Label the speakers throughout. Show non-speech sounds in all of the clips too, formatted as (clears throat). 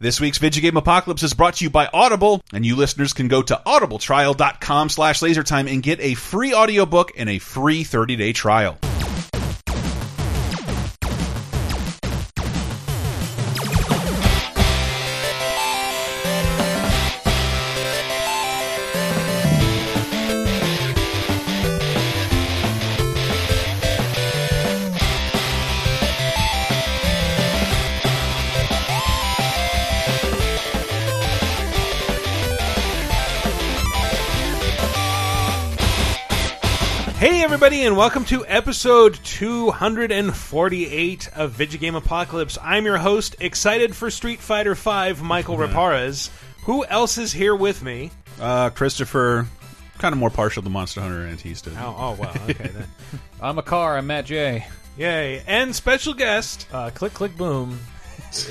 Speaker 1: This week's Video Game Apocalypse is brought to you by Audible, and you listeners can go to audibletrial.com slash lasertime and get a free audiobook and a free 30-day trial.
Speaker 2: Hey, everybody, and welcome to episode 248 of Video Game Apocalypse. I'm your host, excited for Street Fighter V, Michael Raparez. Who else is here with me?
Speaker 1: Uh, Christopher, kind of more partial to Monster Hunter Antista.
Speaker 2: Oh, oh well,
Speaker 1: (laughs)
Speaker 2: okay then.
Speaker 3: (laughs) I'm a car. I'm Matt J.
Speaker 2: Yay. And special guest,
Speaker 4: uh, click click boom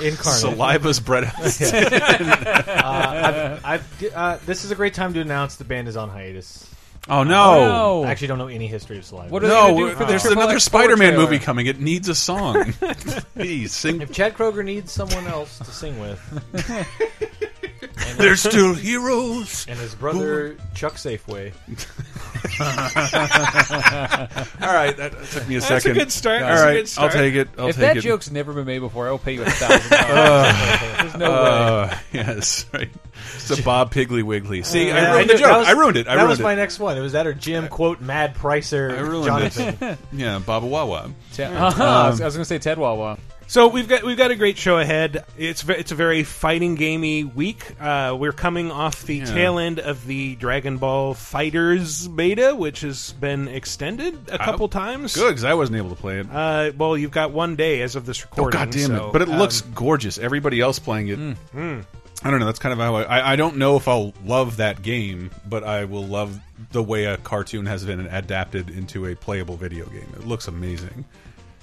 Speaker 4: incarnate
Speaker 1: Saliva's bread.
Speaker 2: (laughs)
Speaker 4: (laughs) uh, I've, I've, uh, this is a great time to announce the band is on hiatus Um,
Speaker 1: oh, no.
Speaker 3: Oh.
Speaker 4: i actually don't know any history of saliva
Speaker 3: What are
Speaker 1: No,
Speaker 3: they gonna do for the
Speaker 1: there's
Speaker 3: Triple
Speaker 1: another
Speaker 3: X four
Speaker 1: Spider-Man
Speaker 3: trailer? (laughs)
Speaker 1: movie coming. It needs a song. Please sing.
Speaker 4: if chad kroger needs someone else to
Speaker 1: (laughs)
Speaker 4: sing with
Speaker 1: They're still heroes.
Speaker 4: and his brother chuck safeway
Speaker 1: Uh, All right, that, that took me a
Speaker 2: That's a
Speaker 1: second.
Speaker 2: good start.
Speaker 1: All
Speaker 2: That's a
Speaker 1: right,
Speaker 2: good start.
Speaker 1: I'll take it. I'll
Speaker 3: If
Speaker 1: take
Speaker 3: that
Speaker 1: it.
Speaker 3: joke's never been made before, I'll (laughs) pay you a thousand
Speaker 1: (laughs)
Speaker 3: dollars. There's no way.
Speaker 1: Uh, yes, right. (laughs) It's a Bob Piggly Wiggly. See, I
Speaker 4: Uh, Yeah,
Speaker 1: ruined the
Speaker 4: knew-
Speaker 1: joke.
Speaker 4: that was-
Speaker 1: I ruined it. I
Speaker 4: that
Speaker 1: ruined
Speaker 4: was
Speaker 1: it.
Speaker 4: my next one it was that or jim quote mad pricer
Speaker 1: I ruined
Speaker 4: jonathan
Speaker 1: (laughs) Yeah, Baba Wawa.
Speaker 3: Te- uh-huh, I was,
Speaker 1: Um,
Speaker 3: I was gonna say Ted Wawa.
Speaker 2: So we've got we've got a great show ahead. It's ve- it's a very fighting gamey week. Uh, we're coming off the tail end of the Dragon Ball Fighters beta, which has been extended a couple times.
Speaker 1: Uh, Good, because I wasn't able to play it.
Speaker 2: Uh, well, you've got one day as of this
Speaker 1: oh,
Speaker 2: recording.
Speaker 1: God damn
Speaker 2: so,
Speaker 1: it. But it
Speaker 2: um, Mm.
Speaker 1: looks gorgeous. Everybody else playing it.
Speaker 4: Mm.
Speaker 1: I don't know. That's kind of how I, I. I don't know if I'll love that game, but I will love the way a cartoon has been adapted into a playable video game. It looks amazing.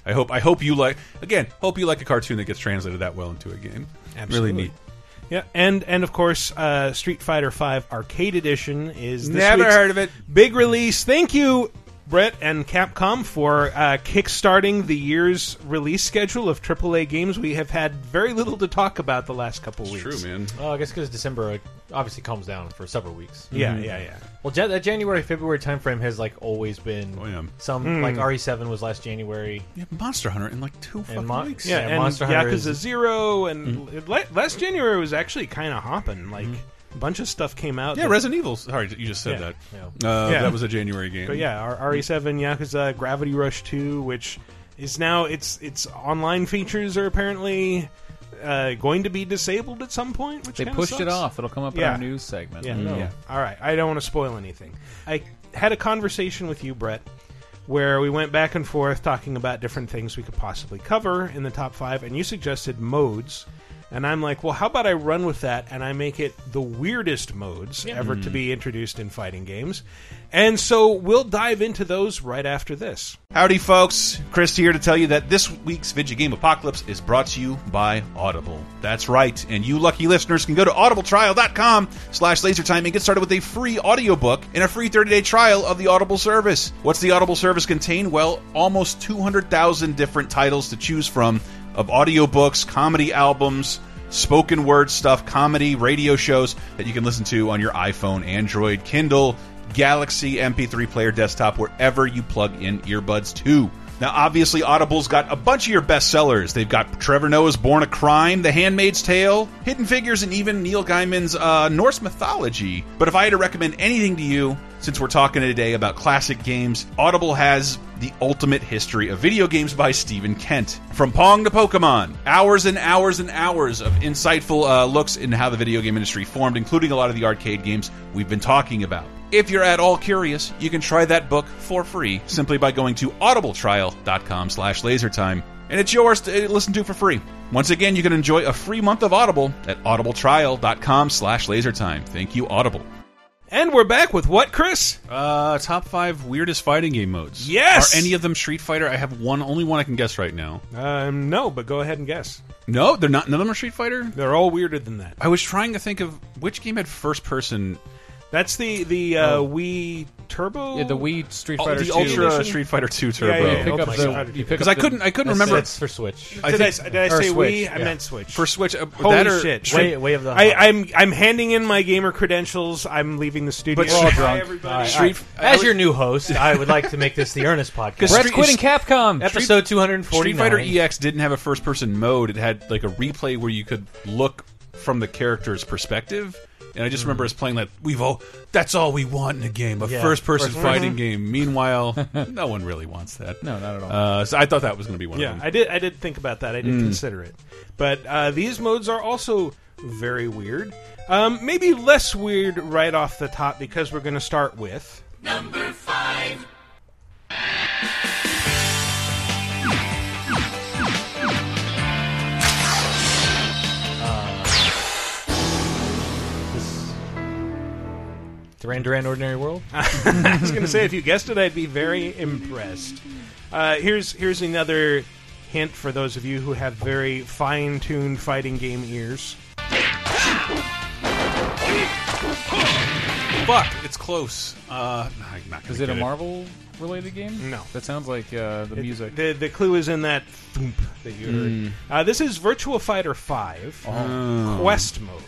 Speaker 1: I hope. I hope you like. Again, hope you like a cartoon that gets translated that well into a game.
Speaker 2: Absolutely.
Speaker 1: Really neat.
Speaker 2: Yeah, and and of course, uh, Street Fighter V Arcade Edition is this
Speaker 1: Never
Speaker 2: week's
Speaker 1: heard of it.
Speaker 2: Big release. Thank you, Brett and Capcom, for uh, kickstarting the year's release schedule of AAA games. We have had very little to talk about the last couple weeks.
Speaker 1: True, man.
Speaker 4: well i guess because december like, obviously calms down for several weeks
Speaker 1: Mm-hmm.
Speaker 2: Yeah, yeah, yeah.
Speaker 4: well Ja- that january february timeframe has like always been
Speaker 1: Oh, yeah.
Speaker 4: some
Speaker 3: Mm.
Speaker 4: like re7 was last january
Speaker 1: Yeah, Monster Hunter in like two fucking
Speaker 4: Mon-
Speaker 1: weeks.
Speaker 2: Yeah,
Speaker 4: Yeah,
Speaker 2: and
Speaker 4: Monster
Speaker 2: Yakuza
Speaker 4: Hunter is- Mm-hmm.
Speaker 2: Zero, and la- last January was actually kind of hopping. Like
Speaker 4: Mm-hmm.
Speaker 2: a bunch of stuff came out.
Speaker 1: Yeah,
Speaker 2: that-
Speaker 1: Resident Evil. Sorry, you just said
Speaker 4: Yeah,
Speaker 1: that. Uh,
Speaker 2: Yeah.
Speaker 1: That was a January game.
Speaker 2: But yeah, our RE7, Yakuza, Gravity Rush 2, which is now its its online features are apparently uh, going to be disabled at some point. Which
Speaker 3: They
Speaker 2: kinda
Speaker 3: pushed it
Speaker 2: sucks.
Speaker 3: off. It'll come up in
Speaker 2: Yeah.
Speaker 3: our news segment.
Speaker 2: Yeah,
Speaker 3: Mm.
Speaker 2: yeah. All right, I don't want to spoil anything. I had a conversation with you, Brett, where we went back and forth talking about different things we could possibly cover in the top five, and you suggested modes. And I'm like, well, how about I run with that and I make it the weirdest modes ever to be introduced in fighting games? And so we'll dive into those right after this.
Speaker 1: Howdy, folks. Chris here to tell you that this week's Video Game Apocalypse is brought to you by Audible. That's right. And you lucky listeners can go to audibletrial.com slash lasertime and get started with a free audiobook and a free 30-day trial of the Audible service. What's the Audible service contain? Well, almost 200,000 different titles to choose from of audiobooks, comedy albums, spoken word stuff, comedy, radio shows that you can listen to on your iPhone, Android, Kindle, Galaxy MP3 player desktop, wherever you plug in earbuds to. Now, obviously, Audible's got a bunch of your bestsellers. They've got Trevor Noah's Born a Crime, The Handmaid's Tale, Hidden Figures, and even Neil Gaiman's uh, Norse Mythology. But if I had to recommend anything to you, since we're talking today about classic games, Audible has The Ultimate History of Video Games by Stephen Kent. From Pong to Pokemon, hours and hours and hours of insightful uh, looks into how the video game industry formed, including a lot of the arcade games we've been talking about. If you're at all curious, you can try that book for free simply by going to audibletrial.com slash lasertime. And it's yours to listen to for free. Once again, you can enjoy a free month of Audible at audibletrial.com slash lasertime. Thank you, Audible.
Speaker 2: And we're back with what, Chris?
Speaker 1: Uh, top five weirdest fighting game modes.
Speaker 2: Yes!
Speaker 1: Are any of them Street Fighter? I have one, only one I can guess right now.
Speaker 2: Um, no, but go ahead and guess.
Speaker 1: No, they're not. None of them are Street Fighter.
Speaker 2: They're all weirder than that.
Speaker 1: I was trying to think of which game had first person
Speaker 2: That's the the uh, Wii Turbo.
Speaker 3: Yeah, the Wii Street
Speaker 1: Oh,
Speaker 3: Fighter
Speaker 1: the
Speaker 3: 2.
Speaker 1: Ultra
Speaker 2: edition?
Speaker 1: Street Fighter 2 Turbo.
Speaker 2: Yeah, yeah, yeah.
Speaker 3: Pick up
Speaker 2: Oh my
Speaker 3: the,
Speaker 2: God.
Speaker 3: you pick
Speaker 1: Because
Speaker 3: up
Speaker 1: I couldn't, I couldn't remember
Speaker 4: That's for Switch.
Speaker 1: I
Speaker 2: did I,
Speaker 1: think-
Speaker 2: s- did I
Speaker 3: or
Speaker 2: say
Speaker 3: Switch,
Speaker 2: Wii? I
Speaker 3: yeah.
Speaker 2: meant Switch.
Speaker 1: for Switch. Uh,
Speaker 2: Holy
Speaker 1: that or-
Speaker 2: shit!
Speaker 4: Way- way of the
Speaker 2: I,
Speaker 4: high.
Speaker 2: I'm I'm handing in my gamer credentials. I'm leaving the studio.
Speaker 1: But We're all
Speaker 2: Bye,
Speaker 3: drunk.
Speaker 2: everybody.
Speaker 3: All right,
Speaker 1: Street,
Speaker 4: As your
Speaker 2: (laughs)
Speaker 4: new host, I would like to make this the Ernest podcast.
Speaker 1: Because-
Speaker 3: Brett's
Speaker 1: Um, Street-
Speaker 3: quitting Capcom.
Speaker 4: Episode 249.
Speaker 1: Street Fighter EX didn't have a first person mode. It had like a replay where you could look from the character's perspective. And I
Speaker 3: Hmm.
Speaker 1: just remember us playing that we've all that's all we want in a game, a
Speaker 4: Yeah,
Speaker 1: first person
Speaker 4: first-
Speaker 3: (laughs)
Speaker 1: fighting game. Meanwhile, no one really wants that.
Speaker 3: No, not at all.
Speaker 1: Uh, so I thought that was going to be one
Speaker 2: Yeah,
Speaker 1: of them. Mm.
Speaker 2: I did. I did think about that. I did consider it, but uh, these modes are also very weird. Um, maybe less weird right off the top because we're going to start with
Speaker 4: Uh, This- Duran Duran Ordinary World?
Speaker 2: (laughs) I was going to say, if you guessed it, I'd be very impressed. Uh, here's here's another hint for those of you who have very fine-tuned fighting game ears.
Speaker 1: Fuck, it's close. Uh, I'm not gonna
Speaker 3: Is it a
Speaker 1: get
Speaker 3: Marvel related game?
Speaker 2: No.
Speaker 3: That sounds like uh, the music. Hmm.
Speaker 2: The the clue is in that thump that you heard. Uh, this is Virtua Fighter Five
Speaker 3: Uh-huh.
Speaker 2: Quest Mode.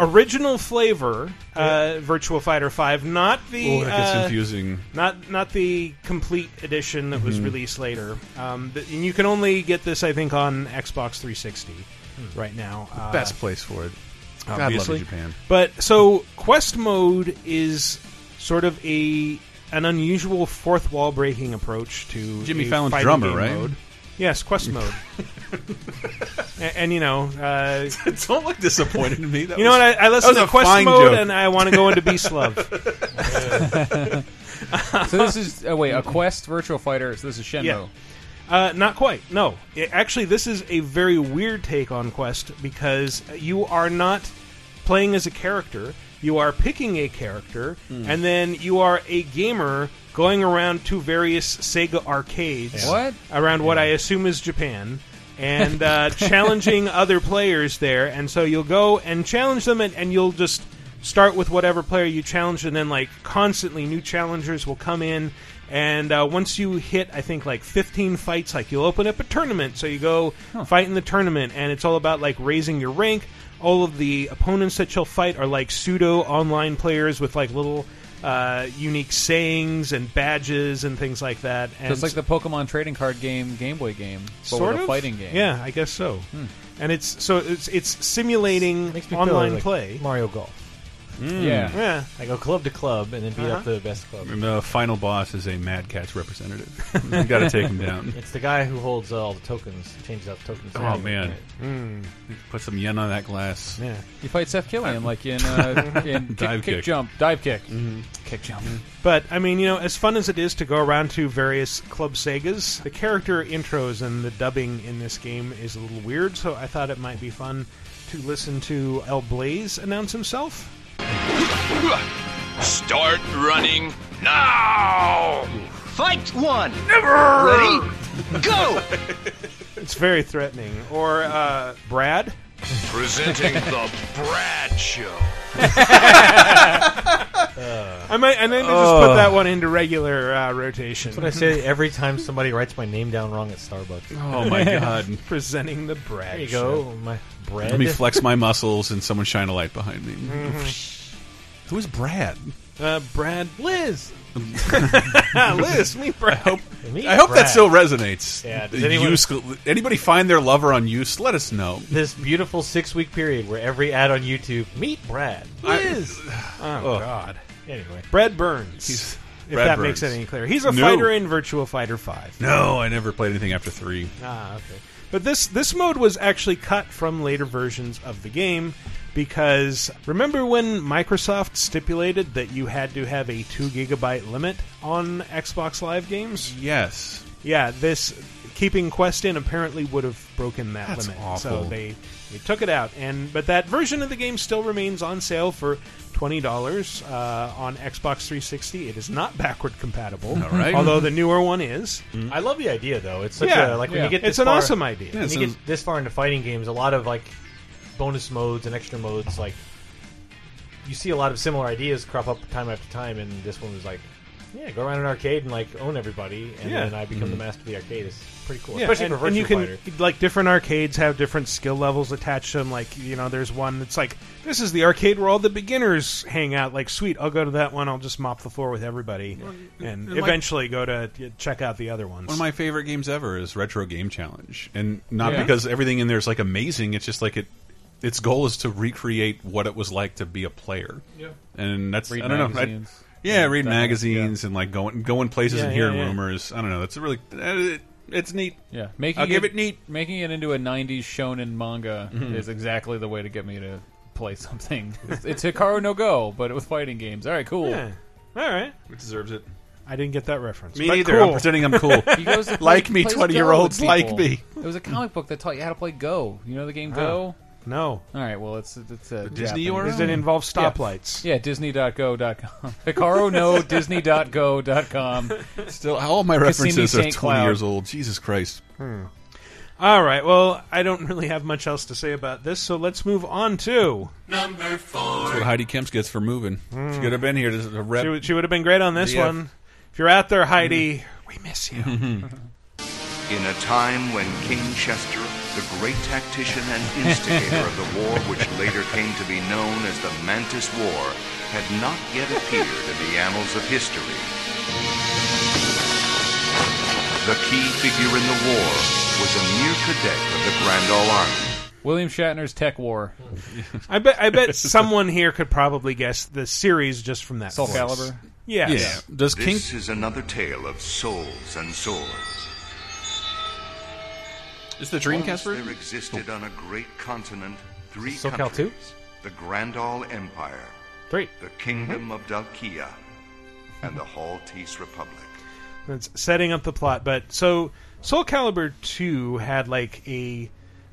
Speaker 2: Original flavor, uh, Virtua Fighter Five, not the
Speaker 1: Oh, that gets
Speaker 2: uh,
Speaker 1: confusing. Mm-hmm.
Speaker 2: not not the complete edition that was released later. Um, th- and you can only get this, I think, on Xbox 360 right now. Uh,
Speaker 1: Best place for it. Hmm. God,
Speaker 2: obviously.
Speaker 1: love Japan.
Speaker 2: But so quest mode is sort of a an unusual fourth wall breaking approach to
Speaker 1: Jimmy
Speaker 2: a
Speaker 1: Fallon's
Speaker 2: fighting
Speaker 1: drummer,
Speaker 2: game
Speaker 1: right?
Speaker 2: Mode. Yes, quest mode. and, and, you know, uh,
Speaker 1: (laughs) Don't look disappointed in me. That
Speaker 2: you know what? I, I listen
Speaker 1: was
Speaker 2: to
Speaker 1: a
Speaker 2: quest
Speaker 1: fine
Speaker 2: mode,
Speaker 1: joke.
Speaker 2: and I want to go into Beast Love.
Speaker 3: (laughs) so this is oh wait a Quest Virtual Fighter. So this is Shenmue.
Speaker 2: Yeah. Uh, not quite. No, It- actually, this is a very weird take on quest because you are not playing as a character. You are picking a character,
Speaker 3: Hmm.
Speaker 2: and then you are a gamer going around to various Sega arcades.
Speaker 3: What?
Speaker 2: Around what I assume is Japan. And
Speaker 3: (laughs)
Speaker 2: uh, challenging other players there. And so you'll go and challenge them, and, and you'll just start with whatever player you challenge, and then, like, constantly new challengers will come in. And uh, once you hit, I think, like 15 fights, like, you'll open up a tournament. So you go fight in the tournament, and it's all about, like, raising your rank all of the opponents that you'll fight are like pseudo online players with like little uh, unique sayings and badges and things like that. And
Speaker 3: So it's like the Pokemon trading card game, Game Boy game, but
Speaker 2: sort
Speaker 3: with
Speaker 2: of
Speaker 3: a fighting game. Hmm.
Speaker 2: Yeah, I guess so. And it's so it's it's simulating
Speaker 4: Makes me feel
Speaker 2: online
Speaker 4: like
Speaker 2: play.
Speaker 4: Mario Golf.
Speaker 3: Hmm. yeah.
Speaker 2: Yeah.
Speaker 4: I go club to club and then beat up
Speaker 2: Uh-huh.
Speaker 4: the best
Speaker 1: (laughs)
Speaker 4: club.
Speaker 1: The final boss is a Mad Cat's representative. (laughs) you got to take him
Speaker 2: (laughs)
Speaker 1: down.
Speaker 4: (laughs) It's the guy who holds uh, all the tokens, changes out the tokens.
Speaker 1: Oh man,
Speaker 4: Mm.
Speaker 1: put some yen on that glass.
Speaker 2: Yeah.
Speaker 3: You fight Seth Killian like in,
Speaker 1: (laughs)
Speaker 2: (laughs)
Speaker 3: uh, in kick,
Speaker 1: Dive
Speaker 3: kick
Speaker 1: kick.
Speaker 3: jump, dive kick, kick jump.
Speaker 2: Mm-hmm.
Speaker 1: Mm.
Speaker 2: But I mean, you know, as fun as it is to go around to various Club Segas, the character intros and the dubbing in this game is a little weird. So I thought it might be fun to listen to El Blaze announce himself.
Speaker 5: Start running now!
Speaker 6: Fight one. Never. Ready? Go.
Speaker 2: It's very threatening. Or uh, Brad.
Speaker 6: (laughs)
Speaker 5: Presenting
Speaker 2: (laughs)
Speaker 5: the Brad Show.
Speaker 1: Uh.
Speaker 2: I might, and then just
Speaker 5: Oh.
Speaker 2: put that one into regular uh, rotation.
Speaker 4: That's what I say
Speaker 2: (laughs)
Speaker 4: every time somebody writes my name down wrong at Starbucks.
Speaker 1: Oh my (laughs) god.
Speaker 2: Presenting the Brad.
Speaker 4: There you go, my bread.
Speaker 1: Let
Speaker 4: Mm-hmm.
Speaker 1: me flex my muscles and someone shine a light behind me.
Speaker 2: Mm-hmm.
Speaker 1: Who is (laughs)
Speaker 4: (laughs)
Speaker 1: Brad?
Speaker 2: Uh, Brad
Speaker 4: Liz.
Speaker 2: (laughs)
Speaker 4: Ah,
Speaker 2: Liz, me Brad.
Speaker 4: Me,
Speaker 1: I hope
Speaker 4: Brad.
Speaker 1: that still resonates.
Speaker 4: Yeah, does
Speaker 1: The
Speaker 4: anyone-
Speaker 1: use- anybody find their lover on use? Let us know.
Speaker 4: This beautiful six-week period where every ad on YouTube, meet Brad. Liz.
Speaker 2: Oh, God.
Speaker 4: Anyway,
Speaker 2: Brad Burns.
Speaker 1: He's-
Speaker 2: if
Speaker 1: Brad
Speaker 2: that
Speaker 1: Burns.
Speaker 2: makes it any clearer, he's a
Speaker 1: No.
Speaker 2: fighter in Virtua Fighter Five.
Speaker 1: No, I never played anything after three.
Speaker 2: Ah, okay. But this this mode was actually cut from later versions of the game because remember when Microsoft stipulated that you had to have a two gigabyte limit on Xbox Live games?
Speaker 1: Yes.
Speaker 2: yeah, this keeping Quest in apparently would have broken that
Speaker 1: That's
Speaker 2: limit.
Speaker 1: awful.
Speaker 2: So they they took it out, and but that version of the game still remains on sale for twenty dollars uh, on Xbox 360. It is not backward compatible,
Speaker 1: All right.
Speaker 2: although the newer one is.
Speaker 4: I love the idea though. It's such
Speaker 2: Yeah,
Speaker 4: a uh, like
Speaker 3: yeah.
Speaker 4: when you get this
Speaker 2: It's an
Speaker 4: far-
Speaker 2: awesome idea.
Speaker 1: Yeah,
Speaker 4: When you
Speaker 1: sounds-
Speaker 4: get this far into fighting games, a lot of like bonus modes and extra modes like you see a lot of similar ideas crop up time after time, and this one was like, yeah, go around an arcade and like own everybody, and
Speaker 2: Yeah.
Speaker 4: then I become
Speaker 3: Mm-hmm.
Speaker 4: the master of the arcade. It's pretty cool,
Speaker 2: Yeah,
Speaker 4: especially
Speaker 2: and,
Speaker 4: for Virtua
Speaker 2: and you can
Speaker 4: Fighter.
Speaker 2: like different arcades have different skill levels attached to them. Like you know, there's one that's like this is the arcade where all the beginners hang out. Like, sweet, I'll go to that one. I'll just mop the floor with everybody, and,
Speaker 1: and like-
Speaker 2: eventually go to yeah, check out the other ones.
Speaker 1: One of my favorite games ever is Retro Game Challenge, and not
Speaker 3: Yeah.
Speaker 1: because everything in there is like amazing. It's just like it. Its goal is to recreate what it was like to be a player. Yeah, and that's
Speaker 3: Read
Speaker 1: I don't know.
Speaker 3: magazines.
Speaker 1: I, yeah, read
Speaker 3: That-
Speaker 1: magazines and like going going places
Speaker 2: Yeah,
Speaker 1: and hearing
Speaker 2: yeah, yeah.
Speaker 1: rumors. I don't know. It's a really uh, it, it's neat.
Speaker 3: Yeah, making
Speaker 1: I'll give it neat. Mm-hmm.
Speaker 3: Making it into a '90s shonen manga is exactly the way to get me to play something. (laughs) It's, it's Hikaru no Go, but with fighting games. All right, cool.
Speaker 2: yeah. All right,
Speaker 1: It deserves it.
Speaker 2: I didn't get that reference.
Speaker 1: Me
Speaker 2: but
Speaker 1: neither.
Speaker 2: cool.
Speaker 1: I'm pretending I'm
Speaker 2: (laughs)
Speaker 3: (laughs)
Speaker 1: cool.
Speaker 3: He goes to
Speaker 1: Like me,
Speaker 3: plays
Speaker 1: 20-year-olds,
Speaker 3: Go with
Speaker 1: like
Speaker 3: people.
Speaker 1: me.
Speaker 3: There was a comic book that taught you how to play Go. You know the game Go.
Speaker 1: (laughs)
Speaker 2: no,
Speaker 3: All right, well, it's it's a
Speaker 1: Oh. Disney
Speaker 3: Japanese-
Speaker 1: URL?
Speaker 2: Oh. does it involve stoplights?
Speaker 3: Yeah, (laughs) Disney.go.com. Hikaru
Speaker 1: (laughs)
Speaker 3: no Disney.go.com.
Speaker 1: Still, all my
Speaker 3: Cassini
Speaker 1: references are
Speaker 3: St.
Speaker 1: 20
Speaker 3: Cloud.
Speaker 1: years old. Jesus Christ.
Speaker 2: All right. Well, I don't really have much else to say about this, so let's move on to.
Speaker 1: That's what Heidi Kemps gets for moving. She could have been here. This is a rep.
Speaker 2: She, would- she would have been great on this
Speaker 1: Yeah.
Speaker 2: one. If you're out there, Heidi,
Speaker 3: Mm-hmm.
Speaker 2: we miss you.
Speaker 5: In a time when King Chester, the great tactician and instigator of the war which later came to be known as the Mantis War, had not yet appeared in the annals of history. The key figure in the war was a mere cadet of the Grand Ole Army.
Speaker 3: William Shatner's Tech War.
Speaker 2: (laughs) I bet I bet someone here could probably guess the series just from that.
Speaker 3: Soul
Speaker 2: voice.
Speaker 3: Calibur.
Speaker 2: Yes.
Speaker 1: Yeah. Does King
Speaker 5: This is another tale of souls and swords.
Speaker 1: is the
Speaker 5: Once
Speaker 1: Dreamcast
Speaker 5: there existed on a great continent three
Speaker 4: SoCal
Speaker 5: countries:
Speaker 4: two?
Speaker 5: the Grand All Empire,
Speaker 4: Three.
Speaker 5: the Kingdom of Dalkia, and the Haltis Republic.
Speaker 2: That's setting up the plot. But so Soul Calibur two had like a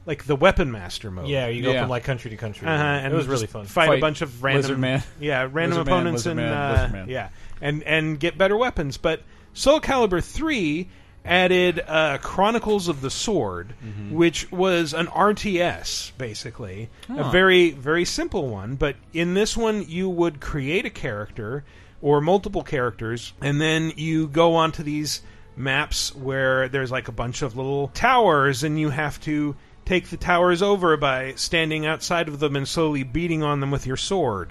Speaker 2: like the Weapon Master mode.
Speaker 4: Yeah, you go
Speaker 3: Yeah.
Speaker 4: from like country to country.
Speaker 2: Uh-huh, and
Speaker 4: it was
Speaker 2: just
Speaker 4: really fun.
Speaker 2: Fight, a
Speaker 3: Fight
Speaker 2: bunch of random
Speaker 3: Lizard Man.
Speaker 2: yeah, random
Speaker 3: Lizard Man,
Speaker 2: opponents
Speaker 3: Lizard
Speaker 2: and
Speaker 3: Man,
Speaker 2: uh,
Speaker 3: Lizard Man.
Speaker 2: yeah, and and get better weapons. But Soul Calibur three added uh, Chronicles of the Sword, which was an RTS basically, a very very simple one. But in this one, you would create a character or multiple characters, and then you go onto these maps where there's like a bunch of little towers, and you have to take the towers over by standing outside of them and slowly beating on them with your sword.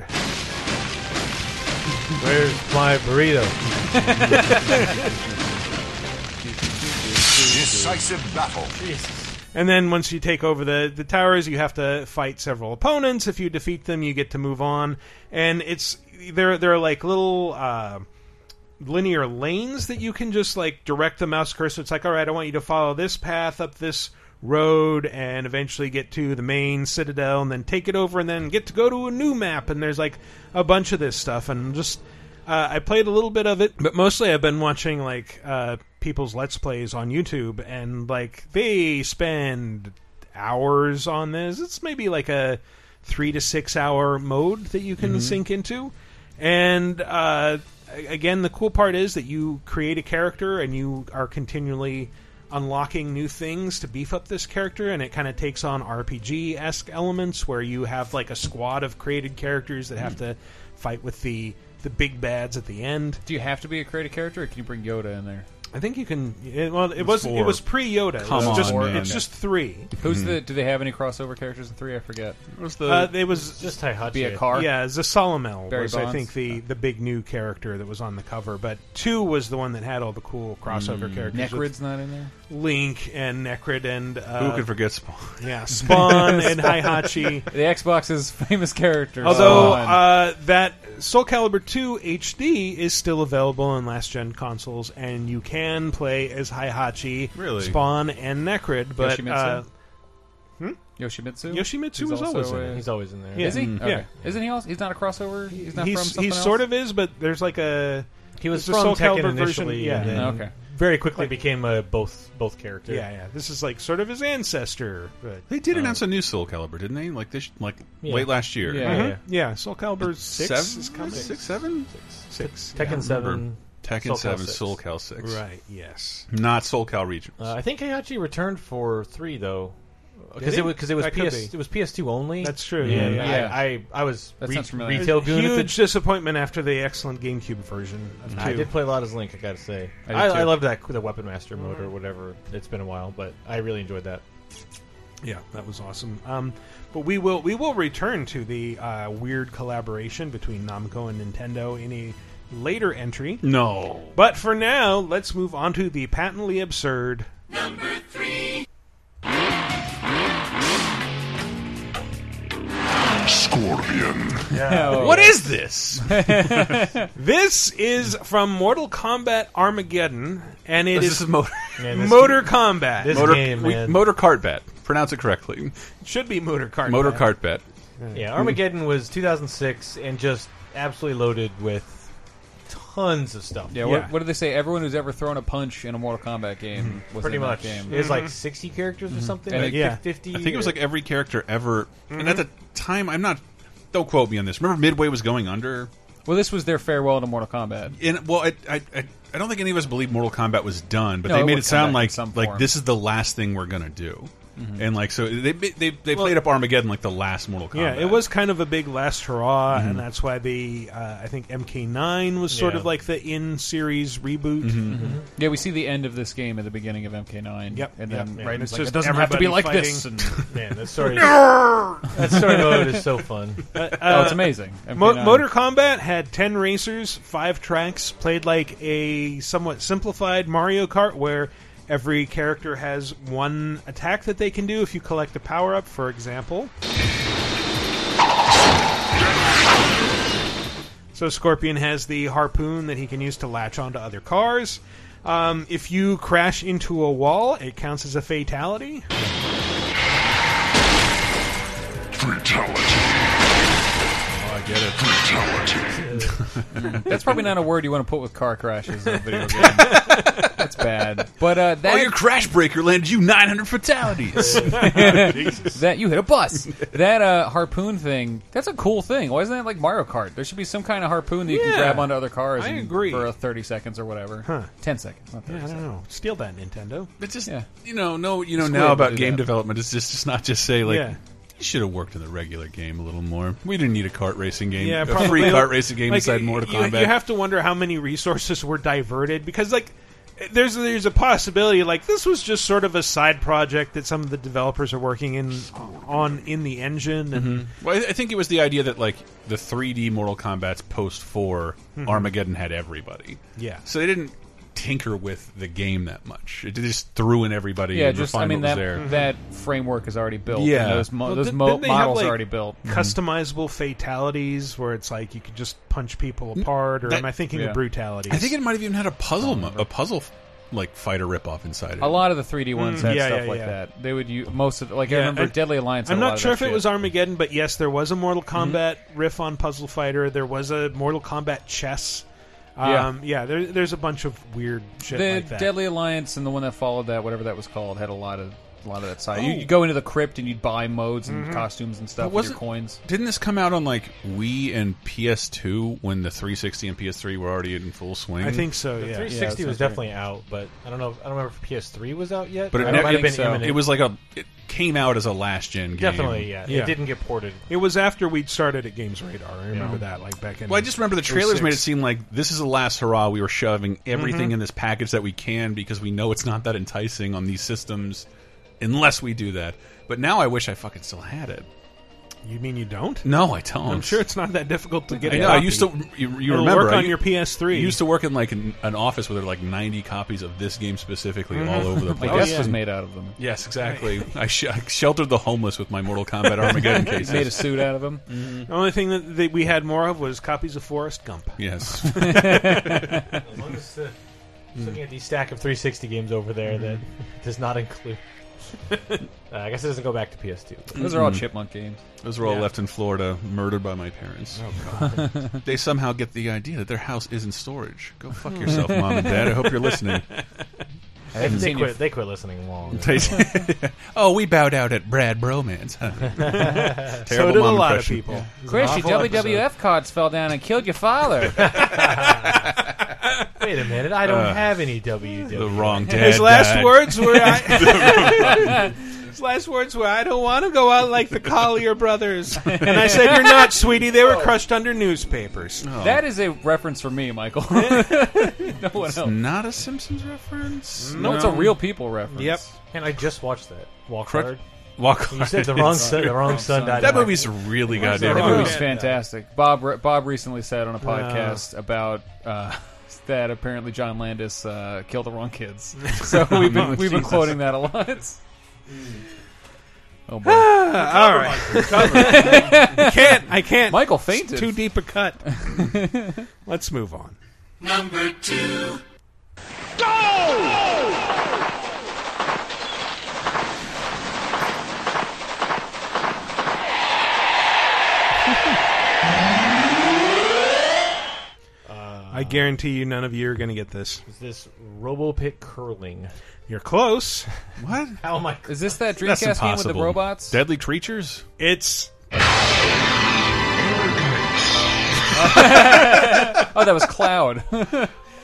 Speaker 4: Where's my burrito?
Speaker 5: Decisive battle.
Speaker 2: (laughs) And then once you take over the, the towers, you have to fight several opponents. If you defeat them, you get to move on. And it's there. There are like little uh, linear lanes that you can just like direct the mouse cursor. It's like, all right, I want you to follow this path up this road, and eventually get to the main citadel, and then take it over, and then get to go to a new map. And there's like a bunch of this stuff, and just. Uh, I played a little bit of it, but mostly I've been watching like uh, people's let's plays on YouTube, and like they spend hours on this. It's maybe like a three to six hour mode that you can sink into. And uh, a- again, the cool part is that you create a character and you are continually unlocking new things to beef up this character, and it kind of takes on RPG esque elements where you have like a squad of created characters that have to fight with the the big bads at the end.
Speaker 3: Do (laughs) you have to be a creative character, or can you bring Yoda in there?
Speaker 2: I think you can. It, well, it was
Speaker 1: four.
Speaker 2: it was pre Yoda.
Speaker 1: Come
Speaker 2: It's just
Speaker 1: on, man.
Speaker 2: it's just three.
Speaker 3: Who's the? Do they have any crossover characters in three? I forget.
Speaker 1: Where's the
Speaker 2: Uh, it was
Speaker 4: Just Taihachi.
Speaker 3: Be a car.
Speaker 2: Yeah, Zasalamel
Speaker 3: Barry
Speaker 2: was, I
Speaker 3: Bonds?
Speaker 2: think, the, the big new character that was on the cover. But two was the one that had all the cool crossover characters. with
Speaker 3: Necrid's Mm, not in there.
Speaker 2: Link and Necrid and
Speaker 1: who
Speaker 2: uh,
Speaker 1: could forget Spawn?
Speaker 2: yeah, (laughs) Spawn
Speaker 3: (laughs)
Speaker 2: and Hihachi.
Speaker 3: The Xbox's famous character.
Speaker 2: Although
Speaker 3: Spawn.
Speaker 2: uh, that Soul Calibur 2 HD is still available on last gen consoles, and you can play as Hihachi,
Speaker 1: Really?
Speaker 2: Spawn, and Necrid. But
Speaker 3: Yoshimitsu?
Speaker 2: uh,
Speaker 3: Yoshimitsu.
Speaker 2: Yoshimitsu
Speaker 3: He's
Speaker 2: was
Speaker 3: also
Speaker 2: always in
Speaker 3: a-
Speaker 2: it.
Speaker 4: He's always in there.
Speaker 2: Yeah.
Speaker 3: Is he?
Speaker 2: Mm.
Speaker 3: Okay.
Speaker 2: Yeah.
Speaker 3: Isn't he also? He's not a crossover. He's not from
Speaker 2: he's,
Speaker 3: something
Speaker 2: he
Speaker 3: else?
Speaker 2: sort of is, but there's like a
Speaker 4: He was
Speaker 2: It's a Soul
Speaker 4: from Tekken
Speaker 2: Calibur version,
Speaker 4: initially,
Speaker 2: yeah.
Speaker 4: and then
Speaker 3: Okay.
Speaker 4: very quickly became
Speaker 1: uh,
Speaker 4: a both both character.
Speaker 2: yeah, yeah. This is like sort of his ancestor. But um,
Speaker 1: They did announce a new Soul Calibur, didn't they? Like this, like
Speaker 4: Yeah.
Speaker 1: late last year.
Speaker 3: Yeah.
Speaker 2: Uh-huh.
Speaker 4: Mhm.
Speaker 2: Yeah, Soul Calibur six
Speaker 1: seven,
Speaker 2: is coming.
Speaker 1: six, seven,
Speaker 2: six.
Speaker 4: Tekken
Speaker 1: I remember.
Speaker 4: Seven.
Speaker 1: Tekken
Speaker 4: Soul Cal
Speaker 1: Seven,
Speaker 4: six.
Speaker 1: Soul Cal Six,
Speaker 2: Right. Yes.
Speaker 1: Not Soul Cal Regions.
Speaker 4: Uh, I think Heihachi returned for three though. because it was because it was
Speaker 2: That could
Speaker 4: PS
Speaker 2: be.
Speaker 4: it was PS2 only.
Speaker 2: That's true. Mm-hmm.
Speaker 3: Yeah,
Speaker 4: And
Speaker 3: yeah.
Speaker 4: I, I I was
Speaker 3: That
Speaker 4: re-
Speaker 3: sounds familiar.
Speaker 4: retail goon. at the
Speaker 2: Huge disappointment after the excellent GameCube version of two.
Speaker 4: I did play a lot as Link, I gotta say.
Speaker 3: I
Speaker 4: I,
Speaker 3: did
Speaker 4: I,
Speaker 3: too.
Speaker 4: love that the Weapon Master mode or whatever. It's been a while, but I really enjoyed that.
Speaker 2: Yeah, that was awesome. Um, but we will we will return to the uh, weird collaboration between Namco and Nintendo in a later entry.
Speaker 1: No.
Speaker 2: But for now, let's move on to the patently absurd.
Speaker 7: Scorpion.
Speaker 1: What is
Speaker 2: (laughs)
Speaker 1: this?
Speaker 2: This is from Mortal Kombat Armageddon, and it
Speaker 1: This
Speaker 2: is
Speaker 1: is
Speaker 2: (laughs)
Speaker 4: (laughs)
Speaker 1: motor,
Speaker 4: Man, this-
Speaker 2: Motor Combat.
Speaker 4: This
Speaker 1: motor,
Speaker 4: game,
Speaker 1: we-
Speaker 4: man.
Speaker 1: motor cart bat. Pronounce it correctly.
Speaker 2: should be Motor Combat.
Speaker 1: Motor cart bat.
Speaker 4: yeah, Armageddon was 2006 and just absolutely loaded with tons of stuff.
Speaker 3: Yeah,
Speaker 2: Yeah.
Speaker 3: What, what do they say? Everyone who's ever thrown a punch in a Mortal Kombat game
Speaker 2: Mm-hmm.
Speaker 3: was
Speaker 4: pretty
Speaker 3: in that
Speaker 4: much.
Speaker 3: game. Mm-hmm.
Speaker 4: It was like 60 characters or something.
Speaker 3: And
Speaker 4: like
Speaker 3: it-
Speaker 2: yeah.
Speaker 4: 50.
Speaker 1: I think it was like every character ever. And
Speaker 3: Mm-hmm.
Speaker 1: at the time, I'm not. Don't quote me on this. Remember, Midway was going under.
Speaker 3: Well, this was their farewell to Mortal Kombat.
Speaker 1: And well, I, I, I, I don't think any of us believed Mortal Kombat was done, but
Speaker 3: No,
Speaker 1: they
Speaker 3: it
Speaker 1: made it
Speaker 3: would come
Speaker 1: sound
Speaker 3: back in
Speaker 1: like
Speaker 3: some
Speaker 1: like
Speaker 3: form. Mm-hmm.
Speaker 1: this is the last thing we're gonna do. And like so, they they they played up Armageddon like the last Mortal
Speaker 2: Yeah,
Speaker 1: Kombat.
Speaker 2: it was kind of a big last hurrah,
Speaker 1: Mm-hmm.
Speaker 2: and that's why the uh, I think MK9 was sort
Speaker 4: Yeah.
Speaker 2: of like the in series reboot.
Speaker 1: Mm-hmm,
Speaker 3: Yeah, we see the end of this game at the beginning of MK9.
Speaker 2: Yep,
Speaker 3: and
Speaker 2: yep,
Speaker 3: then
Speaker 2: yeah.
Speaker 3: right,
Speaker 2: And it's
Speaker 3: it's like,
Speaker 2: just
Speaker 3: it doesn't have to be like
Speaker 2: everybody
Speaker 3: this. And,
Speaker 4: Man,
Speaker 2: (laughs)
Speaker 4: that
Speaker 3: (laughs)
Speaker 4: story, that story mode is so fun.
Speaker 3: oh, it's amazing.
Speaker 2: Uh, Mo-
Speaker 3: MK9.
Speaker 2: Motor Combat had 10 racers, 5 tracks, played like a somewhat simplified Mario Kart where every character has one attack that they can do if you collect a power up, for example. So Scorpion has the harpoon that he can use to latch onto other cars. Um, if you crash into a wall, it counts as a fatality.
Speaker 7: Fatality.
Speaker 4: Oh,
Speaker 1: I get it.
Speaker 7: Fatality.
Speaker 3: That's probably not a word you want to put with car crashes in
Speaker 2: (laughs)
Speaker 3: a video game. That's bad. But uh, that
Speaker 1: Oh, your crash breaker landed you 900
Speaker 3: (laughs)
Speaker 1: fatalities.
Speaker 3: that you hit a bus. that uh, harpoon thing, that's a cool thing. Why isn't that like Mario Kart? There should be some kind of harpoon that you
Speaker 2: Yeah.
Speaker 3: can grab onto other cars
Speaker 2: I
Speaker 3: and-
Speaker 2: agree.
Speaker 3: for uh, 30 seconds or whatever.
Speaker 2: Huh.
Speaker 3: 10 seconds, not 30
Speaker 2: I don't
Speaker 3: seconds.
Speaker 2: know. Steal that, Nintendo.
Speaker 1: But just
Speaker 3: Yeah.
Speaker 1: you know, no, you know
Speaker 3: Squid
Speaker 1: now
Speaker 3: would
Speaker 1: about
Speaker 3: do
Speaker 1: game
Speaker 3: that.
Speaker 1: development is just just not just say like
Speaker 2: Yeah.
Speaker 1: you should have worked in the regular game a little more. We didn't need a kart racing game,
Speaker 2: Yeah,
Speaker 1: a
Speaker 2: probably.
Speaker 1: free kart racing game
Speaker 2: Like,
Speaker 1: inside Mortal
Speaker 2: you,
Speaker 1: Kombat.
Speaker 2: You have to wonder how many resources were diverted because, like, there's there's a possibility like this was just sort of a side project that some of the developers are working in on in the engine. And,
Speaker 1: Mm-hmm. well, I I think it was the idea that like the 3D Mortal Kombat's post 4
Speaker 3: Mm-hmm.
Speaker 1: Armageddon had everybody.
Speaker 2: Yeah.
Speaker 1: so they didn't tinker with the game that much. It just threw in everybody.
Speaker 2: uh,
Speaker 3: Yeah,
Speaker 1: and
Speaker 3: just,
Speaker 1: refined
Speaker 3: I mean,
Speaker 1: what was
Speaker 3: that,
Speaker 1: there.
Speaker 3: that framework is already built.
Speaker 1: Yeah.
Speaker 3: And those mo-
Speaker 2: Mm-hmm. Well,
Speaker 3: those
Speaker 2: didn't-
Speaker 3: mo-
Speaker 2: didn't they have,
Speaker 3: models
Speaker 2: like,
Speaker 3: are already built. Mm-hmm.
Speaker 2: Customizable fatalities where it's like you could just punch people apart, or
Speaker 1: Mm-hmm. That-
Speaker 2: am I thinking
Speaker 3: yeah.
Speaker 2: of brutalities?
Speaker 1: I think it might have even had a puzzle, mo- a puzzle like fighter ripoff inside it. Mm.
Speaker 3: A lot of the 3D ones had
Speaker 2: Mm, yeah,
Speaker 3: stuff
Speaker 2: yeah,
Speaker 3: like
Speaker 2: yeah.
Speaker 3: that. They would use most of like I
Speaker 2: Yeah,
Speaker 3: remember
Speaker 2: I-
Speaker 3: Deadly Alliance. had
Speaker 2: I'm
Speaker 3: a lot
Speaker 2: not
Speaker 3: of
Speaker 2: sure
Speaker 3: that Mm-hmm.
Speaker 2: if it
Speaker 3: shit.
Speaker 2: was Armageddon, but yes, there was a Mortal Kombat riff on Puzzle Fighter. There was a Mortal Kombat chess.
Speaker 3: Yeah.
Speaker 2: Um, yeah, there, there's a bunch of weird shit
Speaker 3: the
Speaker 2: like that.
Speaker 3: Deadly Alliance and the one that followed that, whatever that was called, had a lot of a lot of that side. You
Speaker 1: Oh.
Speaker 3: you go into the crypt and you'd buy modes and
Speaker 2: Mm-hmm.
Speaker 3: costumes and stuff,
Speaker 1: But
Speaker 3: with your
Speaker 1: wasn't-
Speaker 2: (laughs)
Speaker 3: coins.
Speaker 1: Didn't this come out on like Wii and PS2 when the 360 and PS3 were already in full swing?
Speaker 2: I think so. Oh, Yeah.
Speaker 4: 360
Speaker 3: Yeah,
Speaker 4: was
Speaker 3: that's right.
Speaker 4: definitely out, but I don't know. I don't remember if PS3 was out yet.
Speaker 1: But it
Speaker 4: I
Speaker 1: never-
Speaker 4: might have been
Speaker 3: think so.
Speaker 4: imminent.
Speaker 1: it was like a. It came out as a last gen game.
Speaker 4: definitely yeah.
Speaker 2: Yeah.
Speaker 4: It didn't get ported.
Speaker 2: It was after we'd started at Games Radar. I remember that, like back in.
Speaker 1: Well, I just remember the trailers made it seem like this is the last hurrah. We were shoving everything in this package that we can because we know it's not that enticing on these systems, unless we do that. But now I wish I fucking still had it.
Speaker 2: Oh, You mean you don't?
Speaker 1: No, I don't.
Speaker 2: I'm sure it's not that difficult to get.
Speaker 1: I
Speaker 2: a
Speaker 1: know. I
Speaker 2: copy.
Speaker 1: used to. You, you
Speaker 2: It'll
Speaker 1: remember
Speaker 2: work
Speaker 1: I
Speaker 2: on
Speaker 1: u-
Speaker 2: your PS3.
Speaker 1: I used to work in like an, an office where there were like 90 copies of this game specifically all over the
Speaker 3: My
Speaker 1: place.
Speaker 3: desk
Speaker 2: yeah.
Speaker 3: was made out of them.
Speaker 1: Yes, exactly. I, sh- I sheltered the homeless with my Mortal Kombat
Speaker 2: (laughs)
Speaker 1: Armageddon
Speaker 3: He made a
Speaker 1: cases.
Speaker 3: suit out of them.
Speaker 2: Mm-hmm. The only thing that, that we had more of was copies of Forrest Gump.
Speaker 3: (laughs)
Speaker 1: Yes. (laughs)
Speaker 4: As long as uh, the, looking at the stack of 360 games over there that
Speaker 2: Mm-hmm.
Speaker 4: does
Speaker 2: (laughs)
Speaker 4: not include. Uh, I guess it doesn't go back to PS2. but-
Speaker 3: Those are all chipmunk games.
Speaker 1: Mm-hmm. Those were all left in Florida, murdered by my parents. (laughs) they somehow get the idea that their house is in storage. Go fuck yourself, mom and dad. I hope you're listening.
Speaker 3: I haven't
Speaker 4: They
Speaker 3: seen you.
Speaker 4: quit. They quit listening long. ago.
Speaker 1: (laughs) oh, we bowed out at Brad Bromance. Huh? Terrible
Speaker 2: so did a
Speaker 1: mom
Speaker 2: lot
Speaker 1: impression.
Speaker 2: of people.
Speaker 3: Chris,
Speaker 4: awful
Speaker 3: your WWF cards fell down and killed
Speaker 2: (laughs)
Speaker 3: your father.
Speaker 4: Wait a minute.
Speaker 1: uh,
Speaker 4: I don't have any WWE.
Speaker 1: The wrong dad. (laughs)
Speaker 2: His last
Speaker 1: died.
Speaker 2: words were, I, (laughs) His last words were, "I don't want to go out like the Collier brothers." Uh, And I said, "You're not, sweetie. They were
Speaker 4: Oh.
Speaker 2: crushed under newspapers."
Speaker 3: Oh. That is a reference for me,
Speaker 2: (laughs)
Speaker 3: Michael. (laughs) no one else. No,
Speaker 1: Not a Simpsons reference.
Speaker 3: it's a real people reference.
Speaker 2: Yep.
Speaker 4: And I just watched that. Walk
Speaker 1: Crutch-
Speaker 4: hard.
Speaker 1: Walk
Speaker 4: You said
Speaker 2: (laughs)
Speaker 4: the
Speaker 1: (laughs)
Speaker 4: wrong son. The wrong son died.
Speaker 1: That
Speaker 4: in my-
Speaker 1: movie's really goddamn.
Speaker 3: That
Speaker 1: good.
Speaker 3: movie's fantastic. Bob re- Bob recently said on a podcast about uh, (laughs) that apparently John Landis uh, killed the wrong kids. (laughs) So we've
Speaker 4: Oh,
Speaker 3: been we've been quoting that a
Speaker 4: Mm.
Speaker 3: lot. Oh boy,
Speaker 2: Ah, all right. (laughs) I can't. I can't. (laughs)
Speaker 3: Michael fainted.
Speaker 2: It's too deep a
Speaker 3: (laughs)
Speaker 2: cut. Let's move on. Number two. Go! I guarantee you, none of you are going to get this.
Speaker 4: Uh, Is this RoboPit curling.
Speaker 2: You're close.
Speaker 1: What?
Speaker 4: How am I?
Speaker 3: Is this that
Speaker 1: That's
Speaker 3: Dreamcast game with
Speaker 1: impossible.
Speaker 3: the robots?
Speaker 1: Deadly
Speaker 3: (laughs)
Speaker 1: creatures.
Speaker 2: It's
Speaker 3: oh, that was Cloud.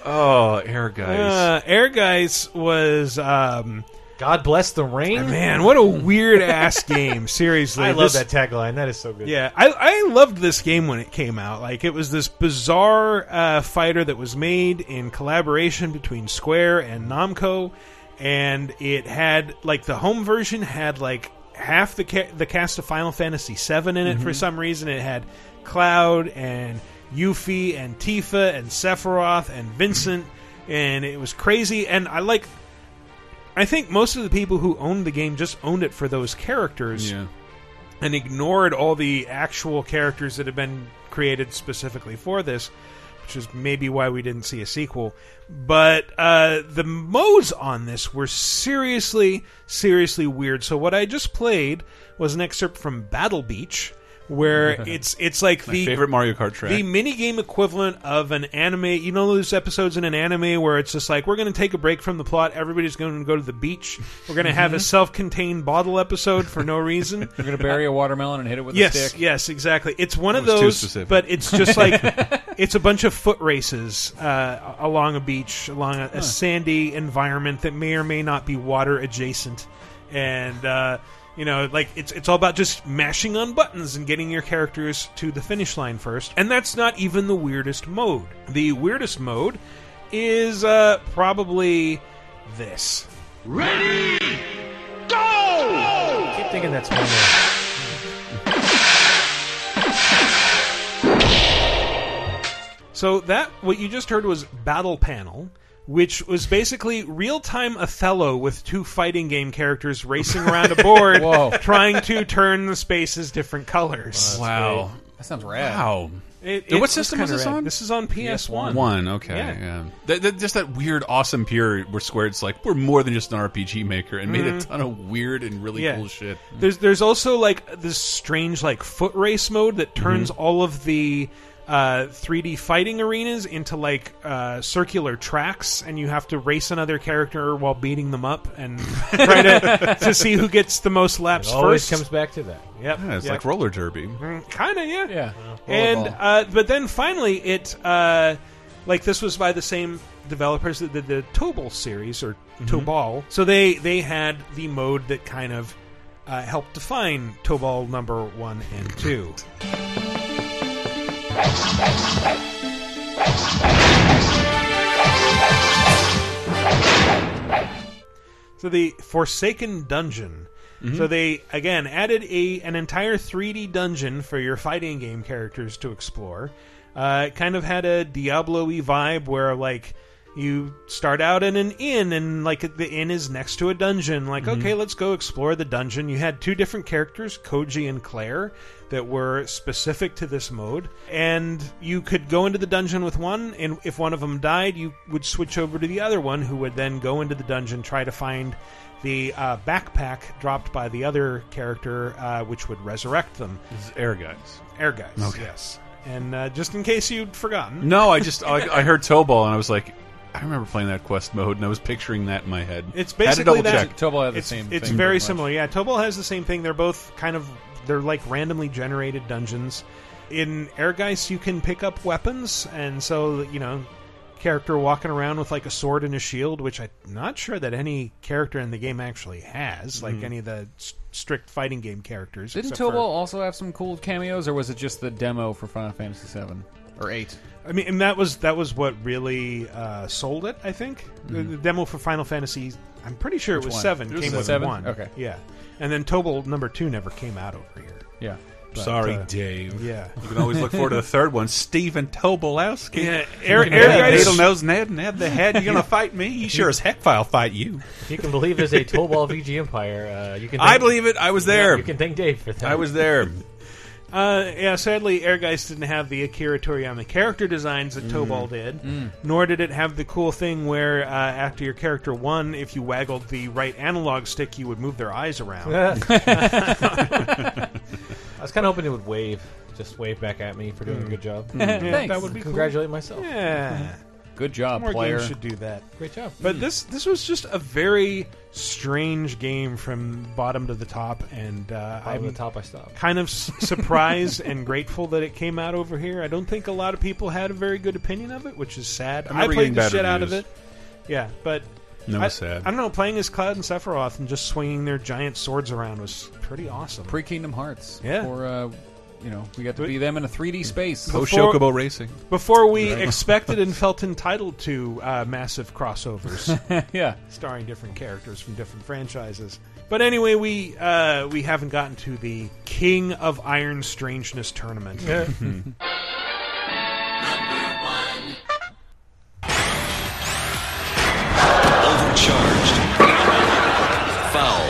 Speaker 1: Oh, air guys.
Speaker 2: (laughs) uh, Air Guys was um,
Speaker 4: God bless the rain.
Speaker 2: man, what a weird ass (laughs) game. Seriously,
Speaker 4: (laughs) I love
Speaker 2: This-
Speaker 4: that tagline. That is so good.
Speaker 2: Yeah, I, I loved this game when it came out. Like it was this bizarre uh, fighter that was made in collaboration between Square and Namco, and it had like the home version had like half the ca- the cast of Final Fantasy VII in it
Speaker 4: Mm-hmm.
Speaker 2: for some reason. It had Cloud and Yuffie and Tifa and Sephiroth and Vincent, and it was crazy. And I like. I think most of the people who owned the game just owned it for those characters
Speaker 1: yeah.
Speaker 2: and ignored all the actual characters that have been created specifically for this, which is maybe why we didn't see a sequel. But uh, the modes on this were seriously, seriously weird. So what I just played was an excerpt from Battle Beach,
Speaker 1: (laughs)
Speaker 2: where it's it's like the
Speaker 1: Favorite Mario Kart track.
Speaker 2: the mini game equivalent of an anime. You know those episodes in an anime where it's just like we're going to take a break from the plot. Everybody's going to go to the beach. We're going to have a self-contained bottle episode for no reason.
Speaker 3: Mm-hmm. (laughs) You're gonna bury a watermelon and hit it with
Speaker 2: yes,
Speaker 3: a stick.
Speaker 2: yes, exactly. It's one of
Speaker 1: was too
Speaker 2: those,
Speaker 1: specific.
Speaker 2: but it's
Speaker 1: (laughs)
Speaker 2: just like it's a bunch of foot races uh, along a beach, along a, a sandy environment that may or may not be water adjacent, and uh, you know, like it's it's all about just mashing on buttons and getting your characters to the finish line first. And that's not even the weirdest mode. The weirdest mode is uh, probably this.
Speaker 4: I keep thinking that's one.
Speaker 2: So that what you just heard was Battle Panel, which was basically real-time Othello with two fighting game characters racing
Speaker 1: (laughs)
Speaker 2: around a board,
Speaker 3: Whoa.
Speaker 2: trying to turn the spaces different colors.
Speaker 1: wow.
Speaker 3: That sounds rad.
Speaker 1: Wow.
Speaker 2: It-
Speaker 1: And what
Speaker 2: it's
Speaker 1: system was
Speaker 2: kinda
Speaker 1: this
Speaker 2: rad.
Speaker 1: on?
Speaker 2: This is on PS One.
Speaker 1: One, okay.
Speaker 2: Yeah.
Speaker 1: Yeah. That- that- just that weird, awesome period where Squared's like, we're more than just an RPG maker and made a ton of weird and really
Speaker 2: Mm-hmm. Yeah.
Speaker 1: cool shit. Mm.
Speaker 2: There's there's also like this strange like foot race mode
Speaker 1: Mm-hmm.
Speaker 2: that turns all of the uh, 3D fighting arenas into like uh, circular tracks, and you have to race another character while beating them up and (laughs) try to, to see who gets the most laps
Speaker 4: It always
Speaker 2: first.
Speaker 4: comes back to that.
Speaker 2: Yep.
Speaker 1: Yeah, it's
Speaker 2: yeah.
Speaker 1: like roller derby.
Speaker 2: kind of Mm, yeah.
Speaker 3: Yeah.
Speaker 2: And
Speaker 3: Rollerball.
Speaker 2: uh, but then finally it uh, like this was by the same developers that did the Tobal series or Tobal. So they they had the mode that kind of uh, helped define Tobal number one and two. So the Forsaken Dungeon. So they again added a an entire 3D dungeon for your fighting game characters to explore. Uh, it kind of had a Diablo-y vibe where like you start out in an inn and like the inn is next to a dungeon. Like
Speaker 1: Mm-hmm.
Speaker 2: okay, let's go explore the dungeon. You had two different characters, Koji and Claire, that were specific to this mode, and you could go into the dungeon with one, and if one of them died, you would switch over to the other one, who would then go into the dungeon try to find the uh, backpack dropped by the other character, uh, which would resurrect them.
Speaker 1: This is Air Guys.
Speaker 2: Air guys, yes. And uh, just in case you'd forgotten,
Speaker 1: No, I just,
Speaker 2: (laughs)
Speaker 1: I, I heard Tobol and I was like, I remember playing that quest mode and I was picturing that in my head.
Speaker 2: It's
Speaker 1: Had to double
Speaker 2: basically that-
Speaker 1: check.
Speaker 3: Tobol had the
Speaker 2: it's,
Speaker 3: same.
Speaker 2: it's
Speaker 3: thing
Speaker 2: very
Speaker 3: pretty much.
Speaker 2: similar. Yeah, Tobol has the same thing. They're both kind of they're like randomly generated dungeons. In Air Guys, you can pick up weapons, and so you know character walking around with like a sword and a shield, which I'm not sure that any character in the game actually has,
Speaker 1: Mm-hmm.
Speaker 2: like any of the s- strict fighting game characters.
Speaker 3: Didn't
Speaker 2: except for-
Speaker 3: Tobal also have some cool cameos, or was it just the demo for Final Fantasy VII or eight?
Speaker 2: I mean, and that was that was what really uh, sold it. I think the, the demo for Final Fantasy. I'm pretty sure it was
Speaker 3: Mm-hmm. one?
Speaker 2: seven.
Speaker 3: It was
Speaker 2: came
Speaker 3: the
Speaker 2: with
Speaker 3: seven?
Speaker 2: one.
Speaker 3: Okay.
Speaker 2: Yeah, and then Tobal number two never came out over here.
Speaker 3: Yeah. But,
Speaker 1: Sorry,
Speaker 2: uh,
Speaker 1: Dave.
Speaker 2: Yeah.
Speaker 1: You can always look forward
Speaker 2: (laughs)
Speaker 1: to the third one, Stephen Tobolowski. (laughs)
Speaker 2: Yeah, Air,
Speaker 1: Yeah,
Speaker 2: Air Guys-
Speaker 1: Needle Nose Ned, Ned the Head. You (laughs) gonna fight me? You sure as heck I'll fight you.
Speaker 4: If you can believe there's a Tobal VG Empire, uh, you can. Thank,
Speaker 1: I believe it. I was
Speaker 4: yeah,
Speaker 1: there.
Speaker 4: You can thank Dave for that.
Speaker 1: I was there.
Speaker 2: (laughs) Uh, yeah, sadly, Airgeist didn't have the Akira Toriyama character designs that
Speaker 3: Mm.
Speaker 2: Tobal did, nor did it have the cool thing where uh, after your character won, if you waggled the right analog stick, you would move their eyes around.
Speaker 3: (laughs)
Speaker 2: (laughs)
Speaker 4: I was kind of hoping it (laughs) would wave, just wave back at me for doing a good
Speaker 2: (laughs)
Speaker 4: job.
Speaker 3: Thanks.
Speaker 2: that would be
Speaker 4: Congratulate myself.
Speaker 2: cool. Mm. Yeah,
Speaker 3: Good job,
Speaker 2: more
Speaker 3: player.
Speaker 2: games should do that.
Speaker 4: Great job.
Speaker 2: But this this was just a very strange game from bottom to the top, and uh,
Speaker 4: I'm the
Speaker 2: I'm
Speaker 4: top. I stopped.
Speaker 2: kind of
Speaker 4: (laughs)
Speaker 2: s- surprised and grateful that it came out over here. I don't think a lot of people had a very good opinion of it, which is sad. I,
Speaker 1: remember
Speaker 2: played
Speaker 1: getting
Speaker 2: the
Speaker 1: bad
Speaker 2: shit out of
Speaker 1: reviews.
Speaker 2: it. Yeah, but
Speaker 1: No,
Speaker 2: I,
Speaker 1: it's sad.
Speaker 2: I don't know. Playing as Cloud and Sephiroth and just swinging their giant swords around was pretty awesome.
Speaker 3: Pre Kingdom Hearts.
Speaker 2: Yeah.
Speaker 3: Or, uh, you know, we got to
Speaker 2: But-
Speaker 3: be them in a 3D space.
Speaker 1: Oh,
Speaker 2: Before-
Speaker 1: Chocobo Racing.
Speaker 2: Before we expected and felt entitled to uh, massive
Speaker 1: (laughs)
Speaker 2: crossovers.
Speaker 3: yeah.
Speaker 2: starring different characters from different franchises. But anyway, we uh, we haven't gotten to the King of Iron Strangeness tournament. (laughs)
Speaker 8: Overcharged. Foul.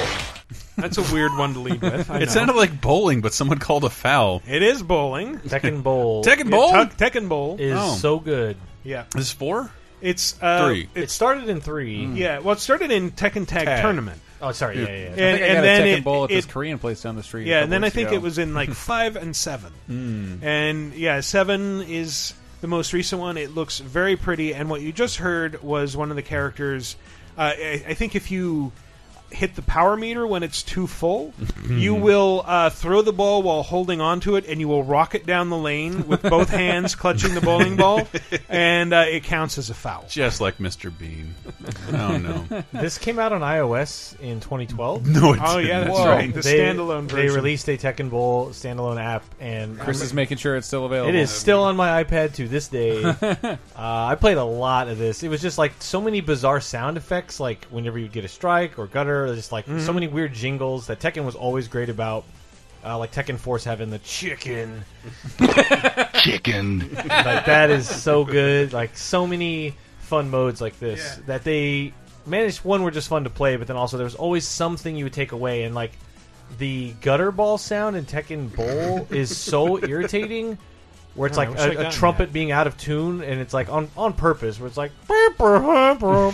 Speaker 2: That's a weird one to lead with. I
Speaker 1: It
Speaker 2: know.
Speaker 1: sounded like bowling, but someone called a foul.
Speaker 2: it is bowling.
Speaker 4: Tekken Bowl
Speaker 1: Tekken
Speaker 2: Yeah,
Speaker 1: bowl
Speaker 2: Tuck- (laughs) Tekken bowl.
Speaker 4: is
Speaker 1: Oh.
Speaker 4: so good.
Speaker 2: yeah,
Speaker 1: is four.
Speaker 2: it's uh,
Speaker 1: Three.
Speaker 4: It
Speaker 2: It's
Speaker 4: started in three.
Speaker 2: yeah. Well, it started in Tekken Tag,
Speaker 1: Tag.
Speaker 2: tournament,
Speaker 4: Oh, sorry. Yeah, yeah. yeah.
Speaker 2: and,
Speaker 3: I think I
Speaker 2: and
Speaker 3: got
Speaker 2: then
Speaker 3: a Tekken
Speaker 2: it,
Speaker 3: Bowl at
Speaker 2: it-
Speaker 3: this Korean place down the street. a
Speaker 2: yeah,
Speaker 3: couple
Speaker 2: and then I
Speaker 3: weeks
Speaker 2: think
Speaker 3: ago. Hmm.
Speaker 2: it was in
Speaker 3: (laughs)
Speaker 2: like five and seven, and yeah, seven is the most recent one. It looks very pretty, and what you just heard was one of the characters. Uh, I, I think if you hit the power meter when it's too
Speaker 3: (laughs)
Speaker 2: full, you will uh, throw the ball while holding onto it, and you will rock it down the lane with
Speaker 3: (laughs)
Speaker 2: both hands clutching the bowling ball, and uh, it counts as a foul.
Speaker 1: Just like Mr. Bean. Oh
Speaker 2: (laughs)
Speaker 1: no.
Speaker 4: This came out on iOS in
Speaker 3: (laughs)
Speaker 4: 2012.
Speaker 1: No, it
Speaker 2: Oh yeah,
Speaker 1: didn't.
Speaker 2: that's
Speaker 3: Whoa.
Speaker 2: right. The
Speaker 4: They-
Speaker 2: standalone version.
Speaker 4: They released a Tekken Bowl standalone app, and
Speaker 3: Chris is making sure it's still available.
Speaker 4: It is still on my iPad to this
Speaker 3: (laughs)
Speaker 4: day. uh, I played a lot of this. It was just like so many bizarre sound effects, like whenever you'd get a strike or gutter, or just like
Speaker 2: Mm-hmm.
Speaker 4: so many weird jingles that Tekken was always great about. Uh, like Tekken Force having the
Speaker 2: (laughs)
Speaker 4: chicken, (laughs)
Speaker 7: Chicken.
Speaker 4: like that is so good. Like so many fun modes like this that they managed. One were just fun to play, but then also there was always something you would take away, and like the gutter ball sound in Tekken
Speaker 2: (laughs)
Speaker 4: Bowl is so irritating. Where it's
Speaker 2: Oh, I
Speaker 4: like
Speaker 2: wish I'd
Speaker 4: a, a
Speaker 2: gotten
Speaker 4: trumpet
Speaker 2: that.
Speaker 4: being out of tune, and it's like on on purpose. Where it's like, and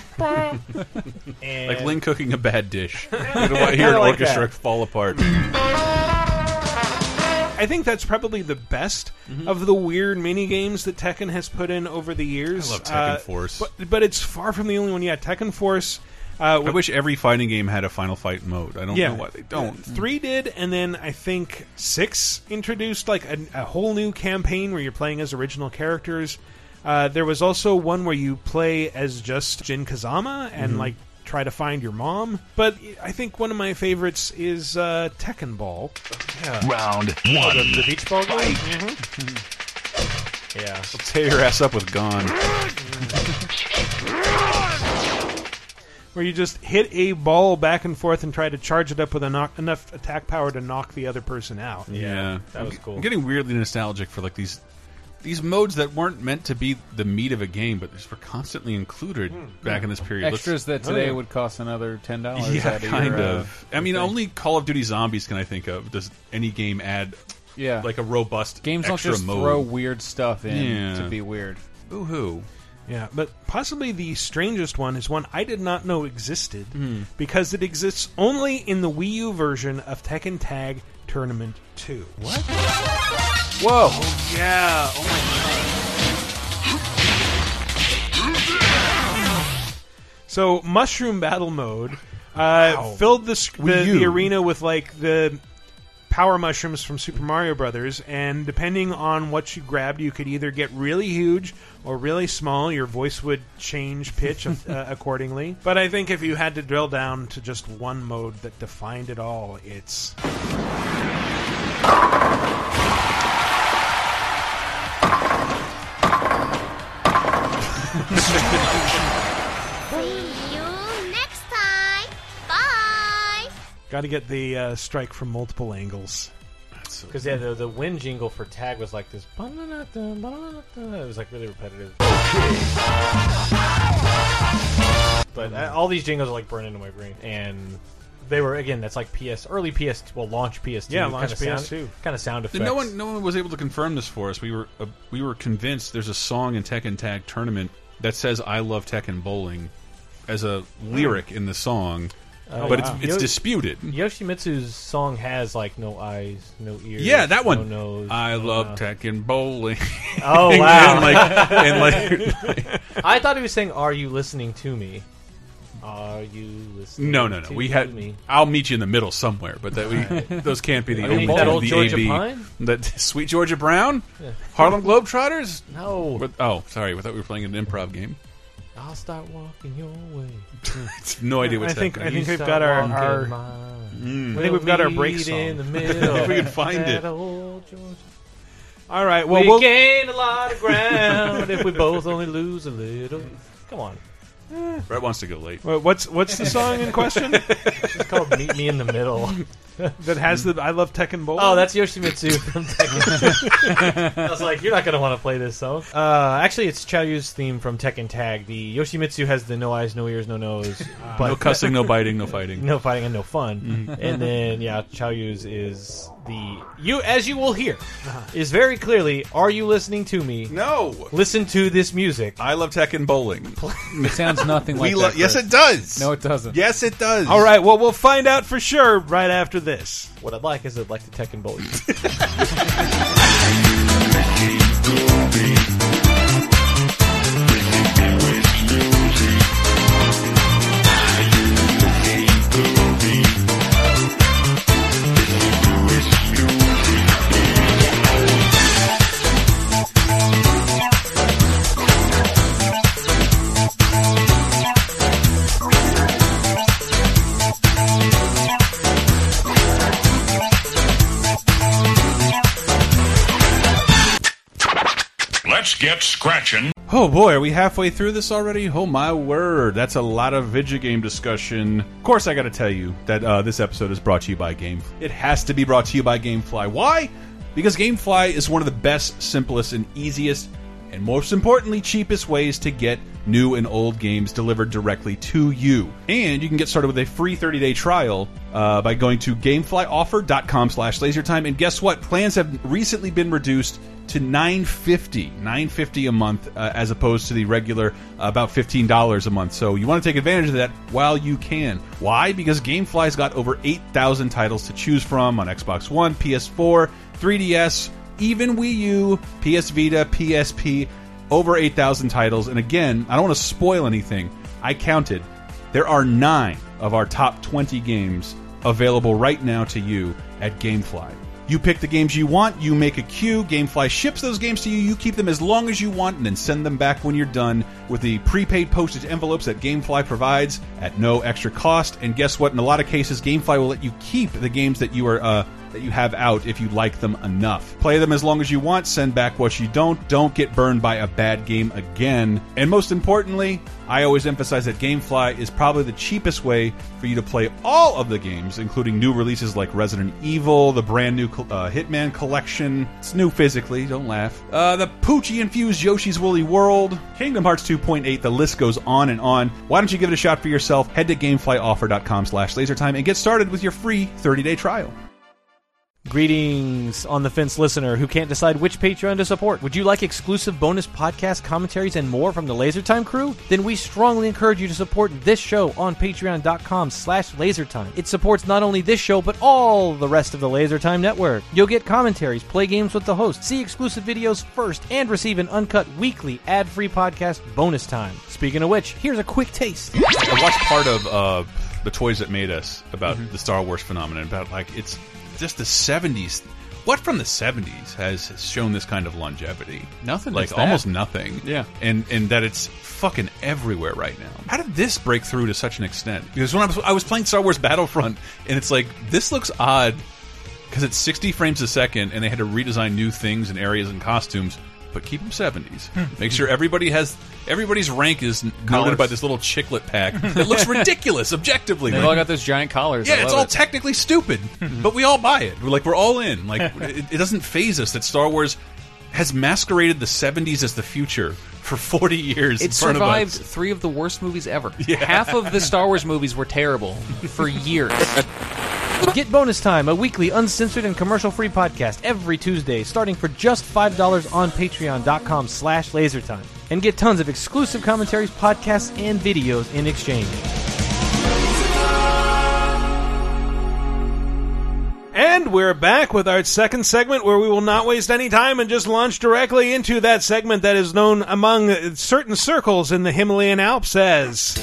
Speaker 1: Like Lynn cooking a bad dish. You don't want to hear an
Speaker 4: Kinda like
Speaker 1: orchestra
Speaker 4: that.
Speaker 1: fall apart.
Speaker 2: I think that's probably the best
Speaker 1: Mm-hmm.
Speaker 2: of the weird mini games that Tekken has put in over the years.
Speaker 1: I love Tekken
Speaker 2: Uh,
Speaker 1: Force.
Speaker 2: but, but it's far from the only one. Yeah, Tekken Force. Uh,
Speaker 1: I wish every fighting game had a final fight mode. I don't
Speaker 2: Yeah.
Speaker 1: know why they don't.
Speaker 2: three did, and then I think six introduced like a, a whole new campaign where you're playing as original characters. Uh, there was also one where you play as just Jin Kazama
Speaker 1: Mm-hmm.
Speaker 2: and like try to find your mom. But I think one of my favorites is uh, Tekken Ball. Oh,
Speaker 7: Round one.
Speaker 4: the beach ball game.
Speaker 2: Mm-hmm.
Speaker 1: (laughs)
Speaker 4: Yeah,
Speaker 1: Tear your ass up with Gone.
Speaker 2: where you just hit a ball back and forth and try to charge it up with eno- enough attack power to knock the other person out.
Speaker 1: Yeah,
Speaker 4: that was cool.
Speaker 1: I'm getting weirdly nostalgic for like these these modes that weren't meant to be the meat of a game, but just were constantly included
Speaker 4: Hmm.
Speaker 1: back in this period. Let's-
Speaker 3: Extras that
Speaker 2: Oh,
Speaker 3: today would cost another ten dollars.
Speaker 1: (laughs)
Speaker 3: uh,
Speaker 1: yeah, kind of. I mean, only Call of Duty Zombies can I think of. Does any game add
Speaker 3: yeah,
Speaker 1: like a robust
Speaker 3: games don't
Speaker 1: extra
Speaker 3: just
Speaker 1: mode?
Speaker 3: throw weird stuff in
Speaker 1: Yeah.
Speaker 3: to be weird.
Speaker 1: Boo-hoo.
Speaker 2: Yeah, but possibly the strangest one is one I did not know existed
Speaker 1: Hmm.
Speaker 2: because it exists only in the Wii U version of Tekken Tag Tournament 2. What?
Speaker 3: Whoa!
Speaker 2: Yeah. Oh my god. So mushroom battle mode uh, filled the, sc- the,
Speaker 1: Wii U.
Speaker 2: the arena with like the power mushrooms from Super Mario Brothers, and depending on what you grabbed, you could either get really huge or really small. Your voice would change
Speaker 1: (laughs)
Speaker 2: pitch uh, accordingly. But I think if you had to drill down to just one mode that defined it all, it's (laughs)
Speaker 9: See you next time. Bye.
Speaker 2: got to get the uh, strike from multiple angles.
Speaker 4: Because yeah, the the wind jingle for Tag was like this. "Ba-na-na-da, ba-na-na-da." It was like really repetitive. But uh, all these jingles are like burned into my brain, and they were again. That's like PS early PS well launch PS2.
Speaker 2: Yeah, launch PS2.
Speaker 4: kind of sound effects.
Speaker 1: No one, no one was able to confirm this for us. We were, uh, we were convinced there's a song in Tekken Tag Tournament that says "I love Tekken Bowling" as a lyric in the song, but
Speaker 4: Oh, wow.
Speaker 1: it's, it's
Speaker 4: Uh, Yo-
Speaker 1: disputed.
Speaker 4: Yoshimitsu's song has like no eyes, no ears.
Speaker 1: Yeah, that one.
Speaker 4: No nose.
Speaker 1: I love Tekken Bowling.
Speaker 4: Oh
Speaker 1: (laughs)
Speaker 4: wow!
Speaker 1: and like, and
Speaker 4: (laughs)
Speaker 1: like, (laughs)
Speaker 4: I thought he was saying, "Are you listening to me? Are you listening?"
Speaker 1: no, no, no.
Speaker 4: to
Speaker 1: We had.
Speaker 4: me?
Speaker 1: I'll meet you in the middle somewhere, but that
Speaker 4: (laughs)
Speaker 1: we (laughs) those can't be the
Speaker 4: I
Speaker 1: only
Speaker 4: mean, that old
Speaker 1: the
Speaker 4: Georgia
Speaker 1: AB.
Speaker 4: Pine?
Speaker 1: That (laughs) sweet Georgia Brown, Harlem Globetrotters.
Speaker 4: No,
Speaker 1: What- Oh, sorry. I thought we were playing an improv game.
Speaker 4: I'll start walking your way.
Speaker 1: (laughs) No idea what's
Speaker 2: I think I
Speaker 1: happening.
Speaker 2: think
Speaker 4: You
Speaker 2: we've
Speaker 4: start
Speaker 2: got our,
Speaker 4: walking
Speaker 2: our
Speaker 4: mine.
Speaker 2: I think we've got our
Speaker 4: We'll
Speaker 2: break
Speaker 4: meet
Speaker 2: song.
Speaker 4: In the
Speaker 1: (laughs)
Speaker 4: middle
Speaker 1: If we can find
Speaker 4: of
Speaker 1: it.
Speaker 4: that old Georgia-
Speaker 2: (laughs) all right. Well,
Speaker 4: we
Speaker 2: we'll,
Speaker 4: gain a lot of ground (laughs) if we both only lose a little. Come on,
Speaker 1: Brett wants to go late.
Speaker 2: well, what's what's the song in question
Speaker 4: it's called "Meet Me in the (laughs) Middle."
Speaker 2: (laughs) that has the I love Tekken Bowl?
Speaker 4: Oh, that's Yoshimitsu from Tekken. (laughs) I was like, you're not going to want to play this song. Uh, actually, it's Chaoyu's theme from Tekken Tag. The Yoshimitsu has the no eyes, no ears, no (laughs) nose, but Mm-hmm.
Speaker 1: No cussing, no biting, no fighting.
Speaker 4: no fighting and no fun. and then yeah, Chaoyu's is the you as you will hear is very clearly. Are you listening to me?
Speaker 1: No.
Speaker 4: Listen to this music.
Speaker 1: I love Tekken bowling.
Speaker 3: It sounds nothing
Speaker 1: (laughs)
Speaker 3: like
Speaker 1: we
Speaker 3: that.
Speaker 1: lo- yes,
Speaker 3: Chris.
Speaker 1: it does.
Speaker 3: No, it doesn't.
Speaker 1: Yes, it does.
Speaker 2: all right. Well, we'll find out for sure right after this.
Speaker 4: What I'd like is I'd like to Tekken bowl you.
Speaker 7: Let's get scratching.
Speaker 1: Oh boy, are we halfway through this already? Oh my word, that's a lot of video game discussion. Of course, I got to tell you that uh, this episode is brought to you by Game. It has to be brought to you by GameFly. Why? Because GameFly is one of the best, simplest, and easiest, and most importantly, cheapest ways to get new and old games delivered directly to you. And you can get started with a free 30-day trial uh, by going to GameFlyOffer.com/LaserTime. And guess what? Plans have recently been reduced to 950 950 a month uh, as opposed to the regular uh, about $15 a month so you want to take advantage of that while you can why because gamefly's got over 8000 titles to choose from on xbox one ps4 3ds even wii u ps vita psp over 8000 titles and again i don't want to spoil anything i counted there are nine of our top 20 games available right now to you at Gamefly. You pick the games you want, you make a queue, Gamefly ships those games to you, you keep them as long as you want, and then send them back when you're done with the prepaid postage envelopes that Gamefly provides at no extra cost. And guess what? In a lot of cases, Gamefly will let you keep the games that you are uh, that you have out if you like them enough. Play them as long as you want, send back what you don't, don't get burned by a bad game again. And most importantly, I always emphasize that Gamefly is probably the cheapest way for you to play all of the games, including new releases like Resident Evil, the brand new uh, Hitman collection. It's new physically, don't laugh. Uh, the Poochie infused Yoshi's Woolly World, Kingdom Hearts 2.8, the list goes on and on. Why don't you give it a shot for yourself? Head to gameflyoffer.com slash lasertime and get started with your free 30-day trial.
Speaker 4: Greetings, on the fence listener who can't decide which Patreon to support. Would you like exclusive bonus podcast commentaries and more from the LaserTime crew? Then we strongly encourage you to support this show on Patreon.com/slash LaserTime. It supports not only this show but all the rest of the LaserTime network. You'll get commentaries, play games with the host, see exclusive videos first, and receive an uncut weekly ad-free podcast bonus time. Speaking of which, here's a quick taste.
Speaker 1: I watched part of uh, the Toys That Made Us about the Star Wars phenomenon. About like it's just the '70s. What from the '70s has shown this kind of longevity?
Speaker 3: Nothing,
Speaker 1: Like
Speaker 3: it's that.
Speaker 1: almost nothing.
Speaker 3: Yeah.
Speaker 1: and and that it's fucking everywhere right now. How did this break through to such an extent? Because when I was, I was playing Star Wars Battlefront, and it's like this looks odd because it's 60 frames a second, and they had to redesign new things and areas and costumes. But keep them 70s. Make sure everybody has everybody's rank is noted by this little chiclet
Speaker 3: (laughs)
Speaker 1: pack. It looks ridiculous objectively.
Speaker 3: They've
Speaker 1: Like,
Speaker 3: all got those giant collars. I
Speaker 1: yeah, it's
Speaker 3: love
Speaker 1: all
Speaker 3: it.
Speaker 1: technically stupid, but we all buy it. We're like, we're all in.
Speaker 3: (laughs)
Speaker 1: Like, it, it doesn't phase us that Star Wars has masqueraded the '70s as the future for 40 years. in
Speaker 3: It
Speaker 1: front of
Speaker 3: survived
Speaker 1: us.
Speaker 3: three of the worst
Speaker 1: (laughs)
Speaker 3: movies ever. Half of the Star Wars movies were terrible for years.
Speaker 4: (laughs) Get Bonus Time, a weekly uncensored and commercial-free podcast every Tuesday, starting for just $5 on patreon.com slash lasertime. And get tons of exclusive commentaries, podcasts, and videos in exchange.
Speaker 2: (laughs) And we're back with our second segment where we will not waste any time and just launch directly into that segment that is known among certain circles in the Himalayan Alps as.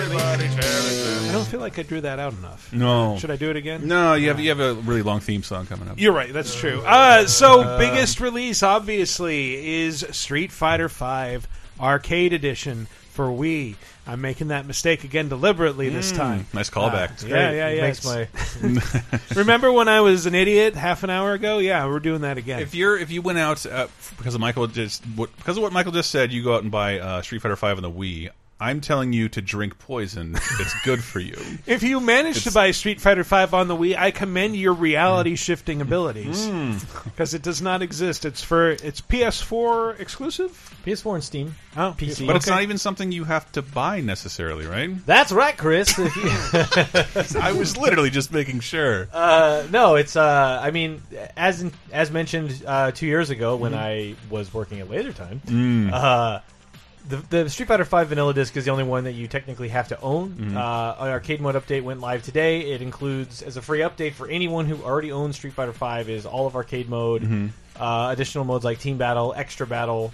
Speaker 2: I don't feel like I drew that out enough.
Speaker 1: No.
Speaker 2: Should I do it again?
Speaker 1: No, you have you have a really long theme song coming up.
Speaker 2: You're right. That's true. Uh, so biggest release, obviously, is Street Fighter V Arcade Edition for Wii. I'm making that mistake again deliberately this time.
Speaker 1: Hmm,
Speaker 2: Uh,
Speaker 1: nice callback.
Speaker 2: Yeah, yeah, yeah.
Speaker 4: Makes my,
Speaker 2: It's- (laughs) Remember when I was an idiot half an hour ago? Yeah, we're doing that again.
Speaker 1: if you're if you went out uh, f- because of Michael just what, because of what Michael just said, you go out and buy uh, Street Fighter Five on the Wii. I'm telling you to drink poison. It's good for
Speaker 4: (laughs)
Speaker 1: you.
Speaker 2: If you manage to buy Street Fighter V on the Wii, I commend your
Speaker 1: Hmm.
Speaker 2: reality shifting abilities
Speaker 4: Hmm.
Speaker 2: because it does not exist. It's for it's PS4 exclusive.
Speaker 4: PS4 and Steam.
Speaker 2: Oh,
Speaker 4: PC.
Speaker 1: But it's not even something you have to buy necessarily, right?
Speaker 4: That's
Speaker 1: (laughs)
Speaker 4: right, Chris. If you-
Speaker 1: I was literally just making sure.
Speaker 4: Uh, no, it's. Uh, I mean, as in, as mentioned uh, two years ago when I was working at Laser Time, uh, the the Street Fighter Five Vanilla Disc is the only one that you technically have to own. Uh, an arcade mode update went live today. It includes as a free update for anyone who already owns Street Fighter Five is all of arcade mode, uh, additional modes like team battle, extra battle,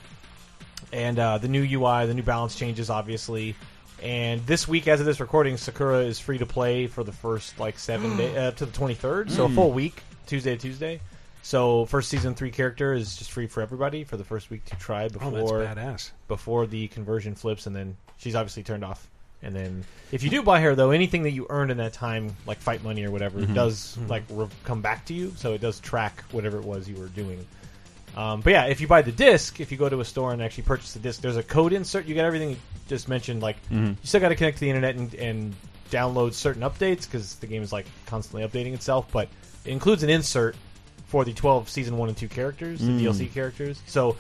Speaker 4: and uh, the new UI, the new balance changes, obviously. And this week, as of this recording, Sakura is free to play for the first
Speaker 2: (gasps)
Speaker 4: like seven day uh, to the twenty third, so a
Speaker 2: Hmm.
Speaker 4: full week, Tuesday to Tuesday. So first season three character is just free for everybody for the first week to try
Speaker 2: Oh, that's
Speaker 4: before
Speaker 2: badass.
Speaker 4: before the conversion flips, and then she's obviously turned off. And then if you do buy her though, anything that you earned in that time, like fight money or whatever,
Speaker 2: Mm-hmm.
Speaker 4: does like re- come back to you, so it does track whatever it was you were doing. Um, but yeah, if you buy the disc, if you go to a store and actually purchase the disc, there's a code insert. You got everything you just mentioned. Like
Speaker 1: Mm-hmm.
Speaker 4: you still got to connect to the internet and, and download certain updates because the game is like constantly updating itself. But it includes an insert for the 12 season one and two characters, the DLC characters. So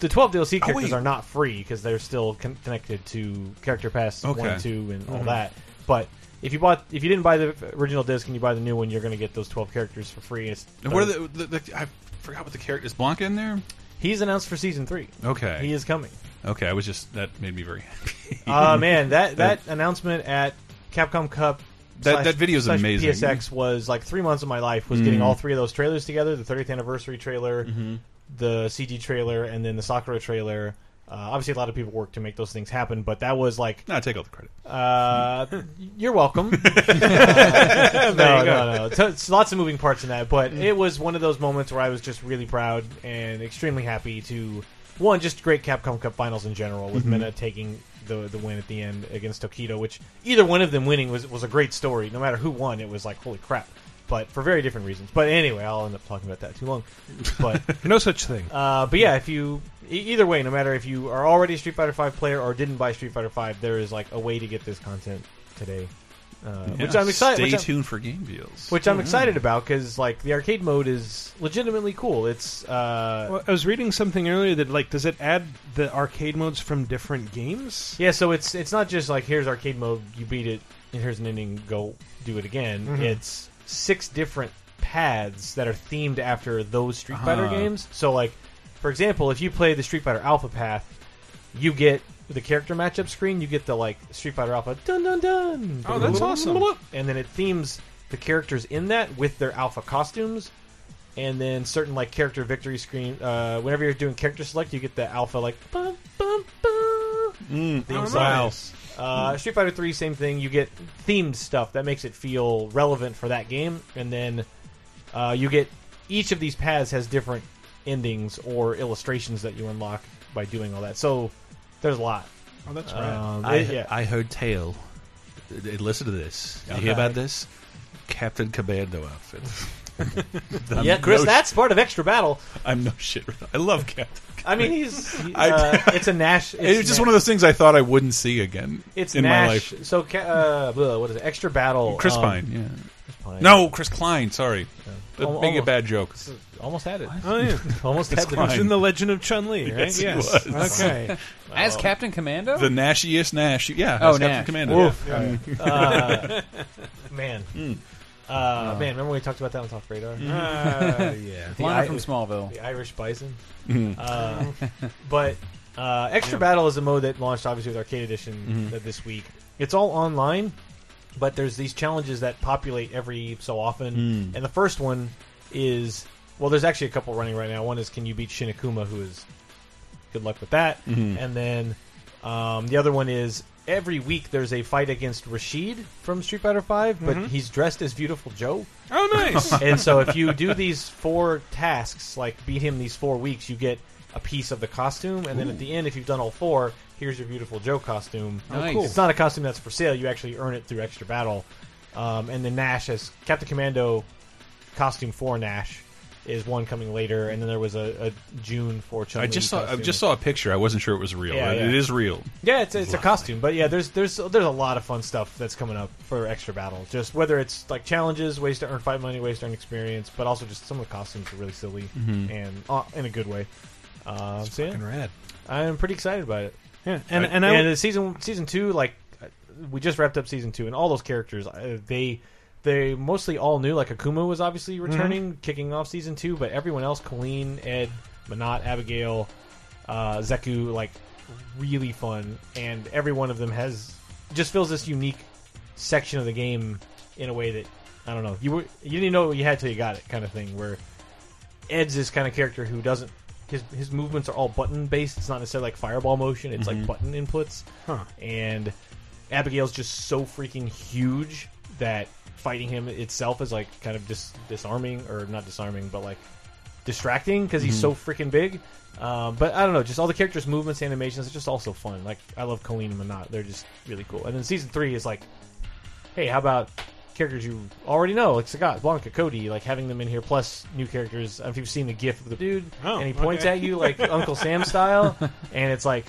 Speaker 4: the 12 DLC characters
Speaker 1: Mm. Oh, wait.
Speaker 4: are not free because they're still con- connected to character pass one,
Speaker 1: Okay. Mm-hmm.
Speaker 4: and two, and all that. But if you bought, if you didn't buy the original disc and you buy the new one, you're going to get those 12 characters for free. And it's
Speaker 1: And what are the, the, the I forgot what the character is. Blanca in there?
Speaker 4: He's announced for season three.
Speaker 1: Okay.
Speaker 4: He is coming.
Speaker 1: Okay, I was just that made me very (laughs) happy.
Speaker 4: Uh, man, that that announcement at Capcom Cup.
Speaker 1: That-
Speaker 4: slash-
Speaker 1: that video's
Speaker 4: slash
Speaker 1: amazing. Mm.
Speaker 4: PSX was like three months of my life was getting all three of those trailers together: the 30th anniversary trailer,
Speaker 1: Mm-hmm.
Speaker 4: the CG trailer, and then the Sakura trailer. Uh, obviously, a lot of people work to make those things happen, but that was like,
Speaker 1: no, I take all the credit. (laughs)
Speaker 4: uh, you're welcome. (laughs) no, no, no. So it's lots of moving parts in that, but it was one of those moments where I was just really proud and extremely happy to one just great Capcom Cup Finals in general with Minna taking the the win at the end against Tokido, which either one of them winning was was a great story. No matter who won, it was like holy crap. But for very different reasons. But anyway, I'll end up talking about that too long. But
Speaker 2: No such thing.
Speaker 4: uh, but yeah, if you e- either way, no matter if you are already a Street Fighter Five player or didn't buy Street Fighter Five, there is like a way to get this content today, uh, which
Speaker 1: Yeah.
Speaker 4: I'm excited.
Speaker 1: Stay
Speaker 4: Which I'm,
Speaker 1: tuned for game deals. Mm-hmm.
Speaker 4: which I'm excited about because like the arcade mode is legitimately cool. It's uh,
Speaker 2: Well, I was reading something earlier that like, does it add the arcade modes from different games?
Speaker 4: yeah, so it's it's not just like here's arcade mode, you beat it, and here's an ending, go do it again.
Speaker 2: Mm-hmm.
Speaker 4: It's six different paths that are themed after those Street Fighter
Speaker 2: Uh-huh.
Speaker 1: Ah.
Speaker 4: games. So like, for example, if you play the Street Fighter Alpha path, you get the character matchup screen. You get the like Street Fighter Alpha dun dun dun.
Speaker 2: Oh, that's awesome.
Speaker 4: And then it themes the characters in that with their alpha costumes, and then certain like character victory screen. Uh, whenever you're doing character select, you get the alpha like bum bum bum.
Speaker 1: Mm,
Speaker 4: things
Speaker 2: wow.
Speaker 4: like- Uh, Street Fighter Three, same thing. You get themed stuff that makes it feel relevant for that game, and then uh, you get each of these paths has different endings or illustrations that you unlock by doing all that. So there's a lot.
Speaker 2: Oh, that's
Speaker 4: Um,
Speaker 1: I,
Speaker 4: it- yeah.
Speaker 1: I heard tale. Uh, Listen to this. You hear about this? Captain Commando outfit.
Speaker 4: (laughs)
Speaker 1: I'm
Speaker 4: yeah, Chris,
Speaker 1: no
Speaker 4: that's part of extra battle.
Speaker 1: sh- I'm no shit. I love Captain.
Speaker 4: I mean, he's he-
Speaker 1: I- (laughs)
Speaker 4: uh, it's a Nash. It's
Speaker 1: It was just one of those things I thought I wouldn't see again
Speaker 4: It's
Speaker 1: in
Speaker 4: Nash.
Speaker 1: my life.
Speaker 4: So ca- uh, blah, what is it? Extra battle.
Speaker 1: Chris
Speaker 4: um,
Speaker 1: Pine, yeah.
Speaker 4: Pine.
Speaker 1: No, Chris Klein. Sorry, That-
Speaker 4: Al-
Speaker 1: making a
Speaker 4: almost.
Speaker 1: bad joke.
Speaker 4: almost had it.
Speaker 2: Oh yeah.
Speaker 4: (laughs) Almost had
Speaker 2: It was (laughs)
Speaker 4: it.
Speaker 2: in the Legend of Chun Li, right?
Speaker 1: Yes, (laughs) it was.
Speaker 2: Okay.
Speaker 1: (laughs)
Speaker 3: As Captain Commando?
Speaker 1: The Nashiest Nash. Yeah,
Speaker 3: Oh,
Speaker 1: that's Captain
Speaker 3: Nash.
Speaker 1: Commando.
Speaker 4: (laughs)
Speaker 1: Hmm.
Speaker 4: Uh, man. Uh, man, remember we talked about that on Top Radar?
Speaker 1: Mm-hmm.
Speaker 2: Uh, yeah.
Speaker 3: Lana
Speaker 4: I-
Speaker 3: from Smallville.
Speaker 4: The Irish Bison.
Speaker 1: Mm-hmm.
Speaker 4: uh, (laughs) but uh, Extra Battle is a mode that launched, obviously, with Arcade Edition
Speaker 1: Mm-hmm.
Speaker 4: uh, this week. It's all online, but there's these challenges that populate every so often.
Speaker 1: Mm.
Speaker 4: And the first one is well, there's actually a couple running right now. One is Can You Beat Shinakuma, who is good luck with that.
Speaker 1: Mm-hmm.
Speaker 4: And then um, the other one is every week there's a fight against Rashid from Street Fighter Five, but he's dressed as Beautiful Joe.
Speaker 2: Oh, nice.
Speaker 4: (laughs) and so if you do these four tasks, like beat him these four weeks, you get a piece of the costume, and then at the end, if you've done all four, here's your beautiful Joe costume.
Speaker 3: Nice. cool.
Speaker 4: It's not a costume that's for sale; you actually earn it through extra battle. Um, and then Nash has Captain Commando costume for Nash is one coming later, and then there was a, a June for
Speaker 1: (laughs)
Speaker 4: Chun.
Speaker 1: I just saw. I just saw a picture. I wasn't sure it was real.
Speaker 4: Yeah,
Speaker 1: It-
Speaker 4: yeah.
Speaker 1: It is real.
Speaker 4: yeah, it's, it's a costume, but yeah, there's there's there's a lot of fun stuff that's coming up for extra battle. Just whether it's like challenges, ways to earn fight money, ways to earn experience, but also just some of the costumes are really silly and uh, in a good way. Um, so yeah,
Speaker 2: Mm-hmm. Fucking rad.
Speaker 4: I'm pretty excited about it.
Speaker 2: Yeah. And
Speaker 1: I-
Speaker 2: and I
Speaker 4: And the season season two, like uh, we just wrapped up season two, and all those characters, uh, they they mostly all new. Like Akuma was obviously
Speaker 2: Mm-hmm.
Speaker 4: returning, kicking off season two, but everyone else, Colleen, Ed, Manat, Abigail, uh, Zeku, like really fun, and every one of them has just fills this unique section of the game in a way that I don't know. You were you didn't know what you had till you got it, kind of thing. Where Ed's this kind of character who doesn't his his movements are all button based. It's not necessarily like fireball motion. It's like button inputs.
Speaker 2: Huh.
Speaker 4: And Abigail's just so freaking huge that fighting him itself is like kind of dis- disarming or not disarming, but like distracting because he's so freaking big. Um, but I don't know, just all the characters' movements, animations, it's just also fun. Like I love Colleen and Manat; they're just really cool. And then season three is like, hey, how about characters you already know, like Sagat, Blanca, Cody, like having them in here plus new characters. If you've seen the GIF of the dude,
Speaker 2: Oh,
Speaker 4: and he points
Speaker 2: okay.
Speaker 4: at you (laughs) like Uncle Sam style, and it's like,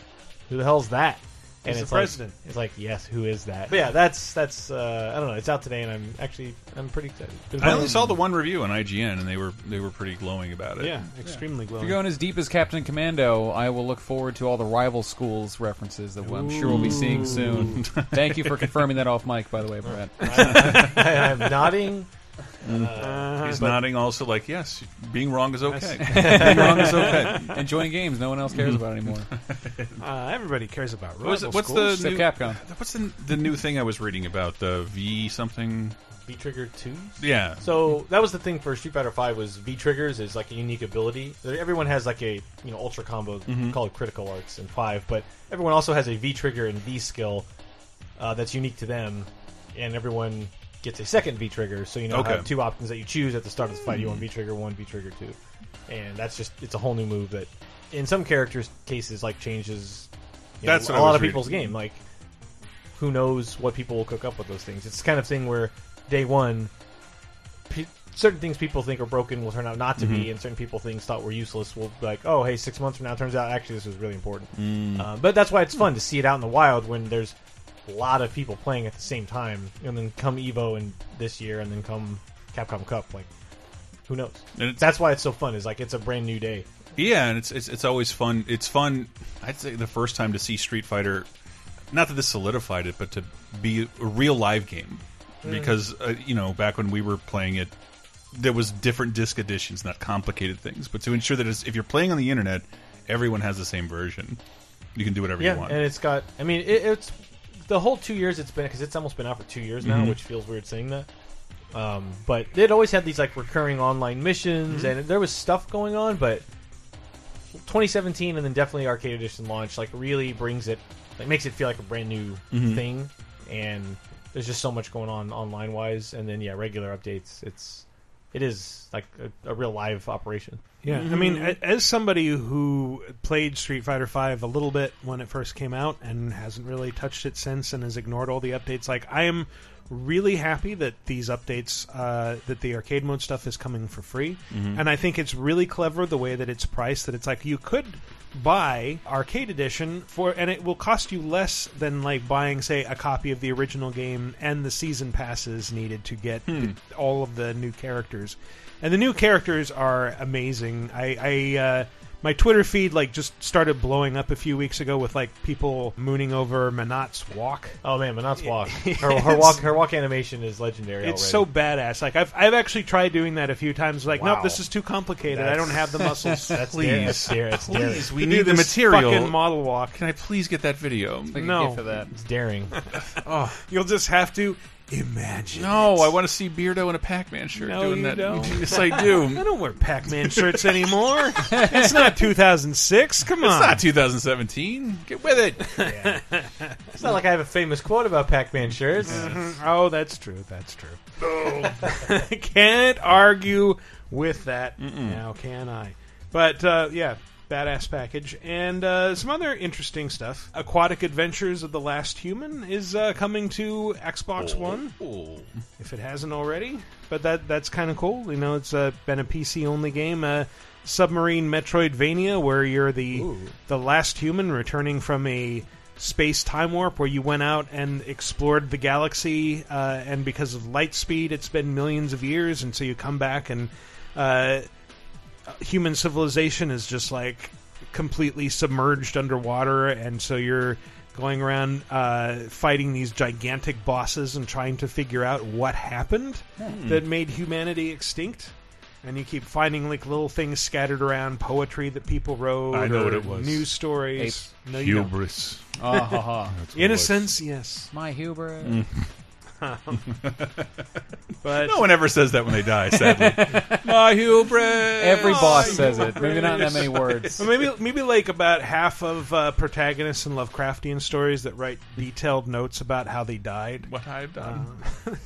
Speaker 4: who the hell's that? And
Speaker 2: He's
Speaker 4: it's
Speaker 2: the
Speaker 4: like-
Speaker 2: president.
Speaker 4: it's like, yes, who is that? But yeah, that's that's uh, I don't know. It's out today, and I'm actually I'm pretty excited. Been
Speaker 1: I
Speaker 4: fun.
Speaker 1: only saw the one review on IGN, and they were they were pretty glowing about it.
Speaker 2: yeah, extremely
Speaker 3: If
Speaker 2: glowing.
Speaker 3: you're going as deep as Captain Commando, I will look forward to all the rival schools references that I'm sure we'll be seeing soon. Thank you for confirming that off mic, by the
Speaker 2: (laughs)
Speaker 3: way, Brad.
Speaker 4: I'm nodding.
Speaker 1: Mm.
Speaker 2: Uh,
Speaker 1: he's nodding. Also, like, yes, being wrong is okay. (laughs)
Speaker 3: Being wrong is okay.
Speaker 2: (laughs)
Speaker 3: Enjoying games, no one else cares about anymore.
Speaker 2: Uh, everybody cares about rival
Speaker 1: What was it- what's
Speaker 2: schools.
Speaker 1: the
Speaker 3: Except
Speaker 1: new,
Speaker 3: Capcom.
Speaker 1: What's the, the new thing I was reading about the V something?
Speaker 4: V trigger two.
Speaker 1: Yeah,
Speaker 4: So that was the thing for Street Fighter Five was V triggers is like a unique ability. Everyone has like a you know ultra combo
Speaker 1: Mm-hmm.
Speaker 4: called critical arts in five, but everyone also has a V trigger and V skill uh, that's unique to them, and everyone gets a second V trigger. So you know
Speaker 1: Okay. Mm.
Speaker 4: have two options that you choose at the start of the fight. You want V trigger one, V trigger two, and that's just it's a whole new move that in some characters cases like changes. You know,
Speaker 1: That's what
Speaker 4: a
Speaker 1: I
Speaker 4: lot
Speaker 1: was
Speaker 4: of
Speaker 1: reading.
Speaker 4: people's game like who knows what people will cook up with those things. It's the kind of thing where day one, pe certain things people think are broken will turn out not to
Speaker 1: Mm-hmm.
Speaker 4: be, and certain people things thought were useless will be like, oh, hey, six months from now, turns out actually this was really important.
Speaker 1: Mm.
Speaker 4: Uh, but that's why it's fun to see it out in the wild when there's a lot of people playing at the same time, and then come Evo and this year, and then come Capcom Cup, like. Who knows?
Speaker 1: And it's-
Speaker 4: That's why it's so fun. Is like it's a brand new day.
Speaker 1: Yeah, and it's, it's it's always fun. It's fun. I'd say the first time to see Street Fighter, not that this solidified it, but to be a real live game, because uh, you know back when we were playing it, there was different disc editions, not complicated things, but to ensure that it's, if you're playing on the internet, everyone has the same version. You can do whatever you
Speaker 4: Yeah,
Speaker 1: want.
Speaker 4: and it's got. I mean, it, it's the whole two years it's been because it's almost been out for two years now,
Speaker 1: Mm-hmm.
Speaker 4: which feels weird saying that. Um, but it always had these like recurring online missions,
Speaker 1: Mm-hmm.
Speaker 4: and there was stuff going on. But 2017, and then definitely Arcade Edition launch, like really brings it like makes it feel like a brand new
Speaker 1: Mm-hmm.
Speaker 4: thing. And there's just so much going on online wise, and then yeah, regular updates. It's it is like a, a real live operation.
Speaker 2: Yeah,
Speaker 1: Mm-hmm.
Speaker 2: I mean, a- as somebody who played Street Fighter V a little bit when it first came out and hasn't really touched it since and has ignored all the updates, like I am really happy that these updates, uh, that the arcade mode stuff is coming for free, and I think it's really clever the way that it's priced. That it's like you could buy arcade edition for and it will cost you less than like buying say a copy of the original game and the season passes needed to get
Speaker 4: Hmm.
Speaker 2: the- all of the new characters and the new characters are amazing i i uh my Twitter feed like just started blowing up a few weeks ago with like people mooning over Manat's walk.
Speaker 4: Oh man,
Speaker 2: (laughs)
Speaker 4: Manat's walk. Her, her walk. Her walk animation is legendary.
Speaker 2: It's so
Speaker 4: already.
Speaker 2: badass. Like I've I've actually tried doing that a few times. Like nope, this is too complicated. I
Speaker 4: That's-
Speaker 2: don't have the muscles.
Speaker 4: that's dare- that's dare- that's daring.
Speaker 1: please, we
Speaker 2: To
Speaker 1: need
Speaker 2: do
Speaker 1: the
Speaker 2: this Fucking
Speaker 1: material.
Speaker 2: model walk.
Speaker 1: Can I please get that video? Oh.
Speaker 3: Like
Speaker 2: No.
Speaker 3: a gift for that.
Speaker 2: (laughs)
Speaker 4: It's daring.
Speaker 2: You'll just have to imagine.
Speaker 1: No, I want to see Beardo in a Pac-Man shirt
Speaker 2: No,
Speaker 1: doing
Speaker 2: you
Speaker 1: that.
Speaker 2: don't.
Speaker 1: (laughs) Yes, I do.
Speaker 2: I
Speaker 1: it's
Speaker 2: don't wear Pac-Man
Speaker 1: (laughs)
Speaker 2: shirts anymore. it's not 2006. Come on.
Speaker 1: not 2017. Get with (laughs) it.
Speaker 4: (laughs) It's not like I have a famous quote about Pac-Man shirts.
Speaker 2: oh, that's true. That's true. (laughs) Can't argue with that now, can I? But uh, yeah, badass package and uh, some other interesting stuff. Aquatic Adventures of the Last Human is uh, coming to Xbox One
Speaker 1: Oh.
Speaker 2: if it hasn't already. But that that's kind of cool. You know, it's uh, been a PC only game, uh, submarine Metroidvania, where you're the the last human returning from a space time warp where you went out and explored the galaxy, uh, and because of light speed, it's been millions of years, and so you come back and. Uh, human civilization is just like completely submerged underwater, and so you're going around uh, fighting these gigantic bosses and trying to figure out what happened that made humanity extinct. And you keep finding like little things scattered around, poetry that people wrote.
Speaker 1: I know
Speaker 2: or
Speaker 1: what it was.
Speaker 2: News stories.
Speaker 3: Apes.
Speaker 2: No, you don't. Ah,
Speaker 3: Oh,
Speaker 1: (laughs)
Speaker 3: ha, ha.
Speaker 2: Innocence, yes,
Speaker 3: My hubris.
Speaker 1: Mm.
Speaker 2: (laughs) but
Speaker 1: No one ever says that when they die. Sadly,
Speaker 2: (laughs)
Speaker 1: my hubris.
Speaker 3: Every boss says it. Maybe not in that many words.
Speaker 2: Well, maybe maybe like about half of uh, protagonists in Lovecraftian stories that write detailed notes about how they died.
Speaker 1: What I've done.
Speaker 2: (laughs)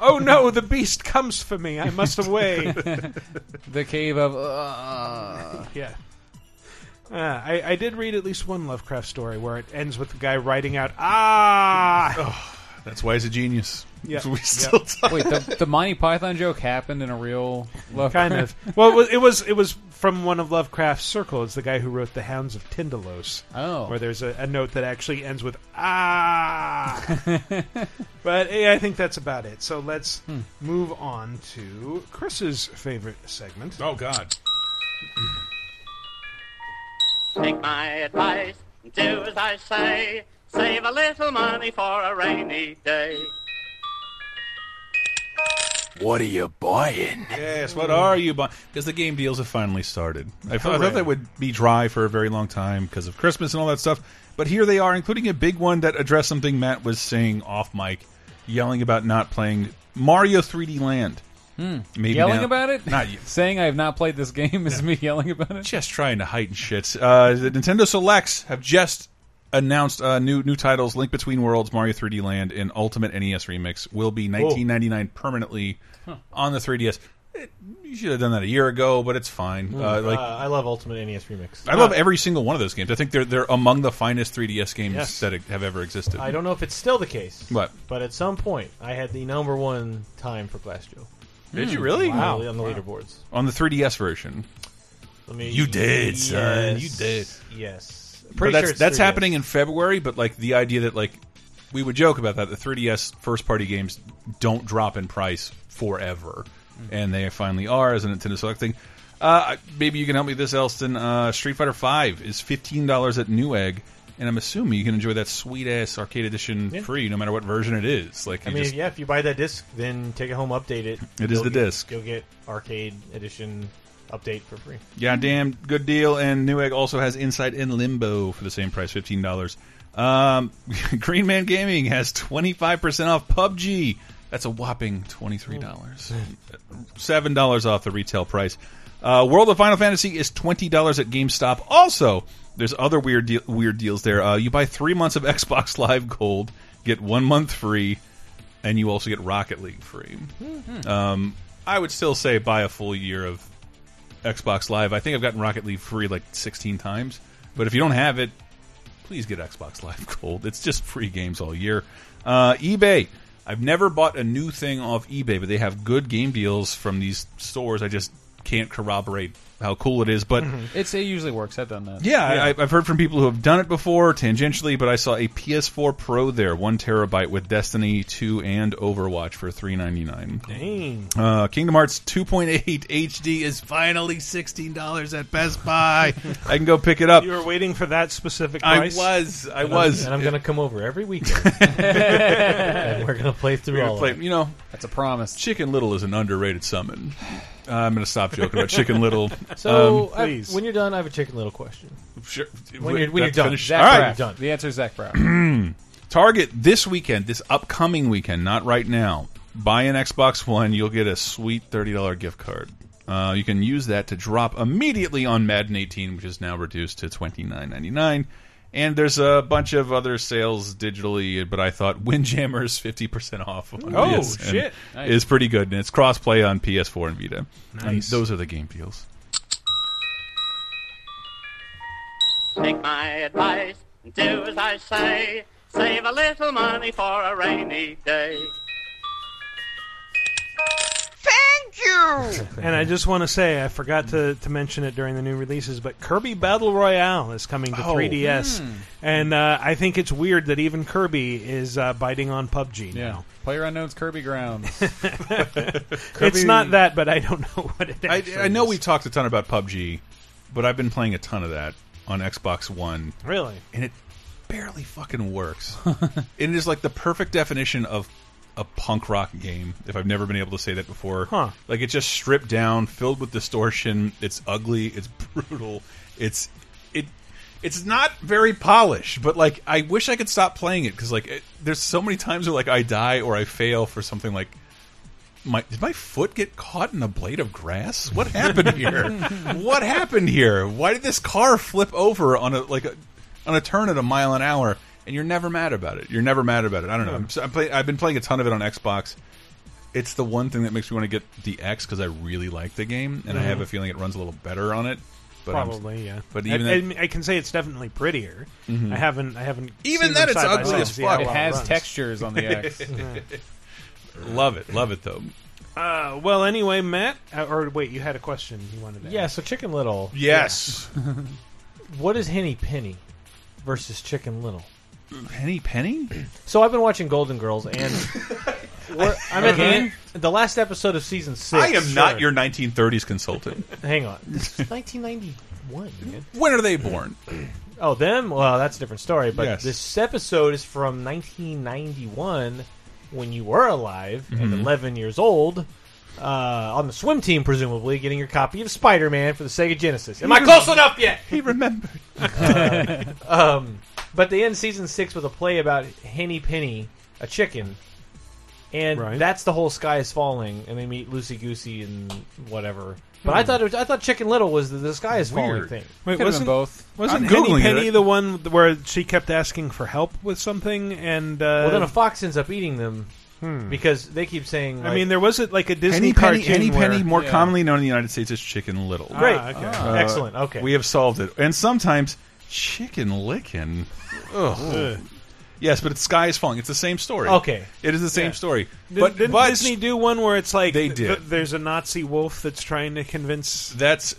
Speaker 2: Oh no, the beast comes for me. I must away.
Speaker 3: The cave of. Uh,
Speaker 2: yeah. Uh, I, I did read at least one Lovecraft story where it ends with the guy writing out, ah!
Speaker 1: That's why he's a genius.
Speaker 2: Yeah.
Speaker 1: So we still talk.
Speaker 3: wait, the, the Monty Python joke happened in a real love.
Speaker 2: kind of. Well, it was, it was it was from one of Lovecraft's circles, the guy who wrote The Hounds of Tyndalos.
Speaker 3: Oh.
Speaker 2: Where there's a, a note that actually ends with,
Speaker 3: (laughs)
Speaker 2: ah! but yeah, I think that's about it. So let's
Speaker 3: Hmm.
Speaker 2: move on to Chris's favorite segment.
Speaker 1: Oh God.
Speaker 10: Take my advice, do as I say. Save a little money for a rainy day.
Speaker 7: What are you buying?
Speaker 1: Yes, what are you buying? Because the game deals have finally started. I thought, I thought they would be dry for a very long time because of Christmas and all that stuff, but here they are, including a big one that addressed something Matt was saying off mic, yelling about not playing Mario 3D Land. Maybe
Speaker 3: Hmm. Yelling
Speaker 1: now-
Speaker 3: about it?
Speaker 1: Not you.
Speaker 3: Saying I have not played this game is me yelling about it?
Speaker 1: Just trying to heighten shit. Uh, the Nintendo Selects have just announced uh, new new titles: Link Between Worlds, Mario 3D Land, and Ultimate NES Remix will be 19.99 permanently on the 3DS. It, you should have done that a year ago, but it's fine. Uh,
Speaker 4: Uh,
Speaker 1: like
Speaker 4: I love Ultimate NES Remix.
Speaker 1: I love every single one of those games. I think they're they're among the finest 3DS games
Speaker 4: Yes.
Speaker 1: that have ever existed.
Speaker 4: I don't know if it's still the case.
Speaker 1: What?
Speaker 4: But at some point, I had the number one time for Glass Joe.
Speaker 1: Did
Speaker 4: Hmm.
Speaker 1: you really?
Speaker 4: On the, on the leaderboards.
Speaker 1: On the 3DS version.
Speaker 4: Let me,
Speaker 1: You did, son.
Speaker 4: Yes.
Speaker 1: You did.
Speaker 4: Yes.
Speaker 1: But
Speaker 4: Pretty
Speaker 1: that's
Speaker 4: sure it's
Speaker 1: that's
Speaker 4: 3DS.
Speaker 1: happening in February, but like the idea that like we would joke about that the 3DS first party games don't drop in price forever,
Speaker 4: Mm-hmm.
Speaker 1: and they finally are as a Nintendo Select thing. Uh, maybe you can help me with this, Elston. Uh, Street Fighter Five is fifteen dollars at Newegg, and I'm assuming you can enjoy that sweet ass arcade edition free, no matter what version it is. Like
Speaker 4: I
Speaker 1: you
Speaker 4: mean,
Speaker 1: just,
Speaker 4: yeah, if you buy that disc, then take it home, update it.
Speaker 1: It is
Speaker 4: You'll
Speaker 1: the
Speaker 4: get-
Speaker 1: disc.
Speaker 4: You'll get Arcade Edition update for free.
Speaker 1: Yeah, damn good deal. And Newegg also has Inside in Limbo for the same price, fifteen dollars. Um, (laughs) Green Man Gaming has twenty five percent off PUBG. That's a whopping twenty three dollars, seven dollars off the retail price. Uh, World of Final Fantasy is twenty dollars at GameStop. Also, there's other weird deal weird deals there. Uh, you buy three months of (laughs) Xbox Live Gold, get one month free, and you also get Rocket League free. Um, I would still say buy a full year of Xbox Live. I think I've gotten Rocket League free like sixteen times, but if you don't have it, please get Xbox (laughs) Live Gold. It's just free games all year. Uh, eBay. I've never bought a new thing off eBay, but they have good game deals from these stores. I just can't corroborate how cool it is, (laughs) but
Speaker 3: It's, it usually works. I've done that.
Speaker 1: yeah, I, I've heard from people who have done it before tangentially, but I saw a PS4 Pro there, one terabyte with Destiny 2 and Overwatch for three ninety nine.
Speaker 2: Dang.
Speaker 1: Uh, Kingdom Hearts 2.8 HD is finally sixteen dollars at Best Buy. (laughs) I can go pick it up.
Speaker 2: You were waiting for that specific
Speaker 1: I
Speaker 2: price.
Speaker 1: was, I was.
Speaker 3: (laughs)
Speaker 4: and I'm gonna come over every weekend,
Speaker 1: (laughs)
Speaker 4: and we're gonna play through all.
Speaker 1: Play-
Speaker 4: of it.
Speaker 1: you know,
Speaker 3: That's a promise.
Speaker 1: Chicken Little is an underrated summon. Uh, I'm going to stop joking about Chicken Little.
Speaker 4: (laughs)
Speaker 1: Um,
Speaker 4: So I-
Speaker 2: please.
Speaker 4: when you're done, I have a chicken little question.
Speaker 1: Sure.
Speaker 4: When you're, when you're
Speaker 1: That's
Speaker 4: done,
Speaker 1: finished.
Speaker 4: Zach
Speaker 1: All right.
Speaker 4: Braff. done.
Speaker 3: The answer is Zach Brown.
Speaker 1: (clears throat) Target this weekend, this upcoming weekend, not right now. Buy an Xbox One, you'll get a sweet thirty dollar gift card. Uh, you can use that to drop immediately on Madden 18, which is now reduced to twenty nine ninety nine. And there's a bunch of other sales digitally, but I thought Windjammer's fifty percent off. On
Speaker 2: Oh,
Speaker 1: PSN
Speaker 2: shit.
Speaker 3: Nice.
Speaker 1: Is pretty good, and it's crossplay on PS4 and Vita. And those are the game deals.
Speaker 10: Take my advice, do as I say. Save a little money for a rainy day.
Speaker 2: And I just want to say, I forgot to, to mention it during the new releases, but Kirby Battle Royale is coming
Speaker 1: Oh, hmm.
Speaker 2: to 3DS. And uh, I think it's weird that even Kirby is uh, biting on PUBG
Speaker 3: Yeah.
Speaker 2: now.
Speaker 3: Player Unknown's Kirby Grounds.
Speaker 2: It's not that, but I don't know (laughs) what it
Speaker 1: I,
Speaker 2: actually
Speaker 1: I know
Speaker 2: is.
Speaker 1: we talked a ton about PUBG, but I've been playing a ton of that on Xbox One.
Speaker 2: Really?
Speaker 1: and it barely fucking works. and it is like the perfect definition of a punk rock game. If I've never been able to say that before,
Speaker 2: Huh.
Speaker 1: like it's just stripped down, filled with distortion. It's ugly. It's (laughs) brutal. It's it. It's not very polished, but like I wish I could stop playing it because like it, there's so many times where like I die or I fail for something like my did my foot get caught in a blade of grass? What happened
Speaker 4: (laughs)
Speaker 1: here? what happened here? Why did this car flip over on a like a, on a turn at a mile an hour? And you're never mad about it. You're never mad about it. I don't know. I'm, so- I'm play, I've been playing a ton of it on Xbox. It's the one thing that makes me want to get the X because I really like the game, and I
Speaker 4: Mm-hmm.
Speaker 1: have a feeling it runs a little better on it. But I'm-
Speaker 2: Probably, yeah.
Speaker 1: but
Speaker 2: I-
Speaker 1: even
Speaker 2: I,
Speaker 1: that- Mm-hmm.
Speaker 2: mean, I can say it's definitely prettier. I haven't, I haven't.
Speaker 1: Even
Speaker 2: seen
Speaker 1: that
Speaker 2: them
Speaker 1: it's
Speaker 2: side by
Speaker 1: ugly
Speaker 2: side.
Speaker 1: as
Speaker 2: Yeah, while
Speaker 1: fuck.
Speaker 3: It has
Speaker 2: runs.
Speaker 3: textures on the X.
Speaker 1: love it, love it though.
Speaker 2: (laughs) Uh, well, anyway, Matt, uh, or wait, you had a question you wanted to.
Speaker 4: Yeah,
Speaker 2: ask.
Speaker 4: so Chicken Little.
Speaker 1: Yes,
Speaker 4: (laughs) What is Henny Penny versus Chicken Little?
Speaker 1: Penny Penny.
Speaker 4: (clears throat) So I've been watching Golden Girls, and we're, I'm at the, end- the last episode of season six.
Speaker 1: I am not
Speaker 4: Sure.
Speaker 1: your 1930s consultant.
Speaker 4: Hang on, this is 1991. Man.
Speaker 1: when are they born?
Speaker 4: Oh, them? Well, that's a different story. But
Speaker 1: Yes.
Speaker 4: this episode is from 1991, when you were alive
Speaker 1: Mm-hmm.
Speaker 4: and 11 years old, uh, on the swim team, presumably getting your copy of Spider-Man for the Sega Genesis. Am I close enough yet?
Speaker 1: He
Speaker 4: (laughs)
Speaker 1: remembered.
Speaker 4: Um, but they end season six with a play about Henny Penny, a chicken, and
Speaker 2: Right.
Speaker 4: that's the whole sky is falling, and they meet Lucy Goosey and whatever. But
Speaker 2: Hmm.
Speaker 4: I thought it was, I thought Chicken Little was the, the sky is falling
Speaker 1: Weird.
Speaker 4: thing.
Speaker 2: Wait,
Speaker 3: Could have been
Speaker 2: wasn't
Speaker 3: both.
Speaker 2: Wasn't
Speaker 1: I'm
Speaker 2: Henny
Speaker 1: Googling
Speaker 2: Penny
Speaker 1: it.
Speaker 2: the one where she kept asking for help with something? And uh,
Speaker 4: Well, then a fox ends up eating them because they keep saying.
Speaker 2: Hmm. I
Speaker 4: like-
Speaker 2: mean, there was it like a Disney
Speaker 1: Penny Penny, Henny
Speaker 2: cartoon where-
Speaker 1: Penny, more
Speaker 3: yeah.
Speaker 1: commonly known in the United States as Chicken Little.
Speaker 4: great,
Speaker 2: Ah, okay.
Speaker 1: Uh,
Speaker 4: excellent, okay.
Speaker 1: We have solved it. And sometimes Chicken Lickin. Ugh. yes, but it's Sky is Falling. It's the same story.
Speaker 4: Okay.
Speaker 1: It is the same story.
Speaker 2: Did,
Speaker 1: but
Speaker 2: didn't
Speaker 1: but
Speaker 2: Disney do one where it's like
Speaker 1: They
Speaker 2: th-
Speaker 1: did.
Speaker 2: th- there's a Nazi wolf that's trying to convince.
Speaker 1: that's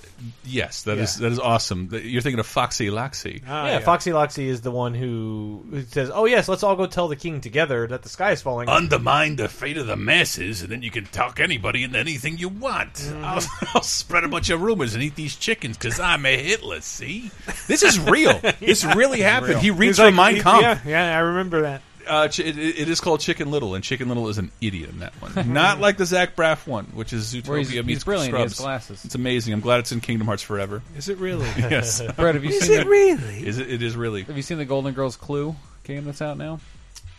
Speaker 1: yes, that is that is awesome. You're thinking of Foxy Loxy.
Speaker 2: Ah,
Speaker 4: yeah, Foxy Loxy is the one who, who says, "Oh yes, let's all go tell the king together that the sky is falling."
Speaker 1: Undermine the fate of the masses, and then you can talk anybody into anything you want. I'll, (laughs) I'll spread a bunch of rumors and eat these chickens because I'm a Hitler. See, this is (laughs)
Speaker 2: (laughs)
Speaker 1: real. This really happened. He reads
Speaker 2: He's
Speaker 1: from
Speaker 2: like,
Speaker 1: Mein
Speaker 2: he-
Speaker 1: Kampf.
Speaker 2: Yeah, yeah, I remember that.
Speaker 1: Uh, ch- it, it is called Chicken Little, and Chicken Little is an idiot in that (laughs) one. (laughs) Not like the Zach Braff one, which is Zootopia
Speaker 3: Where he's,
Speaker 1: meets
Speaker 3: he's brilliant. He
Speaker 1: Scrubs.
Speaker 3: has glasses.
Speaker 1: It's amazing. I'm glad it's in Kingdom Hearts Forever.
Speaker 2: Is it really?
Speaker 1: (laughs) Yes,
Speaker 3: Brett, have you
Speaker 2: Is
Speaker 3: seen
Speaker 2: it
Speaker 3: the,
Speaker 2: really?
Speaker 1: is it, it is really.
Speaker 3: Have you seen the Golden Girls Clue game that's out now?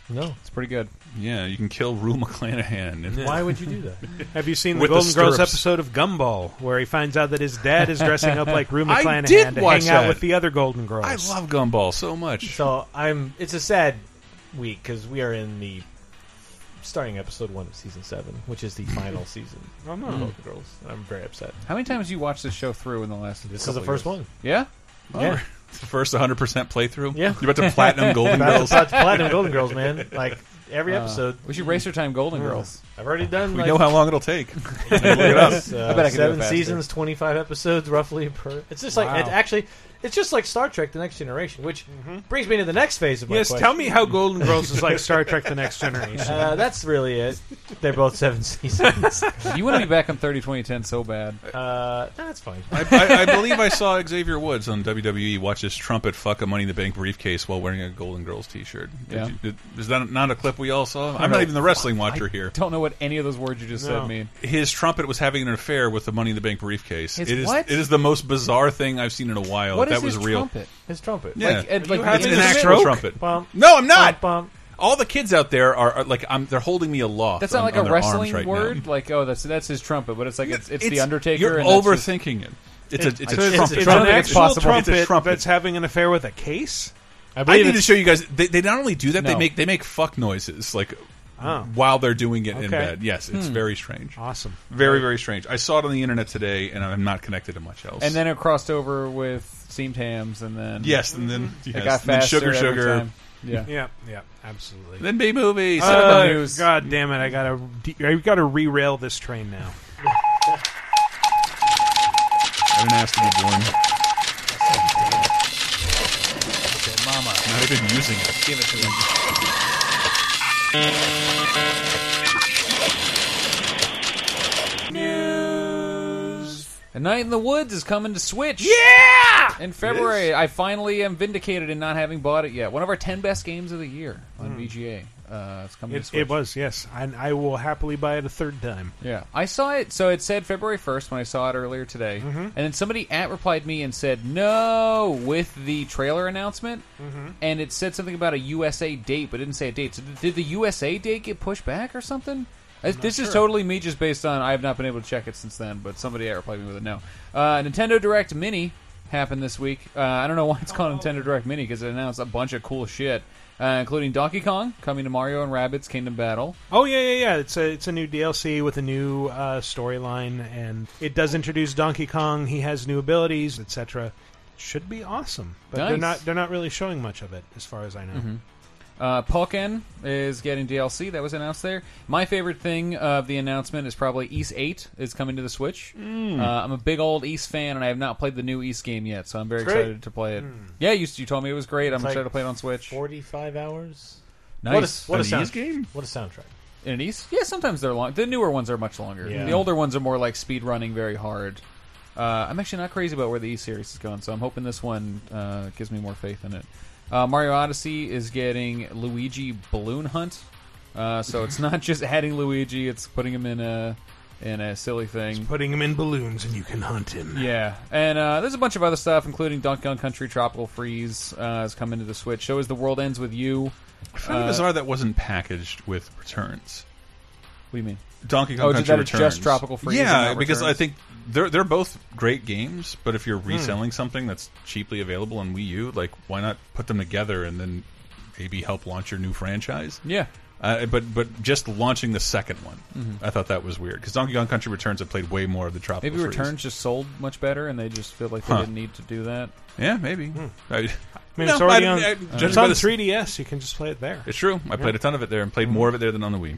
Speaker 4: No.
Speaker 3: It's pretty good.
Speaker 1: Yeah, you can kill Rue McClanahan. And
Speaker 4: Why would you do that?
Speaker 1: (laughs)
Speaker 2: Have you seen the
Speaker 1: With the
Speaker 2: Golden Girls
Speaker 1: stirrups.
Speaker 2: episode of Gumball, where he finds out that his dad is
Speaker 1: (laughs)
Speaker 2: dressing up like Rue
Speaker 1: I
Speaker 2: McClanahan
Speaker 1: did
Speaker 2: to
Speaker 1: watch
Speaker 2: hang out
Speaker 1: that.
Speaker 2: with the other Golden Girls?
Speaker 1: I love Gumball so much.
Speaker 4: So I'm. It's a sad week because we are in the starting episode one of season seven, which is the final season.
Speaker 2: Oh, no.
Speaker 4: of Golden Girls. And I'm very upset.
Speaker 3: How many times have you watched this show through in the last?
Speaker 4: This is the
Speaker 3: couple
Speaker 4: first
Speaker 3: years?
Speaker 4: one.
Speaker 3: Yeah.
Speaker 4: Yeah,
Speaker 1: (laughs) The first 100% playthrough.
Speaker 4: Yeah.
Speaker 1: You're about to
Speaker 3: (laughs)
Speaker 1: platinum Golden
Speaker 4: that's,
Speaker 1: Girls.
Speaker 4: that's platinum Golden Girls, man. Like every episode,
Speaker 3: Uh, We should race our time, Golden Girls.
Speaker 4: I've already done.
Speaker 1: We
Speaker 4: like,
Speaker 1: know how long it'll
Speaker 4: (laughs)
Speaker 1: take. (laughs)
Speaker 4: It's, uh,
Speaker 3: I bet I could do it
Speaker 4: seven
Speaker 3: faster. (laughs)
Speaker 4: seasons, twenty five episodes, (laughs) roughly per. It's just like
Speaker 3: Wow.
Speaker 4: it actually. It's just like Star Trek: The Next Generation, which brings me to the next phase of my
Speaker 2: Yes,
Speaker 4: question.
Speaker 2: tell me how Golden Girls
Speaker 4: (laughs)
Speaker 2: is like Star Trek: The Next Generation.
Speaker 4: Uh, that's (laughs) really it. They're both seven (laughs) seasons.
Speaker 3: (laughs) you want to be back on 30, 2010 so bad.
Speaker 4: Uh, no, that's fine.
Speaker 1: I, I, I believe
Speaker 4: (laughs)
Speaker 1: I saw Xavier Woods on WWE watch his trumpet fuck a Money in the Bank briefcase while wearing a Golden Girls T-shirt. Did
Speaker 3: Yeah.
Speaker 1: you- did- is that not a clip we all saw? I'm not even the wrestling watcher here.
Speaker 3: Don't know what any of those words you just
Speaker 2: No.
Speaker 3: said mean.
Speaker 1: His trumpet was having an affair with the Money in the Bank briefcase.
Speaker 3: His
Speaker 1: it is
Speaker 3: what?
Speaker 1: it is the most bizarre thing I've seen in a while.
Speaker 3: What
Speaker 1: that
Speaker 3: is
Speaker 1: was
Speaker 3: his
Speaker 1: real.
Speaker 3: trumpet?
Speaker 4: His trumpet.
Speaker 1: Yeah,
Speaker 3: Like, and,
Speaker 1: You
Speaker 3: like,
Speaker 1: having
Speaker 3: it's
Speaker 1: an
Speaker 3: a
Speaker 1: actual
Speaker 3: stroke?
Speaker 1: trumpet.
Speaker 4: Bump.
Speaker 1: No, I'm not.
Speaker 4: Bump, bump.
Speaker 1: All the kids out there are, are like I'm. They're holding me aloft.
Speaker 3: That's not
Speaker 1: on-
Speaker 3: like
Speaker 1: on
Speaker 3: a
Speaker 1: their arms
Speaker 3: wrestling
Speaker 1: right now.
Speaker 3: word. Like, oh, that's that's his trumpet, but it's like it's, it's, the Undertaker.
Speaker 1: You're
Speaker 3: and that's his-
Speaker 1: overthinking it. It's a it's a
Speaker 2: It's,
Speaker 1: trumpet.
Speaker 2: it's
Speaker 3: I don't
Speaker 2: an
Speaker 3: think it's
Speaker 2: actual
Speaker 3: possible.
Speaker 2: trumpet,
Speaker 1: It's a trumpet.
Speaker 2: that's having an affair with a case.
Speaker 4: I
Speaker 1: I
Speaker 4: believe
Speaker 1: need to
Speaker 4: it's-
Speaker 1: show you guys. They, they not only do that, they
Speaker 3: No.
Speaker 1: make they make fuck noises like
Speaker 2: Oh.
Speaker 1: while they're doing it in
Speaker 2: Okay.
Speaker 1: bed. Yes, it's very strange.
Speaker 2: Awesome.
Speaker 1: Very very strange. I saw it on the internet today, and I'm not connected to much else.
Speaker 3: and then it crossed over with seamed hams, and then
Speaker 1: yes, and then
Speaker 4: Mm-hmm.
Speaker 1: yes,
Speaker 3: it got
Speaker 1: and then
Speaker 3: faster
Speaker 1: sugar
Speaker 3: every
Speaker 1: sugar,
Speaker 3: time. Yeah.
Speaker 2: Yeah, yeah, absolutely.
Speaker 1: then B movie.
Speaker 3: up the
Speaker 2: Uh,
Speaker 3: news.
Speaker 2: God damn it! I gotta, de- I gotta re-rail this train now.
Speaker 1: I didn't ask to be born.
Speaker 3: Mama,
Speaker 1: Not even using it.
Speaker 3: give it to him. A Night in the Woods is coming to Switch. Yeah! In February, I finally am vindicated in not having bought it yet. One of our 10 best games of the year on VGA. Uh, it's coming to
Speaker 2: Hmm. It,
Speaker 3: Switch.
Speaker 2: it was yes, and I will happily buy it a third time.
Speaker 3: Yeah, I saw it. So it said February first when I saw it earlier today,
Speaker 2: Mm-hmm.
Speaker 3: and then somebody at replied me and said no with the trailer announcement,
Speaker 11: Mm-hmm.
Speaker 3: and it said something about a USA date, but it didn't say a date. So th- did the USA date get pushed back or something? I, this is totally me just based on I have not been able to check it since then, but somebody at replied me with a no. Uh, Nintendo Direct Mini happened this week. Uh, I don't know why it's called Nintendo Direct Mini because it announced a bunch of cool shit, uh, including Donkey Kong coming to Mario and Rabbids Kingdom Battle.
Speaker 2: Oh yeah, yeah, yeah. It's a it's a new DLC with a new uh, storyline, and it does introduce Donkey Kong. He has new abilities, etc. Should be awesome, but they're
Speaker 3: Nice.
Speaker 2: not they're not really showing much of it, as far as I know.
Speaker 3: Uh, Pokken is getting DLC that was announced there. My favorite thing of the announcement is probably East Eight is coming to the Switch.
Speaker 2: Mm.
Speaker 3: Uh, I'm a big old East fan, and I have not played the new East game yet, so I'm very
Speaker 4: It's great.
Speaker 3: excited to play
Speaker 2: Mm.
Speaker 3: it. Yeah, you, you told me it was great. I'm
Speaker 4: like
Speaker 3: excited to play it on Switch.
Speaker 4: Forty five hours.
Speaker 3: nice.
Speaker 4: What a, what a
Speaker 1: An Ease
Speaker 4: soundtrack.
Speaker 1: game?
Speaker 4: What a soundtrack.
Speaker 3: In an East? Yeah, sometimes they're long. The newer ones are much longer.
Speaker 4: Yeah.
Speaker 3: The older ones are more like speed running very hard. Uh, I'm actually not crazy about where the E series is going, so I'm hoping this one uh, gives me more faith in it. Uh, Mario Odyssey is getting Luigi Balloon Hunt, uh, so it's not just adding Luigi; it's putting him in a in a silly thing.
Speaker 2: Putting him in balloons, and you can hunt him.
Speaker 3: Yeah, and uh, there's a bunch of other stuff, including Donkey Kong Country Tropical Freeze uh, is coming to the Switch. So is The World Ends with You. What
Speaker 1: I
Speaker 3: Uh,
Speaker 1: found it bizarre that wasn't packaged with returns.
Speaker 3: do you mean?
Speaker 1: Donkey Kong
Speaker 3: Oh,
Speaker 1: Country
Speaker 3: that it's
Speaker 1: Returns.
Speaker 3: just Tropical Freeze and
Speaker 1: Yeah,
Speaker 3: not
Speaker 1: because I
Speaker 3: Returns?
Speaker 1: think they're they're both great games, but if you're
Speaker 3: Hmm.
Speaker 1: reselling something that's cheaply available on Wii U, like why not put them together and then maybe help launch your new franchise?
Speaker 3: Yeah, Mm-hmm.
Speaker 1: Uh, but but just launching the second one, I thought that was weird because Donkey Kong Country Returns I played way more of the Tropical
Speaker 3: maybe
Speaker 1: Freeze.
Speaker 3: Returns just sold much better, and they just feel like they
Speaker 1: Huh.
Speaker 3: didn't need to do that.
Speaker 1: Yeah, maybe. I, (laughs)
Speaker 2: Hmm. I mean,
Speaker 1: No,
Speaker 2: it's already
Speaker 1: I-
Speaker 2: on.
Speaker 3: uh,
Speaker 1: I-
Speaker 2: it's
Speaker 1: judging by
Speaker 2: on
Speaker 1: this-
Speaker 2: 3DS. You can just play it there. It's
Speaker 1: It's true. I played a ton of it there and played more of it there than on the Wii.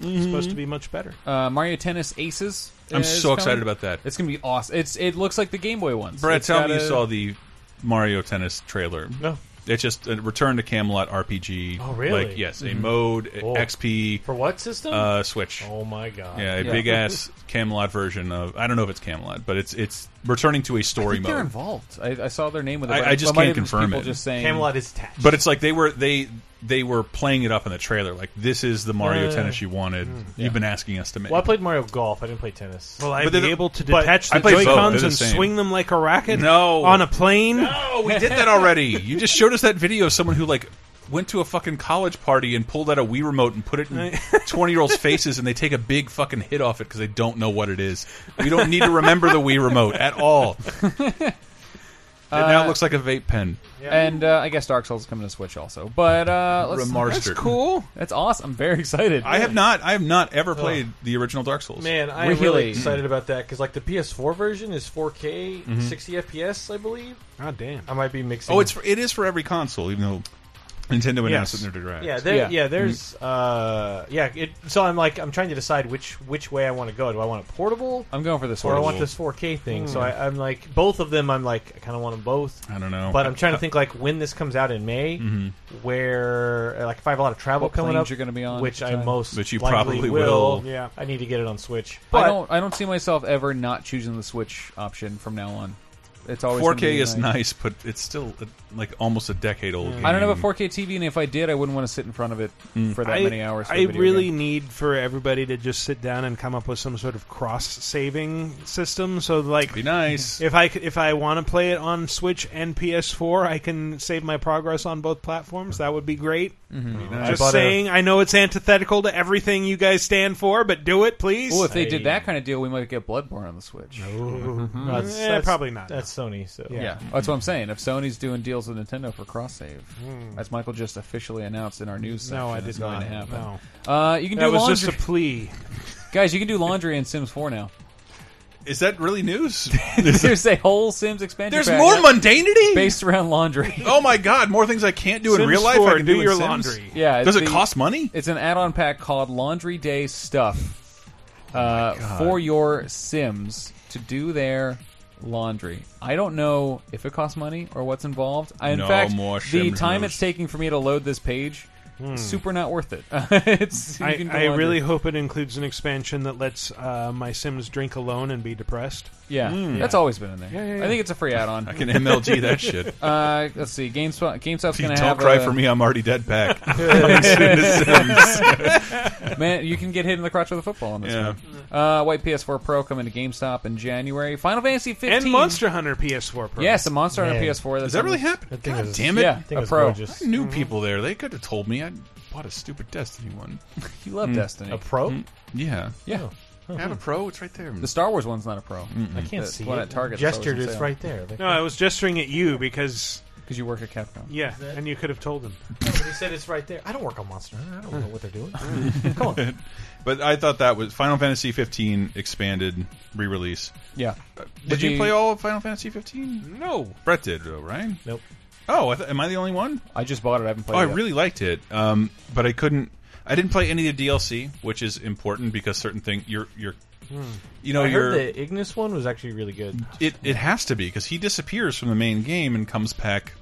Speaker 2: Hmm. supposed to be much better.
Speaker 3: Uh, Mario Tennis Aces.
Speaker 1: Mm-hmm. I'm
Speaker 3: is
Speaker 1: so excited
Speaker 3: coming.
Speaker 1: about that.
Speaker 3: It's gonna be awesome. It's it looks like the Game Boy ones.
Speaker 1: Brad,
Speaker 3: It's
Speaker 1: tell
Speaker 3: got
Speaker 1: me you
Speaker 3: a-
Speaker 1: saw the Mario Tennis trailer.
Speaker 4: No.
Speaker 1: It's just a Return to Camelot RPG.
Speaker 4: Oh, really?
Speaker 1: Like, yes, a mode, a
Speaker 4: Cool.
Speaker 1: XP,
Speaker 4: For what system?
Speaker 1: uh, Switch.
Speaker 4: oh my god.
Speaker 1: Yeah, a
Speaker 3: Yeah.
Speaker 1: big
Speaker 3: (laughs)
Speaker 1: ass Camelot version of. I don't know if it's Camelot, but it's it's returning to a
Speaker 3: I
Speaker 1: story
Speaker 3: think they're
Speaker 1: mode.
Speaker 3: involved. I, I saw their name with it.
Speaker 1: I-
Speaker 3: but
Speaker 1: I just
Speaker 3: it might
Speaker 1: can't
Speaker 3: have been
Speaker 1: confirm
Speaker 3: people
Speaker 1: it.
Speaker 3: Just saying,
Speaker 4: Mm-hmm. Camelot is attached.
Speaker 1: But it's like they were they they were playing it up in the trailer. Like this is the
Speaker 4: Uh,
Speaker 1: Mario Tennis you wanted.
Speaker 4: hmm.
Speaker 1: You've been asking us to make.
Speaker 4: well, I played Mario Golf. I didn't play tennis.
Speaker 2: Will I
Speaker 1: But
Speaker 2: be
Speaker 1: they're-
Speaker 2: able to
Speaker 1: but
Speaker 2: detach
Speaker 1: I
Speaker 2: the
Speaker 1: played
Speaker 2: Joy
Speaker 1: both.
Speaker 2: Cons
Speaker 1: They're
Speaker 2: and
Speaker 1: the same.
Speaker 2: swing them
Speaker 4: (laughs)
Speaker 2: like a racket?
Speaker 1: No.
Speaker 2: on a plane.
Speaker 1: Oh, we did that already. you just showed us that video of someone who like went to a fucking college party and pulled out a Wii remote and put it (laughs) in 20 year olds' faces and they take a big fucking hit off it because they don't know what it is. We don't need to remember the Wii remote at all. And now it looks like a vape pen.
Speaker 3: And uh, I guess Dark Souls is coming to Switch also. But uh, let's,
Speaker 1: Remastered.
Speaker 3: That's cool. That's awesome. I'm very excited.
Speaker 1: I have not. I have not ever played the original Dark Souls. Mm.
Speaker 4: Man, I'm
Speaker 3: Really? Mm.
Speaker 4: really excited about that because like the PS4 version is 4K,
Speaker 3: Mm-hmm.
Speaker 4: 60 FPS, I believe.
Speaker 2: God Ah, damn.
Speaker 4: I might be mixing.
Speaker 1: Oh, it's for, it is for every console, even though Nintendo announced it in their direct.
Speaker 4: yeah, there,
Speaker 3: Yeah. Mm-hmm.
Speaker 4: yeah, There's, uh, yeah. It, so I'm like, I'm trying to decide which which way I want to go. Do I want a portable,
Speaker 3: I'm going for this
Speaker 4: or I
Speaker 3: one.
Speaker 4: want this 4K thing?
Speaker 3: Hmm.
Speaker 4: So I, I'm like, both of them. I'm like, I kind of want them both.
Speaker 1: I don't know.
Speaker 4: But I'm trying to think like when this comes out in May, where like if I have a lot of travel
Speaker 3: What
Speaker 4: coming
Speaker 3: planes
Speaker 4: up,
Speaker 3: you're gonna be on
Speaker 4: which
Speaker 3: at
Speaker 4: I
Speaker 3: the time.
Speaker 4: most,
Speaker 1: Which you
Speaker 4: likely
Speaker 1: probably will.
Speaker 4: will.
Speaker 2: Yeah.
Speaker 4: I need to get it on Switch.
Speaker 3: I
Speaker 4: But-
Speaker 3: don't. I don't see myself ever not choosing the Switch option from now on. It's always gonna
Speaker 1: 4K
Speaker 3: be
Speaker 1: is
Speaker 3: my-
Speaker 1: nice, but it's still uh, like almost a decade old. Game.
Speaker 3: I don't have a 4K TV, and if I did, I wouldn't want to sit in front of it for that
Speaker 2: I,
Speaker 3: many hours. for a
Speaker 2: I
Speaker 3: video
Speaker 2: really
Speaker 3: game.
Speaker 2: need for everybody to just sit down and come up with some sort of cross saving system. So like
Speaker 1: Be nice.
Speaker 2: If I c- if I want to play it on Switch and PS4, I can save my progress on both platforms. That would be great.
Speaker 3: Mm-hmm.
Speaker 1: nice.
Speaker 2: Just saying, I know it's antithetical to everything you guys stand for, but do it, please.
Speaker 3: Well, if they did that kind of deal, we might get Bloodborne on the Switch. Mm-hmm.
Speaker 4: No,
Speaker 2: Eh, probably not,
Speaker 4: Uh, That's Sony. So
Speaker 3: Yeah, that's what I'm saying. If Sony's doing deals with Nintendo for cross save, as Michael just officially announced in our news section,
Speaker 2: Hmm. no, I
Speaker 3: it's
Speaker 2: did
Speaker 3: going
Speaker 2: not.
Speaker 3: to happen.
Speaker 2: No,
Speaker 3: Uh, you can
Speaker 2: that
Speaker 3: do
Speaker 2: was
Speaker 3: laundry,
Speaker 2: just a plea.
Speaker 3: guys. You can do laundry in Sims 4 now.
Speaker 1: Is that really
Speaker 4: (laughs)
Speaker 1: news?
Speaker 3: (laughs) There's a whole Sims expansion.
Speaker 1: There's
Speaker 3: pack
Speaker 1: more mundanity.
Speaker 3: based around laundry.
Speaker 1: (laughs) Oh my god, more things I can't do in
Speaker 2: Sims
Speaker 1: real life.
Speaker 2: 4,
Speaker 1: I can
Speaker 2: do
Speaker 1: do in
Speaker 2: your
Speaker 1: Sims?
Speaker 2: laundry.
Speaker 3: Yeah, it's
Speaker 1: Does it
Speaker 3: the-
Speaker 1: cost money?
Speaker 3: It's an add-on pack called Laundry Day Stuff
Speaker 1: Oh
Speaker 3: uh, for your Sims to do their laundry. I don't know if it costs money or what's involved. I, in
Speaker 1: No
Speaker 3: fact,
Speaker 1: more
Speaker 3: the
Speaker 1: Sims
Speaker 3: time
Speaker 1: knows.
Speaker 3: it's taking for me to load this page,
Speaker 2: Hmm.
Speaker 3: super not worth it. (laughs) it's, you
Speaker 2: I,
Speaker 3: can do
Speaker 2: I
Speaker 3: laundry.
Speaker 2: really hope it includes an expansion that lets uh, my Sims drink alone and be depressed.
Speaker 3: yeah, Hmm. that's always been in there. I think it's a
Speaker 1: (laughs)
Speaker 3: free
Speaker 1: I
Speaker 3: add-on.
Speaker 1: can MLG
Speaker 3: (laughs)
Speaker 1: that shit.
Speaker 3: Uh, let's see, GameSpot, GameStop's going
Speaker 1: Don't
Speaker 3: to have
Speaker 1: cry
Speaker 3: a,
Speaker 1: for me. I'm already dead.
Speaker 3: (laughs)
Speaker 1: Back. (laughs) Coming soon to Sims.
Speaker 3: Man, you can get hit in the crotch with a football on this
Speaker 1: Yeah.
Speaker 3: one. Uh, white PS4 Pro coming to GameStop in January. Final Fantasy 15
Speaker 2: And Monster Hunter PS4 Pro.
Speaker 3: Yes, a monster on a
Speaker 4: Man.
Speaker 3: PS4. That's
Speaker 1: Does that really happen?
Speaker 4: That thing
Speaker 1: God
Speaker 4: is-
Speaker 1: damn it!
Speaker 3: Yeah,
Speaker 4: I think
Speaker 3: a
Speaker 4: it was
Speaker 3: pro.
Speaker 4: gorgeous. Mm. Mm-hmm.
Speaker 1: New people there. They could have told me. I bought a stupid Destiny one.
Speaker 3: (laughs)
Speaker 1: Mm.
Speaker 3: You love Destiny. Oh.
Speaker 4: A pro? Oh,
Speaker 1: Yeah.
Speaker 3: yeah,
Speaker 1: I have a pro. It's right there.
Speaker 3: the Star Wars one's not a pro
Speaker 4: I can't
Speaker 3: The
Speaker 4: see
Speaker 3: one
Speaker 4: it.
Speaker 3: at Target's
Speaker 4: Gestured
Speaker 3: always on
Speaker 4: is
Speaker 3: sale.
Speaker 4: right there. Like,
Speaker 2: No, I was gesturing at you because
Speaker 3: because you work at Capcom.
Speaker 2: yeah, and you could have told him.
Speaker 4: he said it's right there. I don't work on Monster Hunter. I don't know what they're
Speaker 3: (laughs)
Speaker 4: doing. (laughs) Come on.
Speaker 1: (laughs) But I thought that was Final Fantasy 15 expanded re-release.
Speaker 3: Yeah,
Speaker 1: Did
Speaker 3: the-
Speaker 1: you play all of Final Fantasy 15?
Speaker 2: No,
Speaker 1: Brett did, though, right?
Speaker 4: Nope.
Speaker 1: Oh, I th- am I the only one?
Speaker 3: I just bought it. I haven't played.
Speaker 1: Oh,
Speaker 3: it
Speaker 1: I
Speaker 3: yet.
Speaker 1: really liked it, um, but I couldn't. I didn't play any of the DLC, which is important because certain things you're you're you know
Speaker 4: I
Speaker 1: you're
Speaker 4: heard the Ignis one was actually really good.
Speaker 1: it it has to be because he disappears from the main game and comes back.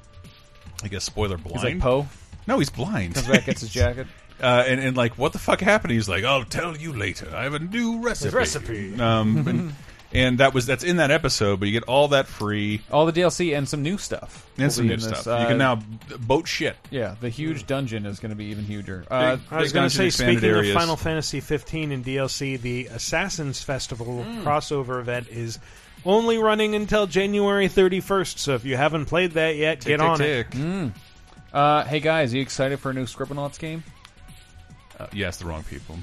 Speaker 1: I guess spoiler blind.
Speaker 3: He's like Poe
Speaker 1: no, he's blind.
Speaker 3: comes back, gets his jacket.
Speaker 1: (laughs) uh, and, and like what the fuck happened? He's like, I'll tell you later. I have a new recipe.
Speaker 4: recipe.
Speaker 1: Um,
Speaker 3: (laughs)
Speaker 1: and, and that was that's in that episode, but you get all that free
Speaker 3: All the DLC and some new stuff. will
Speaker 1: and some
Speaker 3: be
Speaker 1: new
Speaker 3: in this,
Speaker 1: stuff.
Speaker 3: uh,
Speaker 1: you can now b- boat shit.
Speaker 3: Yeah, the huge dungeon is going to be even huger. Uh,
Speaker 1: Big-
Speaker 2: I was
Speaker 1: Big
Speaker 2: going to
Speaker 1: dungeon
Speaker 2: say,
Speaker 1: expanded
Speaker 2: speaking
Speaker 1: areas.
Speaker 2: of Final Fantasy 15 and DLC, the Assassins Festival
Speaker 3: Hmm.
Speaker 2: crossover event is only running until January 31st. So if you haven't played that yet, get on it.
Speaker 3: Hmm. uh, hey guys, are you excited for a new Scribblenauts game?
Speaker 1: Uh, yes, the wrong people.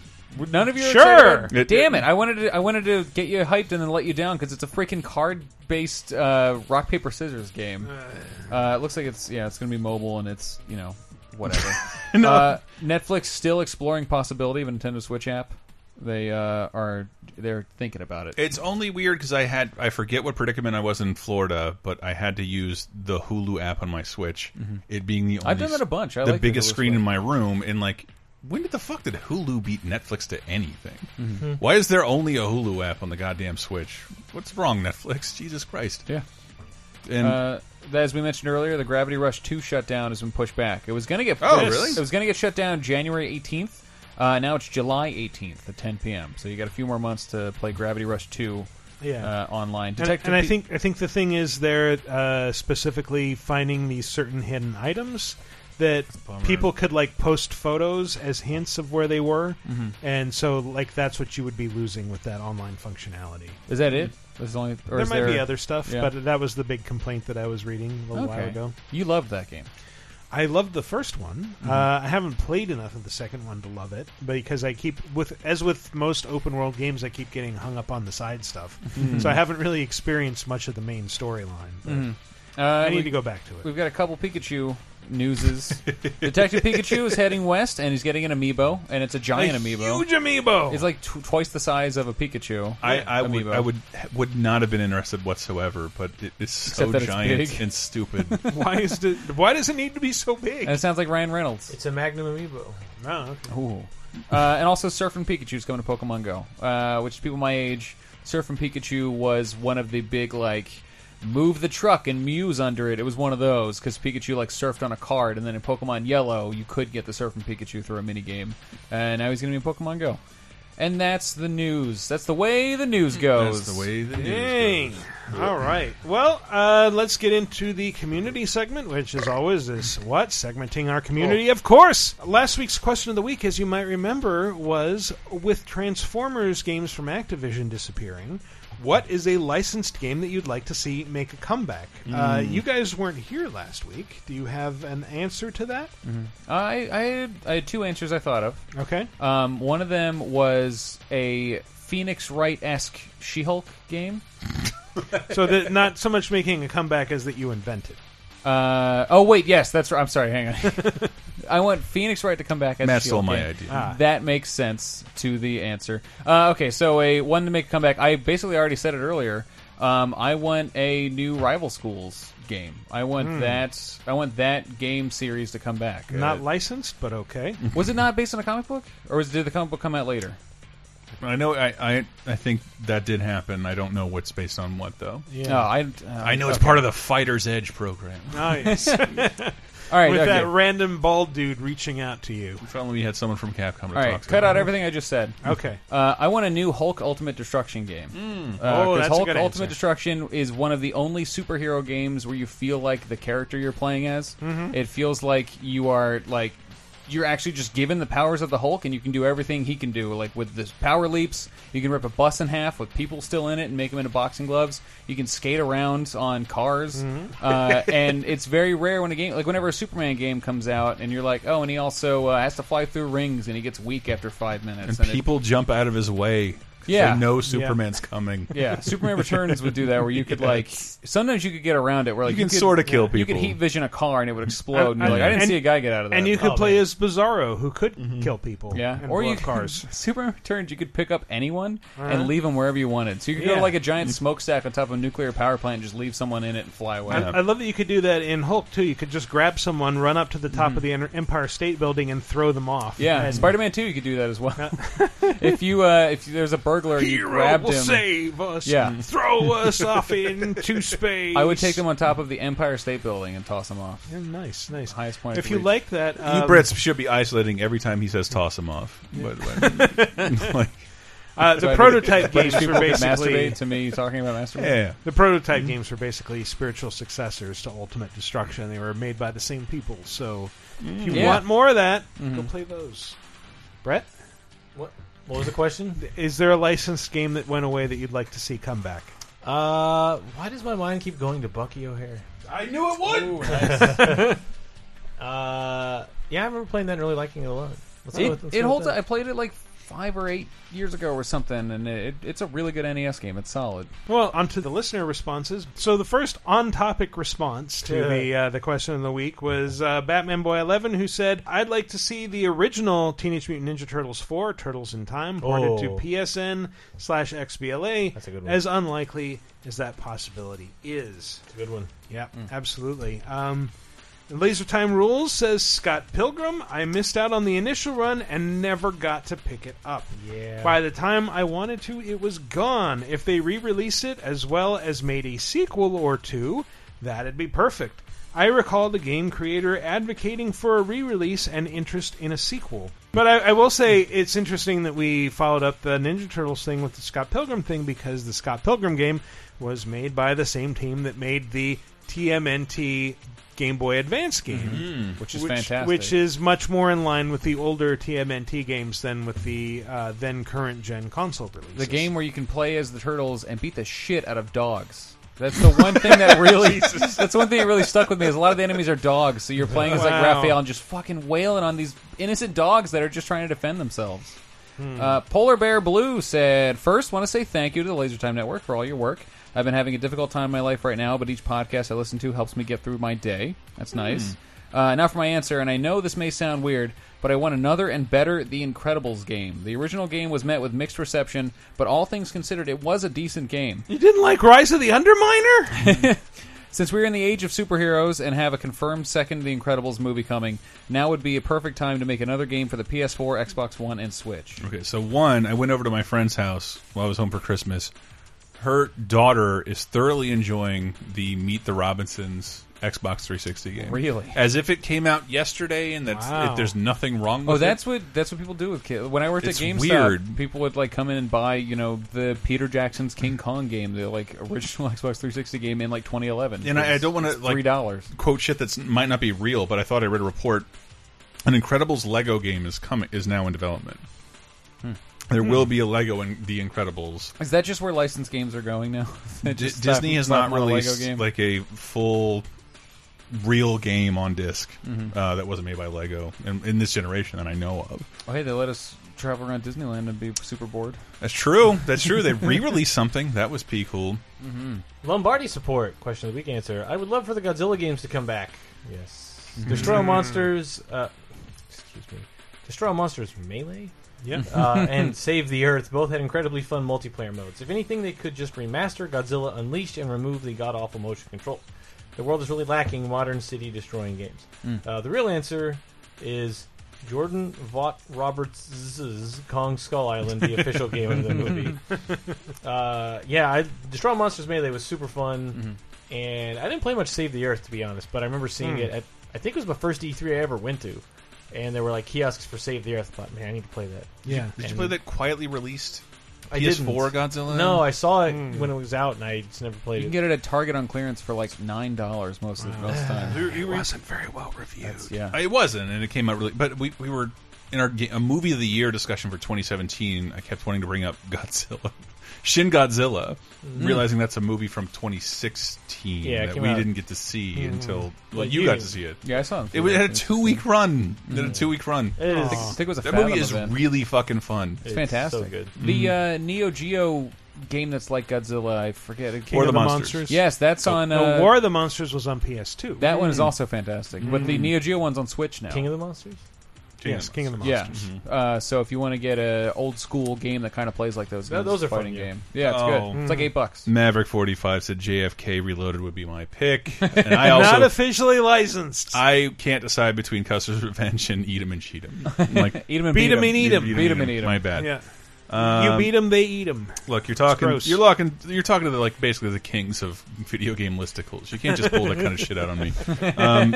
Speaker 3: None of you are
Speaker 2: Sure.
Speaker 3: excited about-
Speaker 1: It-
Speaker 3: Damn it! I wanted to I wanted to get you hyped and then let you down because it's a freaking card based uh, rock paper scissors
Speaker 2: (sighs)
Speaker 3: game. Uh, it looks like it's yeah, it's going to be mobile and it's you know
Speaker 1: (laughs)
Speaker 3: whatever. uh, Netflix still exploring possibility of a Nintendo Switch app. They uh, are they're thinking about it.
Speaker 1: It's only weird because I had I forget what predicament I was in Florida, but I had to use the Hulu app on my Switch. It being the only,
Speaker 3: Mm-hmm. I've done that a bunch. I
Speaker 1: the
Speaker 3: like the
Speaker 1: biggest
Speaker 3: Hulu
Speaker 1: screen in
Speaker 3: Switch.
Speaker 1: my room, and like, when did the fuck did Hulu beat Netflix to anything?
Speaker 4: Mm-hmm.
Speaker 2: Mm-hmm.
Speaker 3: Mm-hmm.
Speaker 1: Why is there only a Hulu app on the goddamn Switch? What's wrong, Netflix? (laughs) Jesus Christ!
Speaker 3: Yeah.
Speaker 1: And
Speaker 3: Uh, as we mentioned earlier, the Gravity Rush 2 shutdown has been pushed back. It was going to get
Speaker 1: Oh,
Speaker 3: pushed-
Speaker 1: really?
Speaker 3: It was going to get shut down January 18th. Uh, now it's July 18th at 10 p.m. So you got a few more months to play Gravity Rush 2
Speaker 2: Yeah.
Speaker 3: uh, online.
Speaker 2: And,
Speaker 3: Detective
Speaker 2: and I
Speaker 3: Pe-
Speaker 2: think I think the thing is they're uh, specifically finding these certain hidden items that people could like post photos as hints of where they were,
Speaker 3: Mm-hmm.
Speaker 2: and so like that's what you would be losing with that online functionality. Mm-hmm.
Speaker 3: is that it? Is only, or
Speaker 2: there
Speaker 3: is
Speaker 2: might
Speaker 3: there
Speaker 2: be other stuff,
Speaker 3: Yeah.
Speaker 2: but that was the big complaint that I was reading a little
Speaker 3: Okay.
Speaker 2: while ago.
Speaker 3: You loved that game.
Speaker 2: I loved the first one. Uh, I haven't played enough of the second one to love it because I keep with as with most open world games, I keep getting hung up on the side stuff.
Speaker 3: Mm.
Speaker 2: So I haven't really experienced much of the main storyline. but
Speaker 3: Mhm. Uh,
Speaker 2: I need
Speaker 3: we-
Speaker 2: to go back to it.
Speaker 3: We've got a couple Pikachu
Speaker 1: (laughs)
Speaker 3: newses. Detective Pikachu is heading west, and he's getting an amiibo, and it's a giant
Speaker 2: A
Speaker 3: amiibo.
Speaker 2: huge amiibo.
Speaker 3: It's like tw- twice the size of a Pikachu.
Speaker 1: I, I would
Speaker 3: amiibo.
Speaker 1: I would would not have been interested whatsoever, but it, it's so
Speaker 3: Except that it's
Speaker 1: giant
Speaker 3: big.
Speaker 1: and stupid.
Speaker 2: (laughs)
Speaker 3: (laughs)
Speaker 2: why is the, why does it need to be so big?
Speaker 3: And it sounds like Ryan Reynolds.
Speaker 4: It's a Magnum Amiibo.
Speaker 2: No, Oh, okay.
Speaker 3: Ooh. Uh, and also, Surf and Pikachu's coming to Pokemon Go, uh, which people my age, Surf and Pikachu was one of the big like move the truck and muse under it. It was one of those because Pikachu like surfed on a card, and then in Pokemon Yellow you could get the Surf and Pikachu through a mini game, and now he's going to be in Pokemon Go. And that's the news. That's the way the news goes.
Speaker 1: That's the way the news
Speaker 2: Dang.
Speaker 1: goes.
Speaker 2: All right. Well, uh, let's get into the community segment, which as always is what? Segmenting our community,
Speaker 3: Oh.
Speaker 2: of course. Last week's question of the week, as you might remember, was with Transformers games from Activision disappearing, what is a licensed game that you'd like to see make a comeback? Uh,
Speaker 3: Mm.
Speaker 2: you guys weren't here last week. Do you have an answer to that?
Speaker 3: Mm-hmm. Uh, I I had, I had two answers I thought of.
Speaker 2: Okay.
Speaker 3: Um, one of them was a Phoenix Wright esque She Hulk game.
Speaker 2: (laughs) So that not so much making a comeback as that you invented.
Speaker 3: Uh, oh wait, yes, that's right. I'm sorry. Hang on. (laughs) I want Phoenix Wright to come back as
Speaker 1: Matt
Speaker 3: a
Speaker 1: stole
Speaker 3: Shield
Speaker 1: my
Speaker 3: game.
Speaker 1: idea.
Speaker 2: Ah.
Speaker 3: That makes sense to the answer. Uh, okay, so a one to make a comeback. I basically already said it earlier. Um, I want a new rival schools game. I want
Speaker 2: Hmm.
Speaker 3: that. I want that game series to come back.
Speaker 2: Not
Speaker 3: Uh,
Speaker 2: licensed, but okay.
Speaker 3: was it not based on a comic book, or was did the comic book come out later?
Speaker 1: I know. I, I I think that did happen. I don't know what's based on what though.
Speaker 3: Yeah. I, uh,
Speaker 1: I know it's part of the Fighter's Edge program.
Speaker 3: (laughs)
Speaker 1: (laughs)
Speaker 2: Nice. (laughs)
Speaker 3: All right,
Speaker 2: With
Speaker 3: okay.
Speaker 2: that random bald dude reaching out to you.
Speaker 1: If only we had someone from Capcom to
Speaker 3: All right,
Speaker 1: talk to.
Speaker 3: cut out everything I just said.
Speaker 2: Okay.
Speaker 3: Uh, I want a new Hulk Ultimate Destruction game. Mm.
Speaker 2: Oh, that's a
Speaker 3: Hulk
Speaker 2: good
Speaker 3: Ultimate
Speaker 2: answer.
Speaker 3: Destruction is one of the only superhero games where you feel like the character you're playing as.
Speaker 2: Mm-hmm.
Speaker 3: It feels like you are like you're actually just given the powers of the Hulk, and you can do everything he can do. Like with the power leaps, you can rip a bus in half with people still in it and make them into boxing gloves. You can skate around on cars,
Speaker 2: Mm-hmm. (laughs)
Speaker 3: uh, and it's very rare when a game like whenever a Superman game comes out, and you're like, oh, and he also uh, has to fly through rings, and he gets weak after five minutes,
Speaker 1: And
Speaker 3: and it-
Speaker 1: people jump out of his way. 'cause
Speaker 3: Yeah.
Speaker 1: they know Superman's coming.
Speaker 3: (laughs) yeah, Superman Returns would do that where you could like sometimes you could get around it where like
Speaker 1: You can
Speaker 3: could-
Speaker 1: sorta kill
Speaker 3: You could
Speaker 1: people.
Speaker 3: heat vision a car and it would explode. And,
Speaker 2: I-
Speaker 3: you're like, I didn't
Speaker 2: and-
Speaker 3: see a guy get out of that.
Speaker 2: And you could
Speaker 4: Oh,
Speaker 2: play
Speaker 4: man.
Speaker 2: as Bizarro, who could kill people.
Speaker 3: Mm-hmm. yeah,
Speaker 2: and
Speaker 3: or
Speaker 2: blow
Speaker 3: you
Speaker 2: up
Speaker 3: (laughs)
Speaker 2: cars.
Speaker 3: could, Superman Returns. You could pick up anyone and leave them wherever you wanted. So you could go
Speaker 2: Yeah.
Speaker 3: to like a giant smokestack on top of a nuclear power plant and just leave someone in it and fly away.
Speaker 2: I, I love that you could do that in Hulk too. You could just grab someone, run up to the top of the En- Empire State Building, and throw them off.
Speaker 3: Mm-hmm. yeah,
Speaker 2: and
Speaker 3: Spider-Man Two, you could do that as well. (laughs) if you uh, if there's a burglar, you
Speaker 2: Hero
Speaker 3: grabbed
Speaker 2: will
Speaker 3: him.
Speaker 2: save us.
Speaker 3: Yeah.
Speaker 2: throw us off into space.
Speaker 3: (laughs) I would take them on top of the Empire State Building and toss them off.
Speaker 2: Yeah, Nice, nice.
Speaker 3: Highest point. I
Speaker 2: If
Speaker 3: could
Speaker 2: you
Speaker 3: reach.
Speaker 2: like that,
Speaker 1: You
Speaker 2: um,
Speaker 1: Brits should be isolating every time he says toss him off. But, but (laughs) like,
Speaker 2: uh, the
Speaker 3: But-
Speaker 2: prototype
Speaker 3: but if
Speaker 2: games
Speaker 3: people
Speaker 2: were
Speaker 3: could
Speaker 2: basically
Speaker 3: masturbate to me talking about masturbation.
Speaker 1: yeah.
Speaker 2: The prototype games were basically spiritual successors to Ultimate Destruction. They were made by the same people. So if you
Speaker 3: Mm. Yeah.
Speaker 2: want more of that,
Speaker 3: Mm-hmm.
Speaker 2: go play those. Brett,
Speaker 4: What? What was the question?
Speaker 2: is there a licensed game that went away that you'd like to see come back?
Speaker 4: Uh, why does my mind keep going to Bucky O'Hare?
Speaker 1: I knew it would. (laughs)
Speaker 4: (laughs) Uh, yeah, I remember playing that and really liking it a lot. Let's go
Speaker 3: It,
Speaker 4: with- let's
Speaker 3: it
Speaker 4: go with
Speaker 3: holds.
Speaker 4: that.
Speaker 3: up. I played it like five or eight years ago or something, and it, it's a really good NES game. It's solid.
Speaker 2: Well, onto the listener responses. So the first on-topic response to
Speaker 4: Yeah.
Speaker 2: the uh, the question of the week was uh, Batman Boy Eleven, who said, "I'd like to see the original Teenage Mutant Ninja Turtles four Turtles in Time ported to
Speaker 4: Oh.
Speaker 2: PSN slash XBLA."
Speaker 4: That's a good one.
Speaker 2: As unlikely as that possibility is.
Speaker 4: It's a good one.
Speaker 2: Yeah, absolutely. Um, Laser Time Rules says Scott Pilgrim. I missed out on the initial run and never got to pick it up.
Speaker 4: Yeah.
Speaker 2: By the time I wanted to, it was gone. If they re-release it as well as made a sequel or two, that'd be perfect. I recall the game creator advocating for a re-release and interest in a sequel. But I, I will say it's interesting that we followed up the Ninja Turtles thing with the Scott Pilgrim thing because the Scott Pilgrim game was made by the same team that made the TMNT Game Boy Advance game
Speaker 3: Mm-hmm. which is fantastic.
Speaker 2: Mm. which is much more in line with the older TMNT games than with the uh, then current gen console releases.
Speaker 3: the game where you can play as the turtles and beat the shit out of dogs. That's the one
Speaker 2: (laughs)
Speaker 3: thing that really that's one thing that really stuck with me is a lot of the enemies are dogs. So you're playing as like
Speaker 2: Wow.
Speaker 3: Raphael and just fucking wailing on these innocent dogs that are just trying to defend themselves. Uh, Polar Bear Blue said, First, want to say thank you to the Laser Time Network for all your work. I've been having a difficult time in my life right now, but each podcast I listen to helps me get through my day. That's nice. Uh, now for my answer, and I know this may sound weird, but I want another and better The Incredibles game. The original game was met with mixed reception, but all things considered, it was a decent game.
Speaker 2: You didn't like Rise of the Underminer?
Speaker 3: Since we're in the age of superheroes and have a confirmed second The Incredibles movie coming, now would be a perfect time to make another game for the PS4, Xbox One, and Switch.
Speaker 1: Okay, so one, I went over to my friend's house while I was home for Christmas. Her daughter is thoroughly enjoying the Meet the Robinsons Xbox 360 game.
Speaker 3: Really?
Speaker 1: As if it came out yesterday and that's
Speaker 2: Wow.
Speaker 1: if there's nothing wrong with
Speaker 3: Oh,
Speaker 1: it.
Speaker 3: that's what that's what people do with kids. When I worked
Speaker 1: It's
Speaker 3: at GameStop,
Speaker 1: weird.
Speaker 3: people would like come in and buy, you know, the Peter Jackson's King Kong game, the like original (laughs) Xbox 360 game in like 2011.
Speaker 1: And I- I
Speaker 3: It's-
Speaker 1: don't wanna,
Speaker 3: it's
Speaker 1: like-
Speaker 3: three dollars.
Speaker 1: quote shit that might not be real, but I thought I read a report. An Incredibles Lego game is coming is now in development.
Speaker 3: Hmm.
Speaker 1: There will be a Lego in The Incredibles.
Speaker 3: Is that just where licensed games are going now? (laughs) They
Speaker 1: D-
Speaker 3: just stop-
Speaker 1: Disney has
Speaker 3: stop
Speaker 1: not
Speaker 3: on a Lego
Speaker 1: released
Speaker 3: game?
Speaker 1: like a full real game on disc
Speaker 3: Mm-hmm.
Speaker 1: uh, that wasn't made by Lego in, in this generation that I know of.
Speaker 3: oh, hey, they let us travel around Disneyland and be super bored.
Speaker 1: That's true. That's true. They re-released something that was pretty cool.
Speaker 4: Lombardi support question of the week answer. I would love for the Godzilla games to come back. Yes. Destroy All monsters. Uh, excuse me. Destroy All monsters melee.
Speaker 2: Yeah.
Speaker 4: uh, and Save the Earth both had incredibly fun multiplayer modes. If anything, they could just remaster Godzilla Unleashed and remove the god awful motion control. The world is really lacking modern city destroying games. Uh, the real answer is Jordan Vaught Roberts' Kong Skull Island, the official game of the movie. (laughs) Uh, yeah, I, Destroy All Monsters Melee was super fun, and I didn't play much Save the Earth to be honest, but I remember seeing it at I think it was my first E3 I ever went to, and there were like kiosks for Save the Earth. I thought, man, I need to play that.
Speaker 2: Yeah.
Speaker 1: Did you
Speaker 4: And-
Speaker 1: play that quietly released
Speaker 4: I
Speaker 1: PS4
Speaker 4: didn't.
Speaker 1: Godzilla?
Speaker 4: No, I saw it when it was out, and I just never
Speaker 3: You
Speaker 4: played
Speaker 3: can
Speaker 4: it.
Speaker 3: get it at Target on clearance for like nine dollars most of the most of
Speaker 1: Ah.
Speaker 3: the time.
Speaker 1: it wasn't very well reviewed.
Speaker 3: yeah.
Speaker 1: it wasn't, and it came out really. But we we were in our ga- a movie of the year discussion for 2017. I kept wanting to bring up Godzilla, (laughs) Shin Godzilla, realizing that's a movie from 2016
Speaker 4: Mm. Yeah, it
Speaker 1: that
Speaker 4: came
Speaker 1: we
Speaker 4: out-
Speaker 1: didn't get to see until well,
Speaker 4: But
Speaker 1: you
Speaker 4: you
Speaker 1: got
Speaker 4: didn't. Mm.
Speaker 1: to see it.
Speaker 3: Yeah, I saw
Speaker 1: It had a two week run. It had a two week run.
Speaker 4: It is-
Speaker 3: I think it was a
Speaker 1: That
Speaker 3: Fathom
Speaker 1: movie is
Speaker 3: event.
Speaker 1: really fucking fun. Mm-hmm.
Speaker 3: It's fantastic.
Speaker 4: so good.
Speaker 3: The uh, Neo Geo game that's like Godzilla, I forget. It
Speaker 1: Or the
Speaker 2: of Oh,
Speaker 1: monsters.
Speaker 3: yes, that's on. Uh,
Speaker 2: No, War of the Monsters was on PS2.
Speaker 3: that one is also fantastic, but
Speaker 2: Mm.
Speaker 3: the Neo Geo one's on Switch now.
Speaker 4: King of the Monsters.
Speaker 2: yes, King of the
Speaker 3: yeah,
Speaker 2: Monsters.
Speaker 3: uh, so if you want to get a old school game that kind of plays like those,
Speaker 4: Th-
Speaker 3: games,
Speaker 4: those are fun,
Speaker 3: fighting
Speaker 4: yeah.
Speaker 3: game. Yeah, it's
Speaker 1: Oh.
Speaker 3: good. It's like eight bucks.
Speaker 1: Maverick 45 said JFK Reloaded would be my
Speaker 3: (laughs)
Speaker 1: pick. And I also
Speaker 2: Not officially licensed.
Speaker 1: I can't decide between Custer's Revenge and Eat 'em and Cheat 'em. I'm Like
Speaker 3: (laughs) Eat 'em and
Speaker 2: Beat 'em
Speaker 3: beat 'em.
Speaker 2: and eat 'em.
Speaker 3: Beat 'em and eat 'em.
Speaker 1: My bad.
Speaker 2: yeah.
Speaker 1: Um,
Speaker 2: you beat them, they eat them.
Speaker 1: Look, you're talking.
Speaker 2: gross.
Speaker 1: You're talking. You're talking to the, like basically the kings of video game listicles. You can't just pull that kind of shit out on me.
Speaker 2: (laughs)
Speaker 1: Um,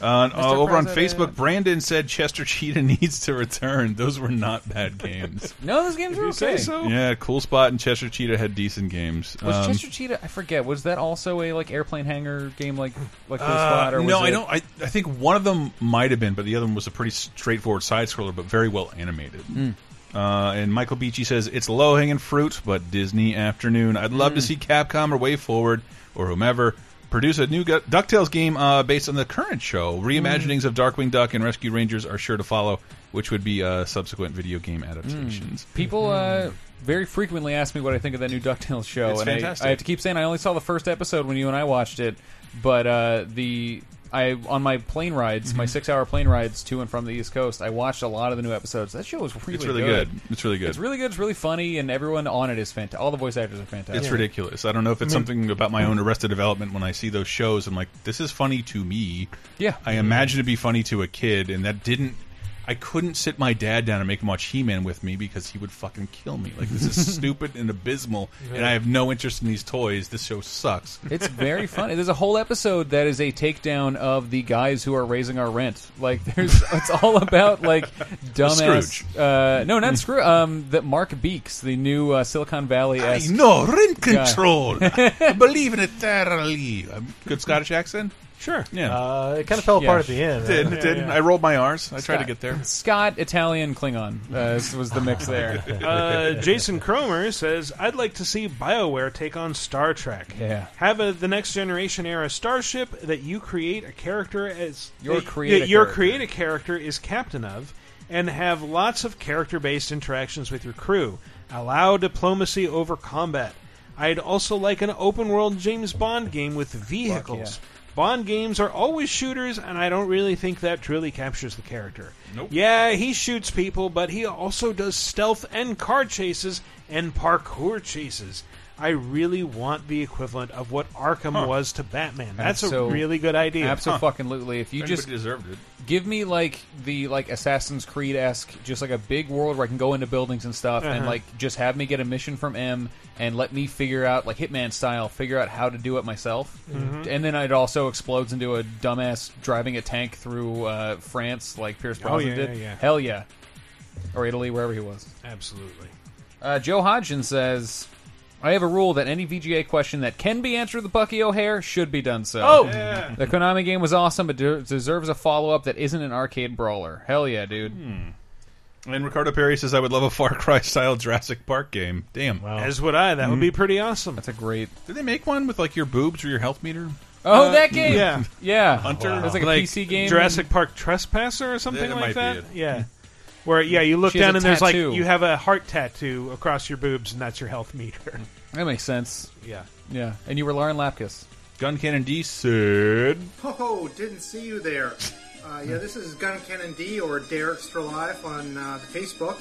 Speaker 1: on- uh, over on
Speaker 3: President.
Speaker 1: Facebook, Brandon said Chester Cheetah needs to return. Those were not bad games.
Speaker 3: No, those games are okay.
Speaker 1: yeah, Cool Spot and Chester Cheetah had decent games.
Speaker 3: Was
Speaker 1: Um,
Speaker 3: Chester Cheetah? I forget. Was that also a like airplane hangar game, like like Cool
Speaker 1: Uh,
Speaker 3: Spot? Or was
Speaker 1: no, I
Speaker 3: it-
Speaker 1: don't. I, I think one of them might have been, but the other one was a pretty straightforward side scroller, but very well animated. Uh, and Michael Beachy says it's low hanging fruit, but Disney afternoon. I'd love to
Speaker 3: Hmm.
Speaker 1: see Capcom or Way Forward or whomever produce a new Gu- Ducktales game uh, based on the current show. Reimaginings
Speaker 3: Hmm.
Speaker 1: of Darkwing Duck and Rescue Rangers are sure to follow, which would be uh, subsequent video game adaptations.
Speaker 3: People uh, very frequently ask me what I think of that new DuckTales show,
Speaker 1: It's
Speaker 3: and I,
Speaker 1: fantastic.
Speaker 3: I have to keep saying I only saw the first episode when you and I watched it. But uh, the I on my plane rides,
Speaker 1: Mm-hmm.
Speaker 3: my six-hour plane rides to and from the East Coast, I watched a lot of the new episodes. That show was really,
Speaker 1: It's really good. It's really good.
Speaker 3: It's really good. It's really funny, and everyone on it is fantastic. All the voice actors are fantastic.
Speaker 1: It's ridiculous. I don't know if it's something about my own Arrested Development. When I see those shows, I'm like, this is funny to me.
Speaker 3: Yeah.
Speaker 1: I imagine it'd be funny to a kid, and that didn't. I couldn't sit my dad down and make him watch He-Man with me because he would fucking kill me. Like this
Speaker 3: (laughs)
Speaker 1: is stupid and abysmal, and I have no interest in these toys. This show sucks. (laughs)
Speaker 3: It's very funny. There's a whole episode that is a takedown of the guys who are raising our rent.
Speaker 1: (laughs)
Speaker 3: Like, there's it's all about like dumbass.
Speaker 1: Scrooge.
Speaker 3: Uh, no, not Scrooge. Um, that Mark Beeks, the new uh, Silicon Valley.
Speaker 1: I
Speaker 3: (laughs)
Speaker 1: know rent control. I believe in it thoroughly. Good Uh, Scottish accent.
Speaker 2: Sure.
Speaker 1: Yeah.
Speaker 4: Uh, it kind of fell apart at
Speaker 3: Yeah.
Speaker 4: the end.
Speaker 1: it did. It did. I rolled my R's. I tried to
Speaker 3: Scott.
Speaker 1: get there.
Speaker 3: Scott, Italian, Klingon uh, was- was the
Speaker 4: (laughs)
Speaker 3: mix there.
Speaker 2: (laughs) Uh, Jason Cromer says, "I'd like to see BioWare take on Star Trek.
Speaker 3: Yeah.
Speaker 2: Have a, the next generation era starship that you create a character as
Speaker 3: Your
Speaker 2: that-
Speaker 3: create a
Speaker 2: that your
Speaker 3: character.
Speaker 2: create a character is captain of, and have lots of character-based interactions with your crew. Allow diplomacy over combat. I'd also like an open-world James Bond game with vehicles." Bond games are always shooters, and I don't really think that truly captures the character.
Speaker 1: Nope.
Speaker 2: Yeah, he shoots people, but he also does stealth and car chases and parkour chases. I really want the equivalent of what Arkham was to Batman. That's
Speaker 3: so-
Speaker 2: a really good idea.
Speaker 3: Absolutely. If you just
Speaker 1: deserved it.
Speaker 3: give me like the like Assassin's Creed esque, just like a big world where I can go into buildings and stuff,
Speaker 2: Uh-huh.
Speaker 3: and like just have me get a mission from M, and let me figure out like Hitman style, figure out how to do it myself,
Speaker 2: Mm-hmm.
Speaker 3: and then it also explodes into a dumbass driving a tank through uh, France like Pierce Brosnan
Speaker 2: Oh, yeah,
Speaker 3: did.
Speaker 2: yeah, yeah.
Speaker 3: Hell yeah, or Italy, wherever he was.
Speaker 2: Absolutely.
Speaker 3: Uh, Joe Hodgson says. I have a rule that any VGA question that can be answered with Bucky O'Hare should be done so.
Speaker 4: Oh,
Speaker 3: The Konami game was awesome, but de- deserves a follow up that isn't an arcade brawler. Hell yeah, dude.
Speaker 1: Hmm. And Ricardo Perry says, "I would love a Far Cry style Jurassic Park game." Damn. Hmm.
Speaker 2: As would I. That would be pretty awesome.
Speaker 3: That's a great.
Speaker 1: Did they make one with like your boobs or your health meter? Uh,
Speaker 3: Oh, that game!
Speaker 2: yeah.
Speaker 3: (laughs) Yeah.
Speaker 1: Hunter?
Speaker 3: That's like a
Speaker 2: Like
Speaker 3: PC game.
Speaker 2: Jurassic Park Trespasser or something
Speaker 1: That
Speaker 2: like
Speaker 1: might be
Speaker 2: that.
Speaker 1: it.
Speaker 2: Yeah. (laughs) Where yeah, you look
Speaker 3: She has
Speaker 2: down
Speaker 3: a
Speaker 2: and there's like
Speaker 3: tattoo.
Speaker 2: you have a heart tattoo across your boobs and that's your health meter.
Speaker 3: That makes sense.
Speaker 2: yeah.
Speaker 3: Yeah. And you were Lauren Lapkus.
Speaker 1: Gun Cannon D said,
Speaker 12: Oh, didn't see you there. Uh, yeah, this is Gun Cannon D or Derek's for Life on uh, the Facebook.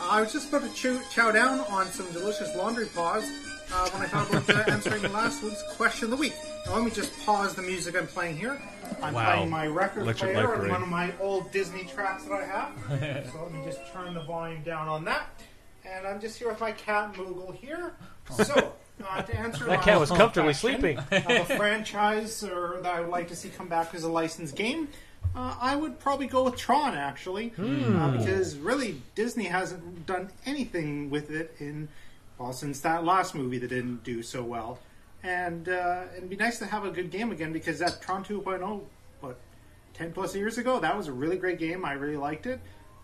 Speaker 12: Uh, I was just about to chew, chow down on some delicious laundry paws uh, when I thought about uh, answering last week's question of the week. Now, let me just pause the music I'm playing here. I'm
Speaker 1: Wow.
Speaker 12: playing my record
Speaker 1: Electric Light
Speaker 12: player and
Speaker 1: Parade.
Speaker 12: one of my old Disney tracks that I
Speaker 4: (laughs)
Speaker 12: have. so let me just turn the volume down on that. And I'm just here with my cat Moogle here. So. Uh, to answer
Speaker 4: That
Speaker 12: my
Speaker 4: cat was comfortably
Speaker 12: question, uh,
Speaker 4: sleeping.
Speaker 12: of a franchise or that I would like to see come back as a licensed game, uh, I would probably go with Tron actually, uh, because really Disney hasn't done anything with it in well since that last movie that didn't do so well, and uh, it'd be nice to have a good game again because that Tron 2.0, what, ten plus years ago, that was a really great game. I really liked it,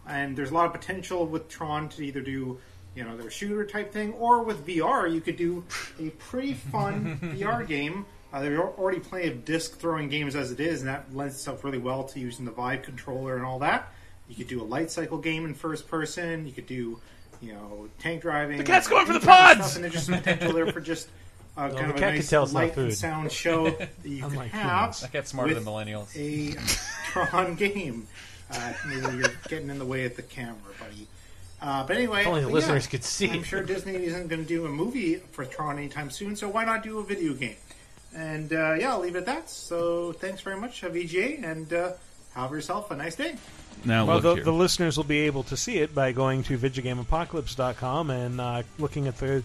Speaker 12: and there's a lot of potential with Tron to either do. You know, their shooter type thing, or with VR, you could do a pretty fun VR game uh, they al- already play of disc throwing games as it is, and that lends itself really well to using the Vive controller and all that. You could do a light cycle game in first person. You could do, you know, tank driving. The cat's going for the pods. and there's just some potential there for just uh, kind
Speaker 4: the
Speaker 12: of a
Speaker 4: cat can
Speaker 12: nice
Speaker 4: tell it's not
Speaker 12: light and
Speaker 4: food.
Speaker 12: sound
Speaker 4: (laughs)
Speaker 12: show that you could have.
Speaker 3: That cat's smarter
Speaker 12: with
Speaker 3: than millennials.
Speaker 12: a Tron (laughs) game. Uh, maybe you're getting in the way of the camera, buddy. Uh, but anyway,
Speaker 4: only the
Speaker 12: but
Speaker 4: listeners
Speaker 12: yeah,
Speaker 4: could see.
Speaker 12: I'm sure Disney isn't going to do a movie for Tron anytime soon, so why not do a video game? And uh, yeah, I'll leave it at that. So thanks very much, uh, VGA, and uh, have yourself a nice day.
Speaker 1: (laughs) "Now
Speaker 2: Well,
Speaker 1: look
Speaker 2: the,
Speaker 1: here."
Speaker 2: the listeners will be able to see it by going to VideoGameApocalypse.com and uh, looking at the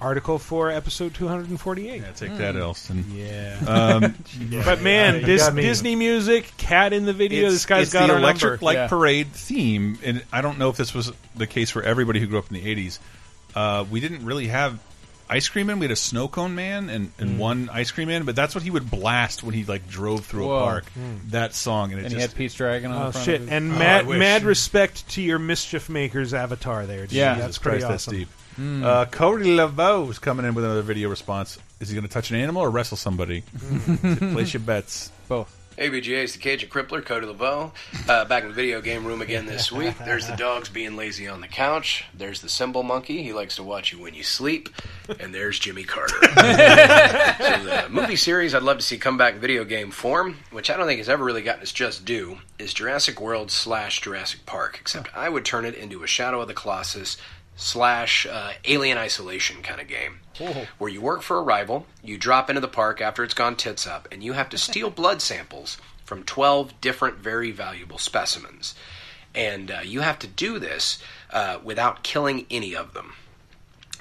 Speaker 2: article for episode 248.
Speaker 1: yeah, take
Speaker 3: Hmm.
Speaker 1: that, Elston.
Speaker 2: Yeah.
Speaker 4: (laughs)
Speaker 1: Um,
Speaker 2: (laughs) But man,
Speaker 4: you
Speaker 2: this
Speaker 4: got me.
Speaker 2: Disney music, cat in the video. this guy's
Speaker 1: it's
Speaker 2: got
Speaker 1: the
Speaker 2: our
Speaker 1: electric
Speaker 2: number.
Speaker 1: light
Speaker 3: Yeah.
Speaker 1: parade theme, and I don't know if this was the case for everybody who grew up in the '80s. Uh, we didn't really have ice cream man. We had a snow cone man and, and
Speaker 3: Mm.
Speaker 1: one ice cream man, but that's what he would blast when he like drove through
Speaker 3: Whoa. Hmm.
Speaker 1: a park. That song, and it
Speaker 3: And he
Speaker 1: just
Speaker 3: had Peach Dragon on
Speaker 2: Oh
Speaker 3: the front.
Speaker 2: shit!
Speaker 3: Of his-
Speaker 2: And
Speaker 1: Oh,
Speaker 2: mad,
Speaker 1: I wish.
Speaker 2: mad respect to your mischief makers avatar there. dude.
Speaker 3: Yeah. Hmm.
Speaker 2: that's
Speaker 1: Jesus
Speaker 2: pretty
Speaker 1: Christ,
Speaker 2: awesome. Hmm.
Speaker 1: That's deep. Uh, Cody Laveau is coming in with another video response. Is he going to touch an animal or wrestle somebody? (laughs) Place your bets.
Speaker 3: Hmm. Both.
Speaker 7: Hey, BGA, it's the Cajun Crippler, Cody Laveau. Uh, back in the video game room again this week. There's the dogs being lazy on the couch. There's the symbol monkey. He likes to watch you when you sleep. And there's Jimmy Carter. so the movie series I'd love to see come back in video game form, which I don't think has ever really gotten its just due, is Jurassic World slash Jurassic Park. Except I would turn it into a Shadow of the Colossus slash uh, Alien Isolation kind of game where you work for a rival, you drop into the park after it's gone tits up, and you have to steal blood samples from 12 different very valuable specimens. And uh, you have to do this uh, without killing any of them.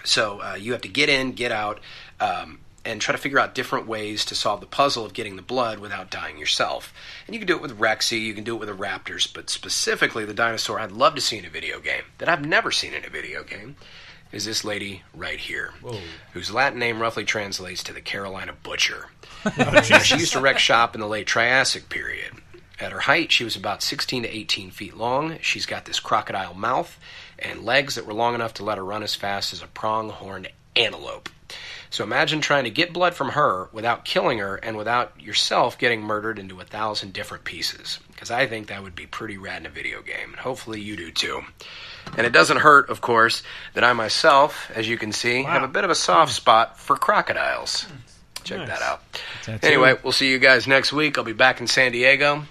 Speaker 7: So uh, you have to get in, get out, um, and try to figure out different ways to solve the puzzle of getting the blood without dying yourself. And you can do it with Rexy, you can do it with the Raptors, but specifically the dinosaur I'd love to see in a video game that I've never seen in a video game is this lady right here, whose Latin name roughly translates to the Carolina Butcher. Now, she used to wreck shop in the late Triassic period. At her height, she was about 16 to 18 feet long. She's got this crocodile mouth and legs that were long enough to let her run as fast as a pronghorned antelope. So imagine trying to get blood from her without killing her and without yourself getting murdered into a thousand different pieces. Because I think that would be pretty rad in a video game, and hopefully you do too. And it doesn't hurt, of course, that I myself, as you can see, have a bit of a soft spot for crocodiles. Check that out.
Speaker 13: Tattoo.
Speaker 7: Anyway, we'll see you guys next week. I'll be back in San Diego.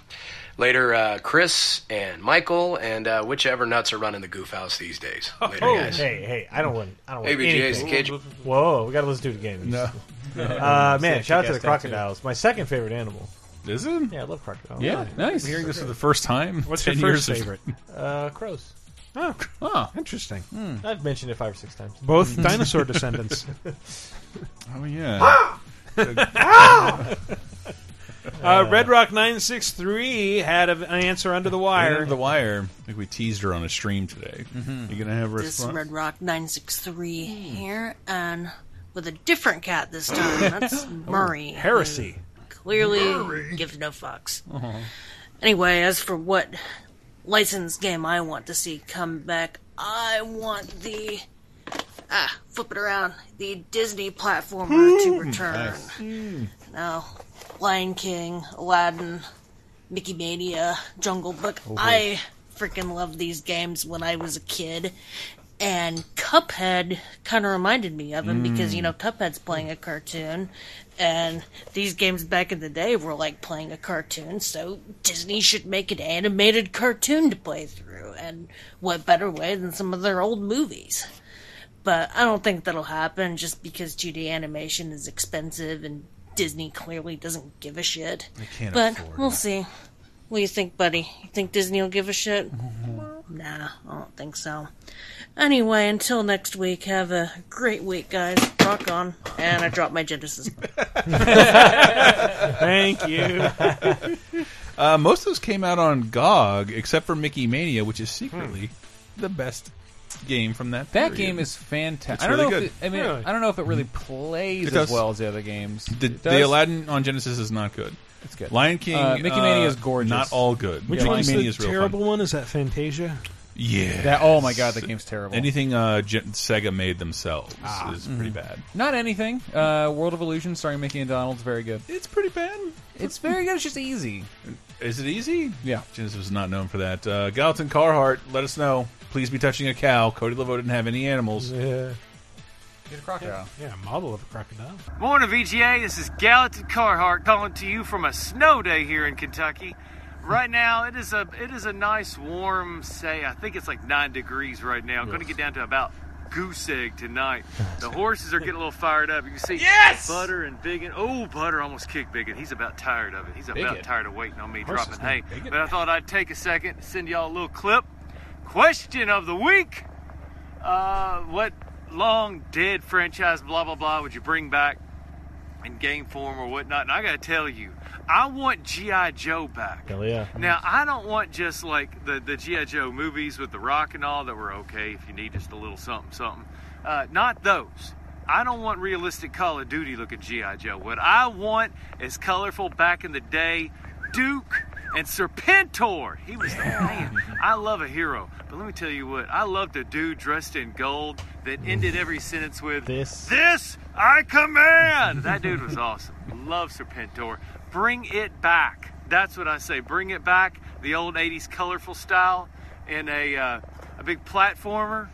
Speaker 7: Later, uh, Chris and Michael, and uh, whichever nuts are running the goof house these days. Later,
Speaker 4: Oh,
Speaker 7: guys.
Speaker 4: hey, hey, I don't want, I don't
Speaker 7: Hey,
Speaker 4: want
Speaker 7: BJ's
Speaker 4: anything.
Speaker 7: cage-
Speaker 4: Whoa, we gotta listen to it again.
Speaker 7: No.
Speaker 4: uh, man,
Speaker 1: Sick,
Speaker 4: shout out to
Speaker 1: kick-ass
Speaker 4: the crocodiles. My second favorite animal.
Speaker 1: Is it?
Speaker 4: Yeah, I love crocodiles.
Speaker 1: Yeah, nice. I'm hearing this for the first time.
Speaker 4: (laughs) What's
Speaker 1: 10
Speaker 4: your first
Speaker 1: years of-
Speaker 4: favorite? uh, crows.
Speaker 2: Oh,
Speaker 4: interesting. I've mentioned it five or six times. (laughs)
Speaker 2: Both dinosaur descendants.
Speaker 1: Oh
Speaker 3: (laughs)
Speaker 1: yeah.
Speaker 2: uh, (laughs) Red Rock nine six three had a- an answer under the
Speaker 1: Under
Speaker 2: wire.
Speaker 1: the wire. I think we teased her on a stream today.
Speaker 3: Mm-hmm.
Speaker 1: You gonna have a
Speaker 14: This is
Speaker 1: response?
Speaker 14: Red Rock 963 here, and with a different cat this time. That's Murray. who
Speaker 2: Heresy.
Speaker 14: Clearly gives no fucks. Anyway, as for what licensed game I want to see come back, I want the. Ah, flip it around. The Disney (laughs)
Speaker 10: Hmm.
Speaker 14: platformer to return. Now, Lion King, Aladdin, Mickey Mania, Jungle Book.
Speaker 11: Oh, boy.
Speaker 14: I freaking loved these games when I was a kid. And Cuphead kind of reminded me of them because,
Speaker 11: Mm.
Speaker 14: you know, Cuphead's playing a cartoon. And these games back in the day were like playing a cartoon, so Disney should make an animated cartoon to play through. And what better way than some of their old movies? but I don't think that'll happen just because 2D animation is expensive and Disney clearly doesn't give a shit.
Speaker 1: They can't
Speaker 14: but
Speaker 1: afford
Speaker 14: we'll see. What do you think, buddy? You think Disney will give a shit? (laughs) Nah, I don't think so. Anyway, until next week, have a great week, guys. Rock on. And I dropped my Genesis.
Speaker 2: (laughs)
Speaker 1: (laughs)
Speaker 2: Thank you. (laughs)
Speaker 1: Uh, most of those came out on GOG, except for Mickey Mania, which is secretly the best game from that.
Speaker 3: Hmm. That
Speaker 1: period.
Speaker 3: game is fantastic.
Speaker 1: It's
Speaker 3: I don't
Speaker 1: really
Speaker 3: know.
Speaker 1: good. Mm-hmm.
Speaker 3: If it, I mean, I don't know if it really plays
Speaker 1: It
Speaker 3: as
Speaker 1: does.
Speaker 3: well as the other games.
Speaker 1: The,
Speaker 3: It
Speaker 1: the
Speaker 3: does.
Speaker 1: Aladdin on Genesis is not good.
Speaker 3: It's good.
Speaker 1: Lion King,
Speaker 3: Uh, Mickey Mania is gorgeous.
Speaker 1: Not all good.
Speaker 2: Which
Speaker 1: Mickey
Speaker 2: one's
Speaker 1: Mania
Speaker 2: the
Speaker 1: is real
Speaker 2: terrible one? Is that Fantasia?
Speaker 1: Yeah.
Speaker 3: That- oh my God, that game's terrible. Ah.
Speaker 1: Anything uh, Gen- Sega made themselves is pretty
Speaker 3: Mm-hmm.
Speaker 1: bad.
Speaker 3: Not anything. Uh, World of Illusion starring Mickey and Donald's very good.
Speaker 1: It's pretty bad.
Speaker 3: It's very good. It's just easy.
Speaker 1: Is it easy?
Speaker 3: Yeah.
Speaker 1: Genesis was not known for that. Uh, Gallatin Carhart, let us know. Please be touching a cow. Cody Laveau didn't have any animals.
Speaker 2: Yeah.
Speaker 3: Get a crocodile.
Speaker 2: Yeah, a model of a crocodile.
Speaker 15: Morning, VGA. This is Gallatin Carhart calling to you from a snow day here in Kentucky. Right now, it is a it is a nice warm say. I think it's like nine degrees right now. Going to get down to about goose egg tonight.
Speaker 4: (laughs)
Speaker 15: The horses are getting a little fired up. You can see
Speaker 16: Yes!
Speaker 15: Butter and Biggin. Oh, Butter almost kicked Biggin. He's about tired of it. He's about
Speaker 16: Biggin.
Speaker 15: tired of waiting on me
Speaker 16: Horses
Speaker 15: dropping hay.
Speaker 16: named Biggin?
Speaker 15: But I thought I'd take a second and send y'all a little clip. Question of the week. Uh, what long dead franchise blah blah blah would you bring back in game form or whatnot? And I gotta tell you, I want GI Joe back.
Speaker 4: Hell yeah.
Speaker 15: Now I don't want just like the the GI Joe movies with the Rock and all that were okay if you need just a little something something. Uh, not those. I don't want realistic Call of Duty looking GI Joe. What I want is colorful back in the day Duke and Serpentor. He
Speaker 4: (laughs)
Speaker 15: was the man. I love a hero, but let me tell you what. I loved a dude dressed in gold that ended every sentence with
Speaker 4: This.
Speaker 15: This I command. That dude was awesome. Love Serpentor. Bring it back. That's what I say. Bring it back. The old '80s colorful style in a uh, a big platformer.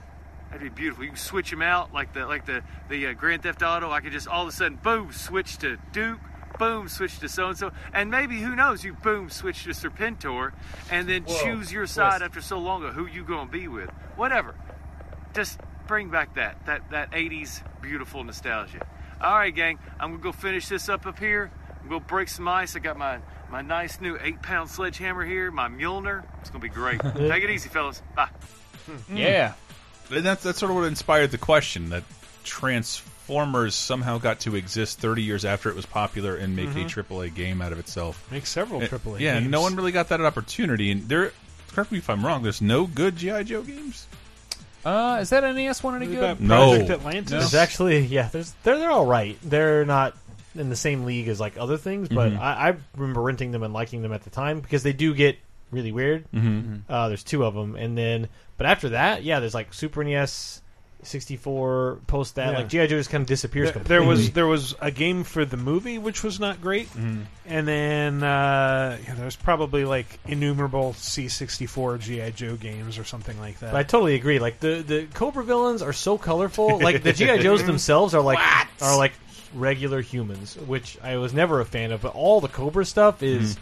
Speaker 15: That'd be beautiful. You can switch them out like the like the the uh, Grand Theft Auto. I could just all of a sudden boom switch to Duke. Boom, switch to so and so, and maybe who knows? You boom, switch to Serpentor, and then
Speaker 16: Whoa,
Speaker 15: choose your side
Speaker 16: twist.
Speaker 15: after so long of who you gonna be with. Whatever, just bring back that that that 80s beautiful nostalgia all right gang i'm gonna go finish this up up here i'm gonna break some ice i got my my nice new eight pound sledgehammer here my mjolnir it's gonna be
Speaker 4: (laughs)
Speaker 15: great take it easy fellas bye
Speaker 3: Yeah.
Speaker 1: Hmm. And that's that's sort of what inspired the question that Transformers somehow got to exist 30 years after it was popular and make
Speaker 2: Mhm.
Speaker 1: a AAA game out of itself.
Speaker 2: Make several
Speaker 1: Uh,
Speaker 2: AAA.
Speaker 1: Yeah,
Speaker 2: games.
Speaker 1: no one really got that opportunity. And there, correct me if I'm wrong. There's no good GI Joe games.
Speaker 3: Uh, is that NES one any
Speaker 2: What
Speaker 3: good?
Speaker 2: about Project No. Atlantis?
Speaker 4: There's
Speaker 3: No.
Speaker 4: actually yeah, there's they're they're all right. They're not in the same league as like other things, but
Speaker 3: Mhm.
Speaker 4: I, I remember renting them and liking them at the time because they do get really weird.
Speaker 3: Mhm.
Speaker 4: Uh, there's two of them, and then but after that, yeah, there's like Super E NES, 64, post that
Speaker 2: Yeah.
Speaker 4: like GI Joe just kind of disappears.
Speaker 2: There-
Speaker 4: completely.
Speaker 2: There was there was a game for the movie which was not great,
Speaker 4: Mhm.
Speaker 2: and then uh, yeah, there was probably like innumerable C sixty four GI Joe games or something like that.
Speaker 4: But I totally agree. Like the the Cobra villains are so colorful. Like the GI
Speaker 3: (laughs)
Speaker 4: Joes themselves are like are like regular humans, which I was never a fan of. But all the Cobra stuff is
Speaker 3: Hmm.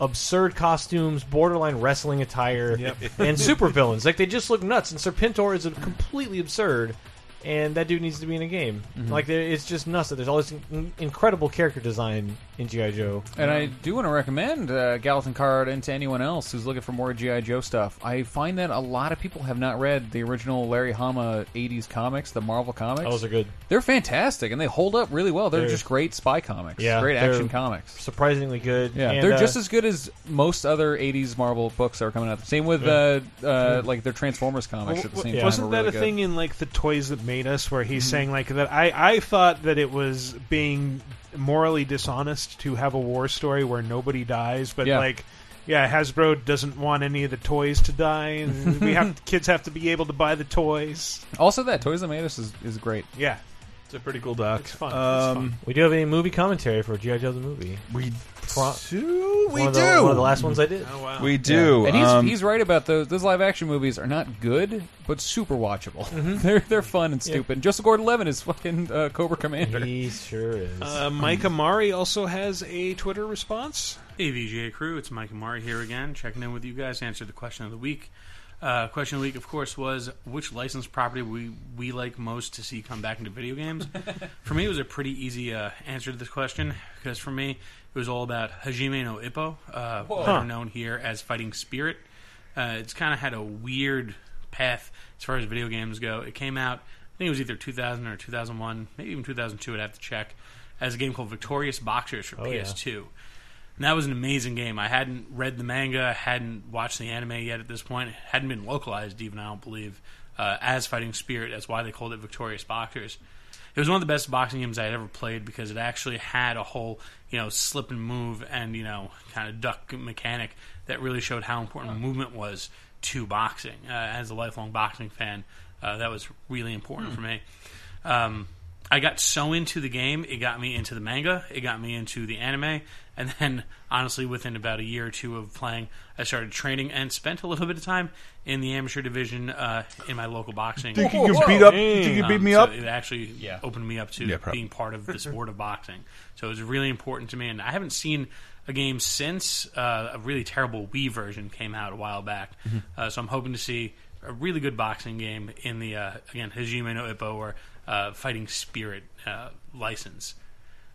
Speaker 4: absurd costumes, borderline wrestling attire, (laughs) and super villains. Like they just look nuts. And Serpentor is a completely absurd. And that dude needs to be in a game.
Speaker 3: Mhm.
Speaker 4: Like there, it's just nuts that there's all this in- incredible character design in GI Joe.
Speaker 3: And I do want to recommend uh, Gallatin Card and to anyone else who's looking for more GI Joe stuff. I find that a lot of people have not read the original Larry Hama '80s comics, the Marvel comics.
Speaker 4: Those are good.
Speaker 3: They're fantastic, and they hold up really well. They're,
Speaker 4: They're-
Speaker 3: just great spy comics,
Speaker 4: Yeah,
Speaker 3: great
Speaker 4: they're
Speaker 3: action comics.
Speaker 4: surprisingly good.
Speaker 3: Yeah,
Speaker 4: And,
Speaker 3: they're
Speaker 4: uh,
Speaker 3: just as good as most other '80s Marvel books that are coming out. Same with
Speaker 2: Yeah.
Speaker 3: uh, uh, like their Transformers comics at the same time.
Speaker 2: Wasn't
Speaker 3: were
Speaker 2: that
Speaker 3: really
Speaker 2: a
Speaker 3: good.
Speaker 2: thing in like the toys that made us, where he's
Speaker 3: Mhm.
Speaker 2: saying like that? I I thought that it was being morally dishonest to have a war story where nobody dies, but
Speaker 3: Yeah.
Speaker 2: like. Yeah, Hasbro doesn't want any of the toys to die,
Speaker 3: (laughs)
Speaker 2: and we have kids have to be able to buy the toys.
Speaker 3: Also, that Toys That Made Us is, is great.
Speaker 2: Yeah,
Speaker 1: it's a pretty cool doc.
Speaker 2: It's fun.
Speaker 3: Oh,
Speaker 1: Um,
Speaker 4: We do have a movie commentary for G.I. Joe the movie.
Speaker 1: We
Speaker 4: do.
Speaker 1: we
Speaker 4: one of the,
Speaker 1: do.
Speaker 4: One of the last ones I did.
Speaker 2: Oh,
Speaker 1: We do.
Speaker 3: And he's,
Speaker 1: um,
Speaker 3: he's right about those. Those live action movies are not good, but super watchable.
Speaker 4: Mm-hmm.
Speaker 3: (laughs) they're they're fun and
Speaker 2: Yeah.
Speaker 3: stupid. Joseph Gordon Levin is fucking uh, Cobra Commander.
Speaker 4: He sure is.
Speaker 2: Uh, Mike Amari also has a Twitter response.
Speaker 13: Hey, VGA crew, it's Mike Amari here again, checking in with you guys. Answer the question of the week. Uh, question of the week, of course, was which licensed property we we like most to see come back into video
Speaker 2: (laughs)
Speaker 13: games. for me, it was a pretty easy uh, answer to this question because for me, it was all about Hajime no Ippo, uh,
Speaker 15: Whoa.
Speaker 13: better
Speaker 15: Huh.
Speaker 13: known here as Fighting Spirit. Uh, it's kind of had a weird path as far as video games go. It came out, I think it was either 2000 or 2001, maybe even 2002. I'd have to check. As a game called Victorious Boxers for
Speaker 15: Oh, yeah.
Speaker 13: PS2. And that was an amazing game. I hadn't read the manga, hadn't watched the anime yet at this point. It hadn't been localized, even, I don't believe, uh, as Fighting Spirit. That's why they called it Victorious Boxers. It was one of the best boxing games I had ever played because it actually had a whole, you know, slip and move and, you know, kind of duck mechanic that really showed how important movement was to boxing. Uh, as a lifelong boxing fan, uh, that was really important
Speaker 15: Hmm.
Speaker 13: for me. Um, I got so into the game, it got me into the manga, it got me into the anime, and then honestly, within about a year or two of playing, I started training and spent a little bit of time in the amateur division uh, in my local boxing.
Speaker 1: Think you can Whoa. beat up-
Speaker 13: Mm.
Speaker 1: think you can beat me
Speaker 13: so
Speaker 1: up?
Speaker 13: It actually opened me up to
Speaker 1: Yeah, prob-
Speaker 13: being part of the sport of boxing, so it was really important to me. And I haven't seen a game since uh, a really terrible Wii version came out a while back,
Speaker 15: Mhm.
Speaker 13: uh, so I'm hoping to see a really good boxing game in the uh, again Hajime no Ippo or uh, Fighting Spirit uh, license.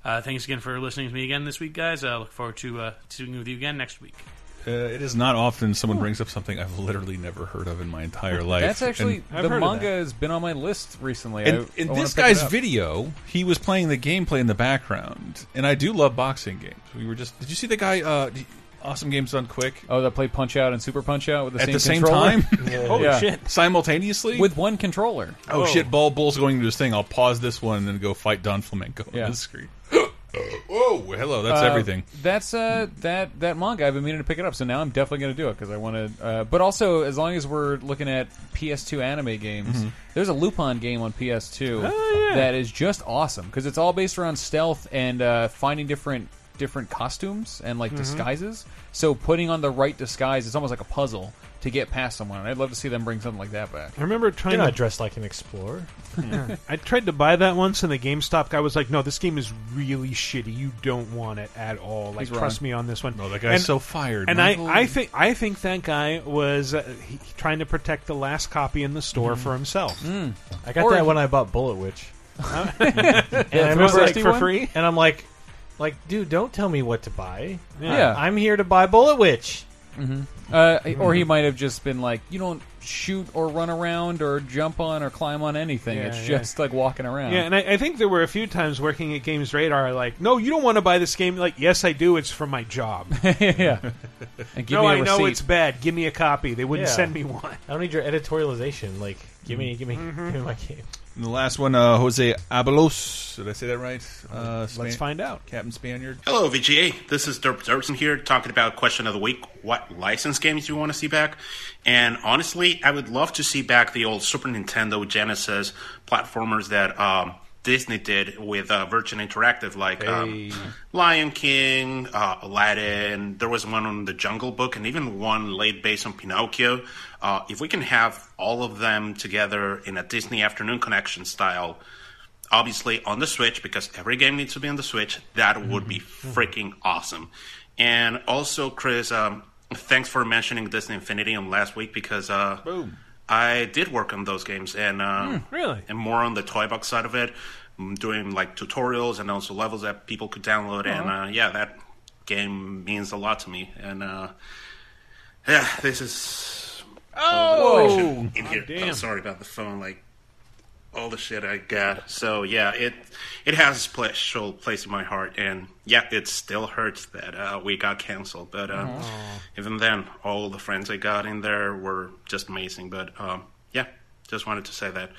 Speaker 13: Uh, thanks again for listening to me again this week, guys. I look forward to uh, speaking with you again next week.
Speaker 1: uh, it is not often someone brings up something I've literally never heard of in my entire life.
Speaker 3: That's actually
Speaker 1: And-
Speaker 3: the manga has been on my list recently.
Speaker 1: And
Speaker 3: I,
Speaker 1: in
Speaker 3: I wanna
Speaker 1: this
Speaker 3: pick it
Speaker 1: guy's
Speaker 3: up.
Speaker 1: video, he was playing the gameplay in the background, and I do love boxing games. We were just—did you see the guy? Uh, d- awesome games done quick.
Speaker 3: Oh, that played Punch Out and Super Punch Out with the
Speaker 1: at
Speaker 3: same
Speaker 1: the same
Speaker 3: controller? (laughs)
Speaker 1: time. (laughs) Simultaneously
Speaker 3: with one controller.
Speaker 1: Oh shit! Ball Bull's going to his thing. I'll pause this one and then go fight Don Flamenco
Speaker 3: Yeah.
Speaker 1: on the screen. Whoa! Hello, that's
Speaker 3: Uh,
Speaker 1: everything.
Speaker 3: That's uh, that that manga. I've been meaning to pick it up, so now I'm definitely going to do it because I want to. Uh, but also, as long as we're looking at PS2 anime games,
Speaker 1: Mm-hmm.
Speaker 15: Mhm.
Speaker 3: there's a Lupin game on PS2
Speaker 15: Oh, yeah.
Speaker 3: that is just awesome because it's all based around stealth and uh, finding different different costumes and like
Speaker 1: Mm-hmm.
Speaker 15: Mhm.
Speaker 3: disguises. So putting on the right disguise is almost like a puzzle to get past someone. And I'd love to see them bring something like that back.
Speaker 2: I remember trying
Speaker 4: You're
Speaker 2: to
Speaker 4: not dressed like an explorer.
Speaker 2: Yeah. I tried to buy that once, and the GameStop guy was like, "No, this game is really shitty. You don't want it at all. Like,
Speaker 1: He's wrong.
Speaker 2: trust me on this one."
Speaker 1: No, that guy's
Speaker 2: And-
Speaker 1: so fired,
Speaker 2: And
Speaker 1: Michael.
Speaker 2: I, I think, I think that guy was uh, he, trying to protect the last copy in the store
Speaker 3: Mm-hmm.
Speaker 4: Mhm.
Speaker 2: for himself.
Speaker 3: Mm.
Speaker 4: I got that when I bought Bullet Witch. and
Speaker 2: Yeah,
Speaker 4: I remember like,
Speaker 2: 360
Speaker 4: for
Speaker 2: one?
Speaker 4: free. And I'm like, like, dude, don't tell me what to buy.
Speaker 3: Yeah. Yeah.
Speaker 4: I'm here to buy Bullet Witch.
Speaker 3: Mhm. Uh, or
Speaker 2: Hmm.
Speaker 3: he might have just been like, you don't shoot or run around or jump on or climb on anything.
Speaker 2: Yeah,
Speaker 3: it's
Speaker 2: yeah.
Speaker 3: just like walking (laughs) around.
Speaker 2: Yeah, and I, I think there were a few times working at Games Radar, like, no, you don't want to buy this game. Like, yes, I do. It's for my job.
Speaker 3: (laughs) yeah. And give
Speaker 2: no,
Speaker 3: me a
Speaker 2: I know
Speaker 3: receipt.
Speaker 2: it's bad. Give me a copy. They wouldn't
Speaker 4: Yeah.
Speaker 2: send me one.
Speaker 4: I don't need your editorialization. Like, Give me, give me, give me my game.
Speaker 1: And the last one, uh, Jose Abelos. Did I say that right? Uh,
Speaker 2: Let's find out.
Speaker 1: Captain Spaniard.
Speaker 11: Hello, VGA. This is Derp Derpson here talking about question of the week. What license games do you want to see back? And honestly, I would love to see back the old Super Nintendo Genesis platformers that um, Disney did with uh, Virgin Interactive, like um, Lion King, uh, Aladdin. There was one on the Jungle Book, and even one laid based on Pinocchio. Uh, if we can have all of them together in a Disney Afternoon Connection style, obviously on the Switch because every game needs to be on the Switch. That would be
Speaker 2: Mm-hmm.
Speaker 11: freaking awesome. And also, Chris, um, thanks for mentioning Disney Infinity on last week because uh, I did work on those games and uh,
Speaker 2: Mm, really
Speaker 11: and more on the toy box side of it, mm, doing like tutorials and also levels that people could download. And
Speaker 2: Uh-huh.
Speaker 11: uh, yeah, that game means a lot to me. And uh, yeah, this is all the
Speaker 2: Oh!
Speaker 11: information in here.
Speaker 2: damn.
Speaker 11: I'm sorry about the phone. Like all the shit I got. So yeah, it it has a special place in my heart, and yeah, it still hurts that uh, we got canceled. But um,
Speaker 16: Aw.
Speaker 11: even then, all the friends I got in there were just amazing. But um, yeah, just wanted to say that.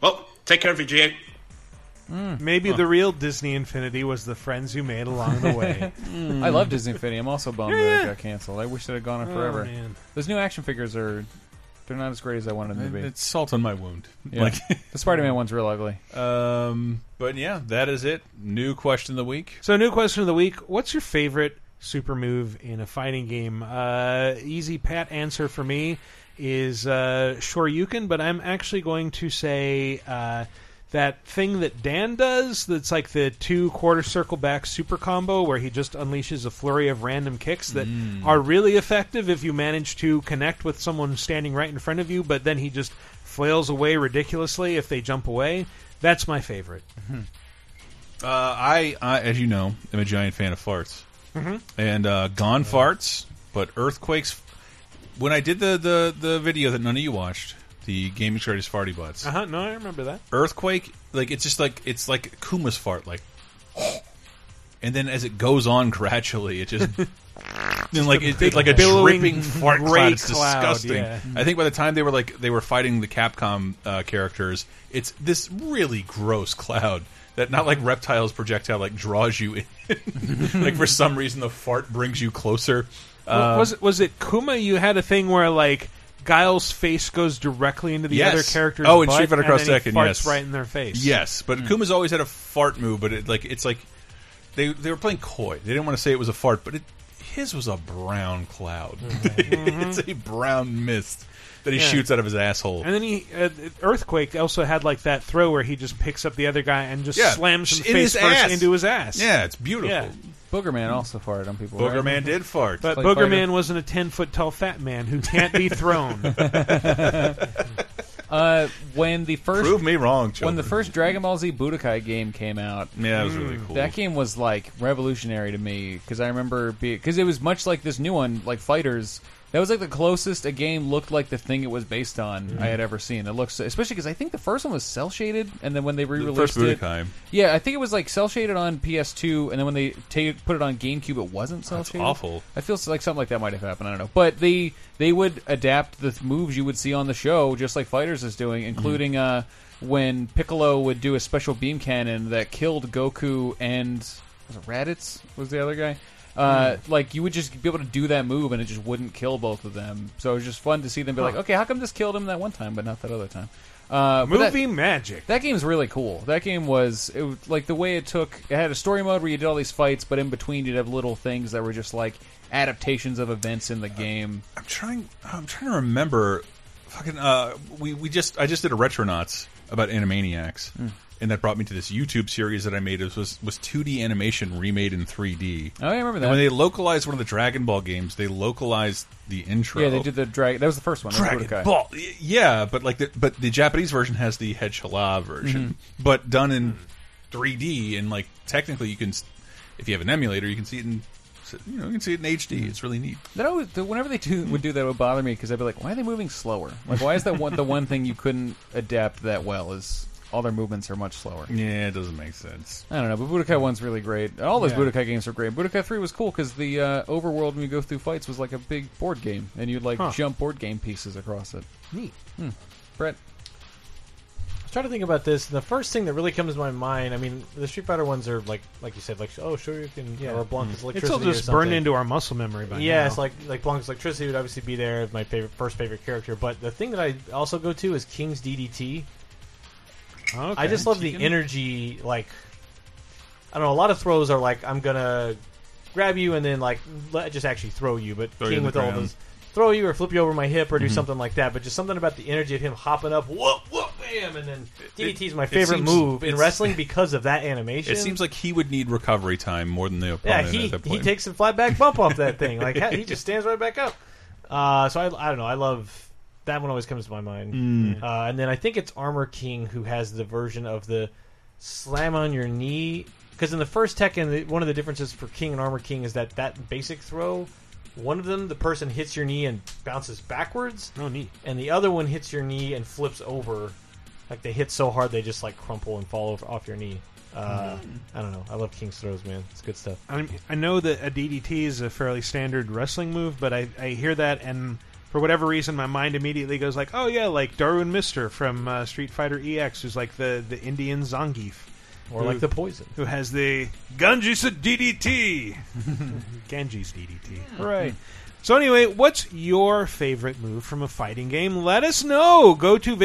Speaker 11: Well, take care, VGA.
Speaker 3: Mm.
Speaker 2: Maybe
Speaker 11: Huh.
Speaker 2: the real Disney Infinity was the friends you made along the
Speaker 3: (laughs)
Speaker 2: way. Hmm.
Speaker 3: I love Disney Infinity. I'm also bummed that it got canceled. I wish it had gone on
Speaker 2: Oh,
Speaker 3: forever.
Speaker 2: man.
Speaker 3: Those new action figures are. They're not as great as I wanted them to be.
Speaker 1: It's salt on my wound.
Speaker 3: Yeah.
Speaker 1: Like-
Speaker 3: the Spider-Man one's
Speaker 2: (laughs)
Speaker 3: real ugly.
Speaker 1: Um, but yeah, that is it. New question of the week.
Speaker 2: So, new question of the week: What's your favorite super move in a fighting game? Uh, easy pat answer for me is uh, Shoryuken, but I'm actually going to say uh, that thing that Dan does. That's like the two quarter circle back super combo, where he just unleashes a flurry of random kicks that
Speaker 17: Mm.
Speaker 2: are really effective if you manage to connect with someone standing right in front of you. But then he just flails away ridiculously if they jump away. That's my favorite.
Speaker 1: Uh, I, I, as you know, am a giant fan of farts,
Speaker 2: Mhm.
Speaker 1: and uh, gone farts, but earthquakes. When I did the the the video that none of you watched, the gaming greatest farty butts.
Speaker 2: Uh huh. No, I remember that.
Speaker 1: earthquake like it's just like it's like kuma's fart like and then as it goes on gradually it
Speaker 2: (laughs)
Speaker 1: just then like
Speaker 2: a
Speaker 1: it,
Speaker 2: big
Speaker 1: it's like a
Speaker 2: billowing
Speaker 1: dripping fart
Speaker 2: gray
Speaker 1: cloud it's
Speaker 2: cloud,
Speaker 1: disgusting
Speaker 2: yeah.
Speaker 1: i think by the time they were like they were fighting the capcom uh, characters it's this really gross cloud that not like reptiles projectile like draws you in (laughs) like for some reason the fart brings you closer
Speaker 2: Wa- was it, was it Kuma? You had a thing where like Guile's face goes directly into the
Speaker 1: Yes.
Speaker 2: other character's
Speaker 1: Oh, and
Speaker 2: butt,
Speaker 1: Street Fighter
Speaker 2: and
Speaker 1: Cross
Speaker 2: then he
Speaker 1: Tekken,
Speaker 2: farts
Speaker 1: yes,
Speaker 2: right in their face. Hmm.
Speaker 1: Yes, but Kuma's always had a fart move, but it, like it's like they they were playing coy. They didn't want to say it was a fart, but it, his was a brown cloud. (laughs) it's a brown mist that he
Speaker 2: Mm-hmm. Yeah.
Speaker 1: shoots out of his asshole.
Speaker 2: And then he uh, earthquake also had like that throw where he just picks up the other guy and just
Speaker 1: Yeah.
Speaker 2: slams him
Speaker 1: In
Speaker 2: face
Speaker 1: his
Speaker 2: first
Speaker 1: ass.
Speaker 2: into his ass.
Speaker 1: Yeah, it's beautiful.
Speaker 2: Yeah.
Speaker 3: Boogerman also farted on people.
Speaker 1: Booger
Speaker 3: right?
Speaker 1: Man did fart.
Speaker 2: But
Speaker 3: Like
Speaker 2: Booger
Speaker 3: fighter.
Speaker 2: Man wasn't a ten foot tall fat man who can't be
Speaker 3: (laughs)
Speaker 2: thrown.
Speaker 3: uh, when the first
Speaker 1: prove me wrong,
Speaker 3: when the first Dragon Ball Z Budokai game came out,
Speaker 1: Yeah, it was really cool.
Speaker 3: That game was like revolutionary to me because I remember because it was much like this new one, like Fighters. That was like the closest a game looked like the thing it was based on
Speaker 1: Hmm.
Speaker 3: I had ever seen. It looks especially because I think the first one was cell shaded, and then when they re-released
Speaker 1: first
Speaker 3: it,
Speaker 1: Budokai.
Speaker 3: yeah, I think it was like cell shaded on PS2, and then when they ta put it on GameCube, it wasn't cell shaded.
Speaker 1: awful.
Speaker 3: I feel like something like that might have happened. I don't know, but they they would adapt the th- moves you would see on the show, just like Fighters is doing, including uh, when Piccolo would do a special beam cannon that killed Goku and was it Raditz was the other guy. Uh, Like you would just be able to do that move, and it just wouldn't kill both of them. So it was just fun to see them be like,
Speaker 2: Huh.
Speaker 3: okay, how come this killed him that one time, but not that other time? Uh, but that-
Speaker 2: Movie magic.
Speaker 3: that game's really cool. That game was it was- like the way it took. It had a story mode where you did all these fights, but in between you'd have little things that were just like adaptations of events in the game.
Speaker 1: I'm trying. I'm trying to remember. Fucking. Uh, we we just. I just did a retronauts about Animaniacs,
Speaker 3: Hmm.
Speaker 1: and that brought me to this YouTube series that I made. It was was 2D animation remade in 3D.
Speaker 3: Oh, yeah, I remember
Speaker 1: And
Speaker 3: that.
Speaker 1: when they localized one of the Dragon Ball games, they localized the intro.
Speaker 3: Yeah, they did the dragon. That was the first one. that was
Speaker 1: Dragon
Speaker 3: Budokai.
Speaker 1: Ball. Y- Yeah, but like, the, but the Japanese version has the head shala version,
Speaker 3: Mm-hmm.
Speaker 1: but done in 3D, and like technically you can, s- if you have an emulator, you can see it in, you know, you can see it in HD. It's really neat.
Speaker 3: That always, the- whenever they do, would do that, it would bother me because I'd be like, why are they moving slower? Like, why is that one the one thing you couldn't adapt that well? Is all their movements are much slower.
Speaker 1: Yeah, it doesn't make sense.
Speaker 3: I don't know, but Budokai One's really great. All those
Speaker 1: Yeah.
Speaker 3: Budokai games are great. Budokai Three was cool because the uh, overworld when you go through fights was like a big board game, and you'd like
Speaker 2: Huh.
Speaker 3: jump board game pieces across it.
Speaker 2: Neat.
Speaker 3: Hmm. Brett.
Speaker 4: trying to think about this. The first thing that really comes to my mind, I mean, the Street Fighter ones are like, like you said, like oh, sure you can,
Speaker 2: Yeah.
Speaker 4: or Blanca's
Speaker 2: Mm. It's all
Speaker 4: electricity. or
Speaker 2: just burned
Speaker 4: something.
Speaker 2: into our muscle memory by
Speaker 4: yeah,
Speaker 2: now.
Speaker 4: it's like like Blanca's electricity would obviously be there. My favorite, first favorite character. But the thing that I also go to is King's DDT. I just love the
Speaker 2: Tekken.
Speaker 4: energy. Like, I don't know. A lot of throws are like I'm gonna grab you and then like let, just actually throw you. But
Speaker 2: Throw you
Speaker 4: King
Speaker 2: to
Speaker 4: with
Speaker 2: the
Speaker 4: all
Speaker 2: ground.
Speaker 4: those throw you or flip you over my hip or do
Speaker 2: Mhm.
Speaker 4: something like that. But just something about the energy of him hopping up, whoop whoop, bam, and then DDT is my
Speaker 1: it
Speaker 4: favorite
Speaker 1: seems-
Speaker 4: move in
Speaker 1: it's- (laughs)
Speaker 4: wrestling because of that animation.
Speaker 1: It seems like he would need recovery time more than the
Speaker 4: Yeah,
Speaker 1: opponent
Speaker 4: he
Speaker 1: at that
Speaker 4: he
Speaker 1: point.
Speaker 4: takes a flat back bump off that thing.
Speaker 1: (laughs)
Speaker 4: Like he just stands right back up. Uh, so I, I don't know. I love that one. Always comes to my mind.
Speaker 1: Mm.
Speaker 4: Uh, and then I think it's Armor King who has the version of the slam on your knee. Because in the first Tekken, the- one of the differences for King and Armor King is that that basic throw, one of them the person hits your knee and bounces backwards.
Speaker 2: No knee.
Speaker 4: And the other one hits your knee and flips over. Like they hit so hard they just like crumple and fall over, off your knee. Uh, I don't know. I love King's throws, man. It's good stuff.
Speaker 2: I'm, I know that a DDT is a fairly standard wrestling move, but I, I hear that and for whatever reason my mind immediately goes like, oh yeah, like Darwin Mister from uh, Street Fighter EX, who's like the the Indian Zangief,
Speaker 4: Or like the Poison.
Speaker 2: who has the Ganges
Speaker 4: (laughs)
Speaker 2: DDT, Ganges DDT,
Speaker 4: Hooray.
Speaker 2: So anyway, what's your favorite move from a fighting game? Let us know. Go to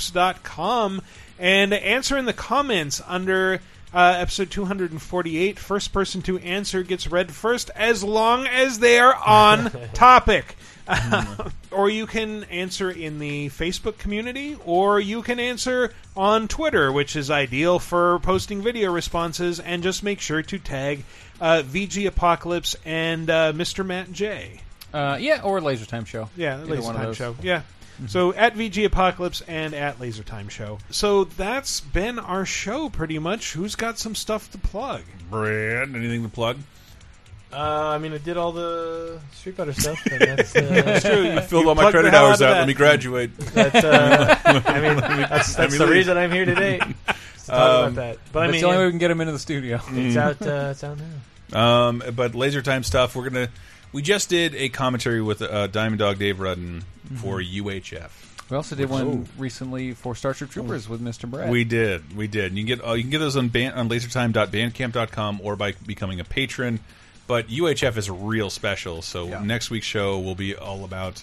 Speaker 2: VideoGameApocalypse.com and answer in the comments under uh, episode 248. First person to answer gets read first, as long as they are on topic. (laughs) or you can answer in the Facebook community, or you can answer on Twitter, which is ideal for posting video responses. And just make sure to tag uh, VG Apocalypse and uh, Mr. Matt J.
Speaker 3: Uh, yeah, or Laser Time Show.
Speaker 2: Yeah,
Speaker 3: Either
Speaker 2: Laser
Speaker 3: one of
Speaker 2: Time
Speaker 3: those. Mm-hmm.
Speaker 2: Show. Yeah. So at VG Apocalypse and at Laser Time Show. So that's been our show pretty much. Who's got some stuff to plug?
Speaker 1: Brad, anything to plug?
Speaker 4: Uh, I mean, I did all the Street Fighter stuff.
Speaker 1: (laughs)
Speaker 4: And that's, uh,
Speaker 1: That's true. You filled all my
Speaker 4: plugged the
Speaker 1: credit
Speaker 4: hell
Speaker 1: hours
Speaker 4: of
Speaker 1: out.
Speaker 4: that.
Speaker 1: Let me graduate.
Speaker 4: (laughs)
Speaker 1: (laughs)
Speaker 4: That's, uh, I mean,
Speaker 1: Let me-
Speaker 4: that's,
Speaker 1: let
Speaker 4: that's
Speaker 1: me
Speaker 4: the
Speaker 1: leave.
Speaker 4: reason I'm
Speaker 1: (laughs)
Speaker 4: here today. is to talk
Speaker 1: Um,
Speaker 4: about that. But I
Speaker 3: That's
Speaker 4: mean,
Speaker 3: the only way we can get him into the studio.
Speaker 4: (laughs) It's out. Uh, it's out now.
Speaker 1: Um, but laser time stuff. We're gonna. We just did a commentary with uh, Diamond Dog Dave Rudden for
Speaker 4: Mm-hmm.
Speaker 1: UHF.
Speaker 3: We also did
Speaker 1: Which-
Speaker 3: one
Speaker 1: Ooh.
Speaker 3: recently for Starship Troopers with Mr. Brad.
Speaker 1: We did, we did. You can get uh, you can get those on ban- on lasertime.bandcamp.com or by becoming a patron. But UHF is real special, so next week's show will be all about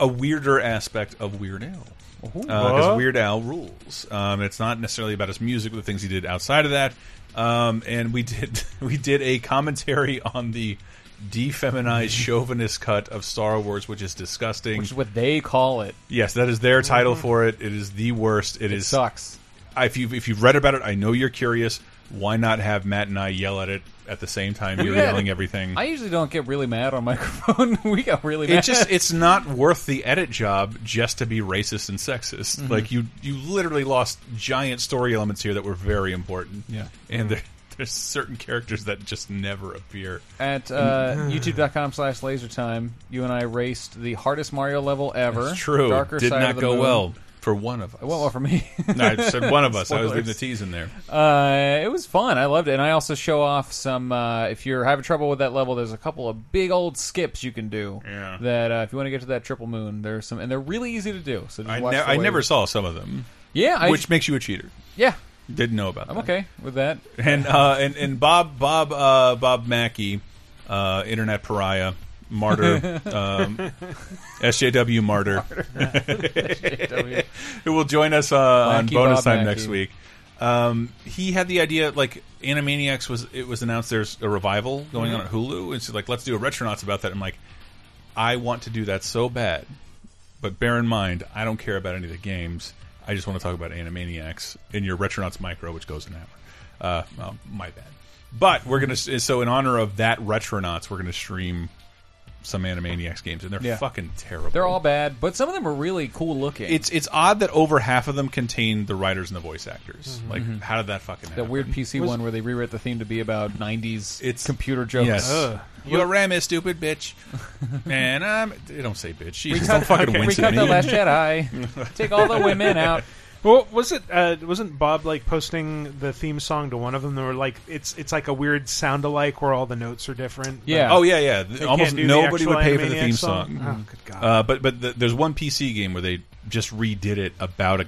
Speaker 1: a weirder aspect of Weird Al Uh, because
Speaker 2: Huh?
Speaker 1: Weird Al rules. Um, it's not necessarily about his music, but the things he did outside of that. Um, and we did (laughs) we did a commentary on the
Speaker 3: (laughs)
Speaker 1: defeminized chauvinist cut of Star Wars, which is disgusting.
Speaker 3: Which is what they call it. Mm-hmm.
Speaker 1: Yes, that is their title for it. It is the worst. it
Speaker 3: It
Speaker 1: is
Speaker 3: sucks.
Speaker 1: If you if you've read about it, I know you're curious. Why not have Matt and I yell at it at the same time you're
Speaker 3: (laughs) Yeah.
Speaker 1: yelling everything?
Speaker 3: I usually don't get really mad on (laughs) microphone. we got really mad. (laughs)
Speaker 1: it just it's not worth the edit job just to be racist and sexist.
Speaker 3: Mhm.
Speaker 1: Like you you literally lost giant story elements here that were very important.
Speaker 3: Yeah.
Speaker 1: and there, there's certain characters that just never appear.
Speaker 3: At uh,
Speaker 1: Mm-hmm.
Speaker 3: youtube.com slash lasertime, you and I raced the hardest Mario level ever.
Speaker 1: That's true.
Speaker 3: Darker
Speaker 1: Did
Speaker 3: side
Speaker 1: not
Speaker 3: of the
Speaker 1: go
Speaker 3: moon.
Speaker 1: well for one of us.
Speaker 3: It went well for me.
Speaker 1: No, I said one of us. I was leaving the
Speaker 3: (laughs) Spoilers.
Speaker 1: tease in there.
Speaker 3: Uh, it was fun. I loved it, and I also show off some. Uh, if you're having trouble with that level, there's a couple of big old skips you can do. Yeah. That uh, if you want to get to that triple moon, there's some, and they're really easy to do. So just
Speaker 1: I,
Speaker 3: watch
Speaker 1: ne-
Speaker 3: the
Speaker 1: I never
Speaker 3: lasers.
Speaker 1: saw some of them.
Speaker 3: Yeah, I-
Speaker 1: which makes you a cheater.
Speaker 3: Yeah.
Speaker 1: didn't know about.
Speaker 3: I'm
Speaker 1: that.
Speaker 3: okay with that.
Speaker 1: And uh, and and Bob Bob uh, Bob Mackey, uh, internet pariah, martyr, um,
Speaker 3: (laughs)
Speaker 1: SJW martyr, (laughs)
Speaker 3: SJW.
Speaker 1: who will join us uh, on
Speaker 3: Mackey,
Speaker 1: bonus
Speaker 3: Bob
Speaker 1: time
Speaker 3: Mackey.
Speaker 1: next week. Um, he had the idea like Animaniacs was it was announced there's a revival going on
Speaker 2: Mhm.
Speaker 3: Mm-hmm.
Speaker 1: at Hulu, and she's like, let's do a Retronauts about that. I'm like, I want to do that so bad, but bear in mind, I don't care about any of the games. I just want to talk about Animaniacs in your Retronauts micro, which goes an hour. Uh, um, my bad. But we're gonna so in honor of that Retronauts, we're gonna stream some Animaniacs games, and they're
Speaker 3: Yeah.
Speaker 1: fucking terrible.
Speaker 3: They're all bad, but some of them are really cool looking.
Speaker 1: It's it's odd that over half of them contain the writers and the voice actors.
Speaker 3: Mhm.
Speaker 1: Like,
Speaker 3: Mhm.
Speaker 1: how did that fucking happen?
Speaker 3: that weird PC one where they rewrote the theme to be about '90s
Speaker 1: it's,
Speaker 3: computer jokes.
Speaker 1: Yes. Your RAM is stupid,
Speaker 2: (laughs)
Speaker 1: bitch. Man, I'm. They don't say bitch. Jesus,
Speaker 3: cut-
Speaker 1: don't fucking
Speaker 3: okay.
Speaker 1: wince
Speaker 3: We
Speaker 1: at
Speaker 3: cut the
Speaker 1: me.
Speaker 3: Last Jedi. Take all the women out.
Speaker 2: Well, was it uh, wasn't Bob like posting the theme song to one of them? They were like, it's it's like a weird sound alike where all the notes are different.
Speaker 1: Yeah. Oh yeah, yeah.
Speaker 2: They
Speaker 1: Th-
Speaker 2: can't
Speaker 1: Almost
Speaker 2: do the
Speaker 1: nobody
Speaker 2: actual
Speaker 1: would pay for the
Speaker 2: Animaniacs
Speaker 1: theme song.
Speaker 2: Oh, good God.
Speaker 1: Uh, but but the, there's one PC game where they just redid it about a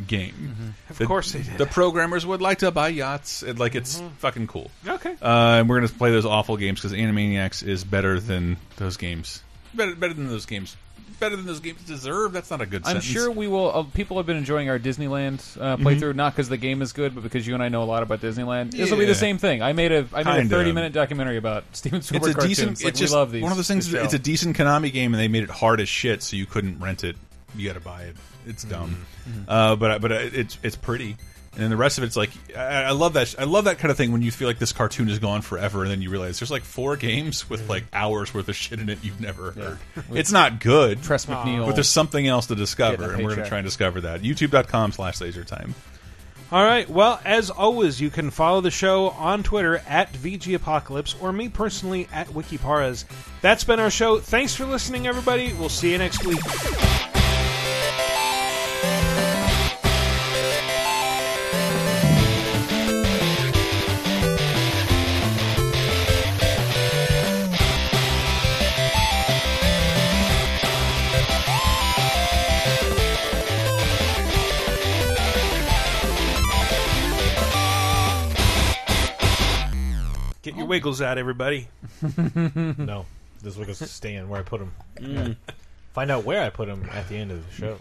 Speaker 1: game.
Speaker 2: Mm-hmm. Of
Speaker 1: The-
Speaker 2: course they did. Mm-hmm.
Speaker 1: The programmers would like to buy yachts. It, like it's fucking cool.
Speaker 2: Okay.
Speaker 1: Uh, and we're gonna play those awful games because Animaniacs is better than those games. Better, better than those games. Better than those games deserve. That's not a good.
Speaker 3: I'm
Speaker 1: sentence.
Speaker 3: sure we will. Uh, people have been enjoying our Disneyland uh,
Speaker 1: Mhm.
Speaker 3: playthrough, not because the game is good, but because you and I know a lot about Disneyland. This will be
Speaker 1: Yeah.
Speaker 3: the same thing. I made a I made
Speaker 1: Kinda.
Speaker 3: a 30 minute documentary about (laughs) Steven
Speaker 1: It's
Speaker 3: Spielberg
Speaker 1: a
Speaker 3: cartoons.
Speaker 1: decent.
Speaker 3: Like,
Speaker 1: it's
Speaker 3: we
Speaker 1: just
Speaker 3: love these.
Speaker 1: one of those things.
Speaker 3: this
Speaker 1: It's
Speaker 3: show.
Speaker 1: a decent Konami game, and they made it hard as shit, so you couldn't rent it. You got to buy it. It's dumb,
Speaker 3: Mm-hmm.
Speaker 1: uh, but I- but I- it's it's pretty. And then the rest of it's like I, I love that I love that kind of thing when you feel like this cartoon is gone forever, and then you realize there's like four games
Speaker 3: Mm-hmm.
Speaker 1: with like hours worth of shit in it you've never
Speaker 3: (laughs)
Speaker 1: heard. It's not good,
Speaker 3: Tress McNeil
Speaker 1: but there's something else to discover,
Speaker 2: getting a
Speaker 1: and we're going to
Speaker 2: paycheck.
Speaker 1: try and discover that. YouTube.com/slash Laser Time. Mm-hmm.
Speaker 2: All right. Well, as always, you can follow the show on Twitter at VG Apocalypse or me personally at Wikiparas. That's been our show. Thanks for listening, everybody. We'll see you next week. Get your wiggles out, everybody.
Speaker 4: no, this was staying where I put him. Find out where I put him at the end of the show.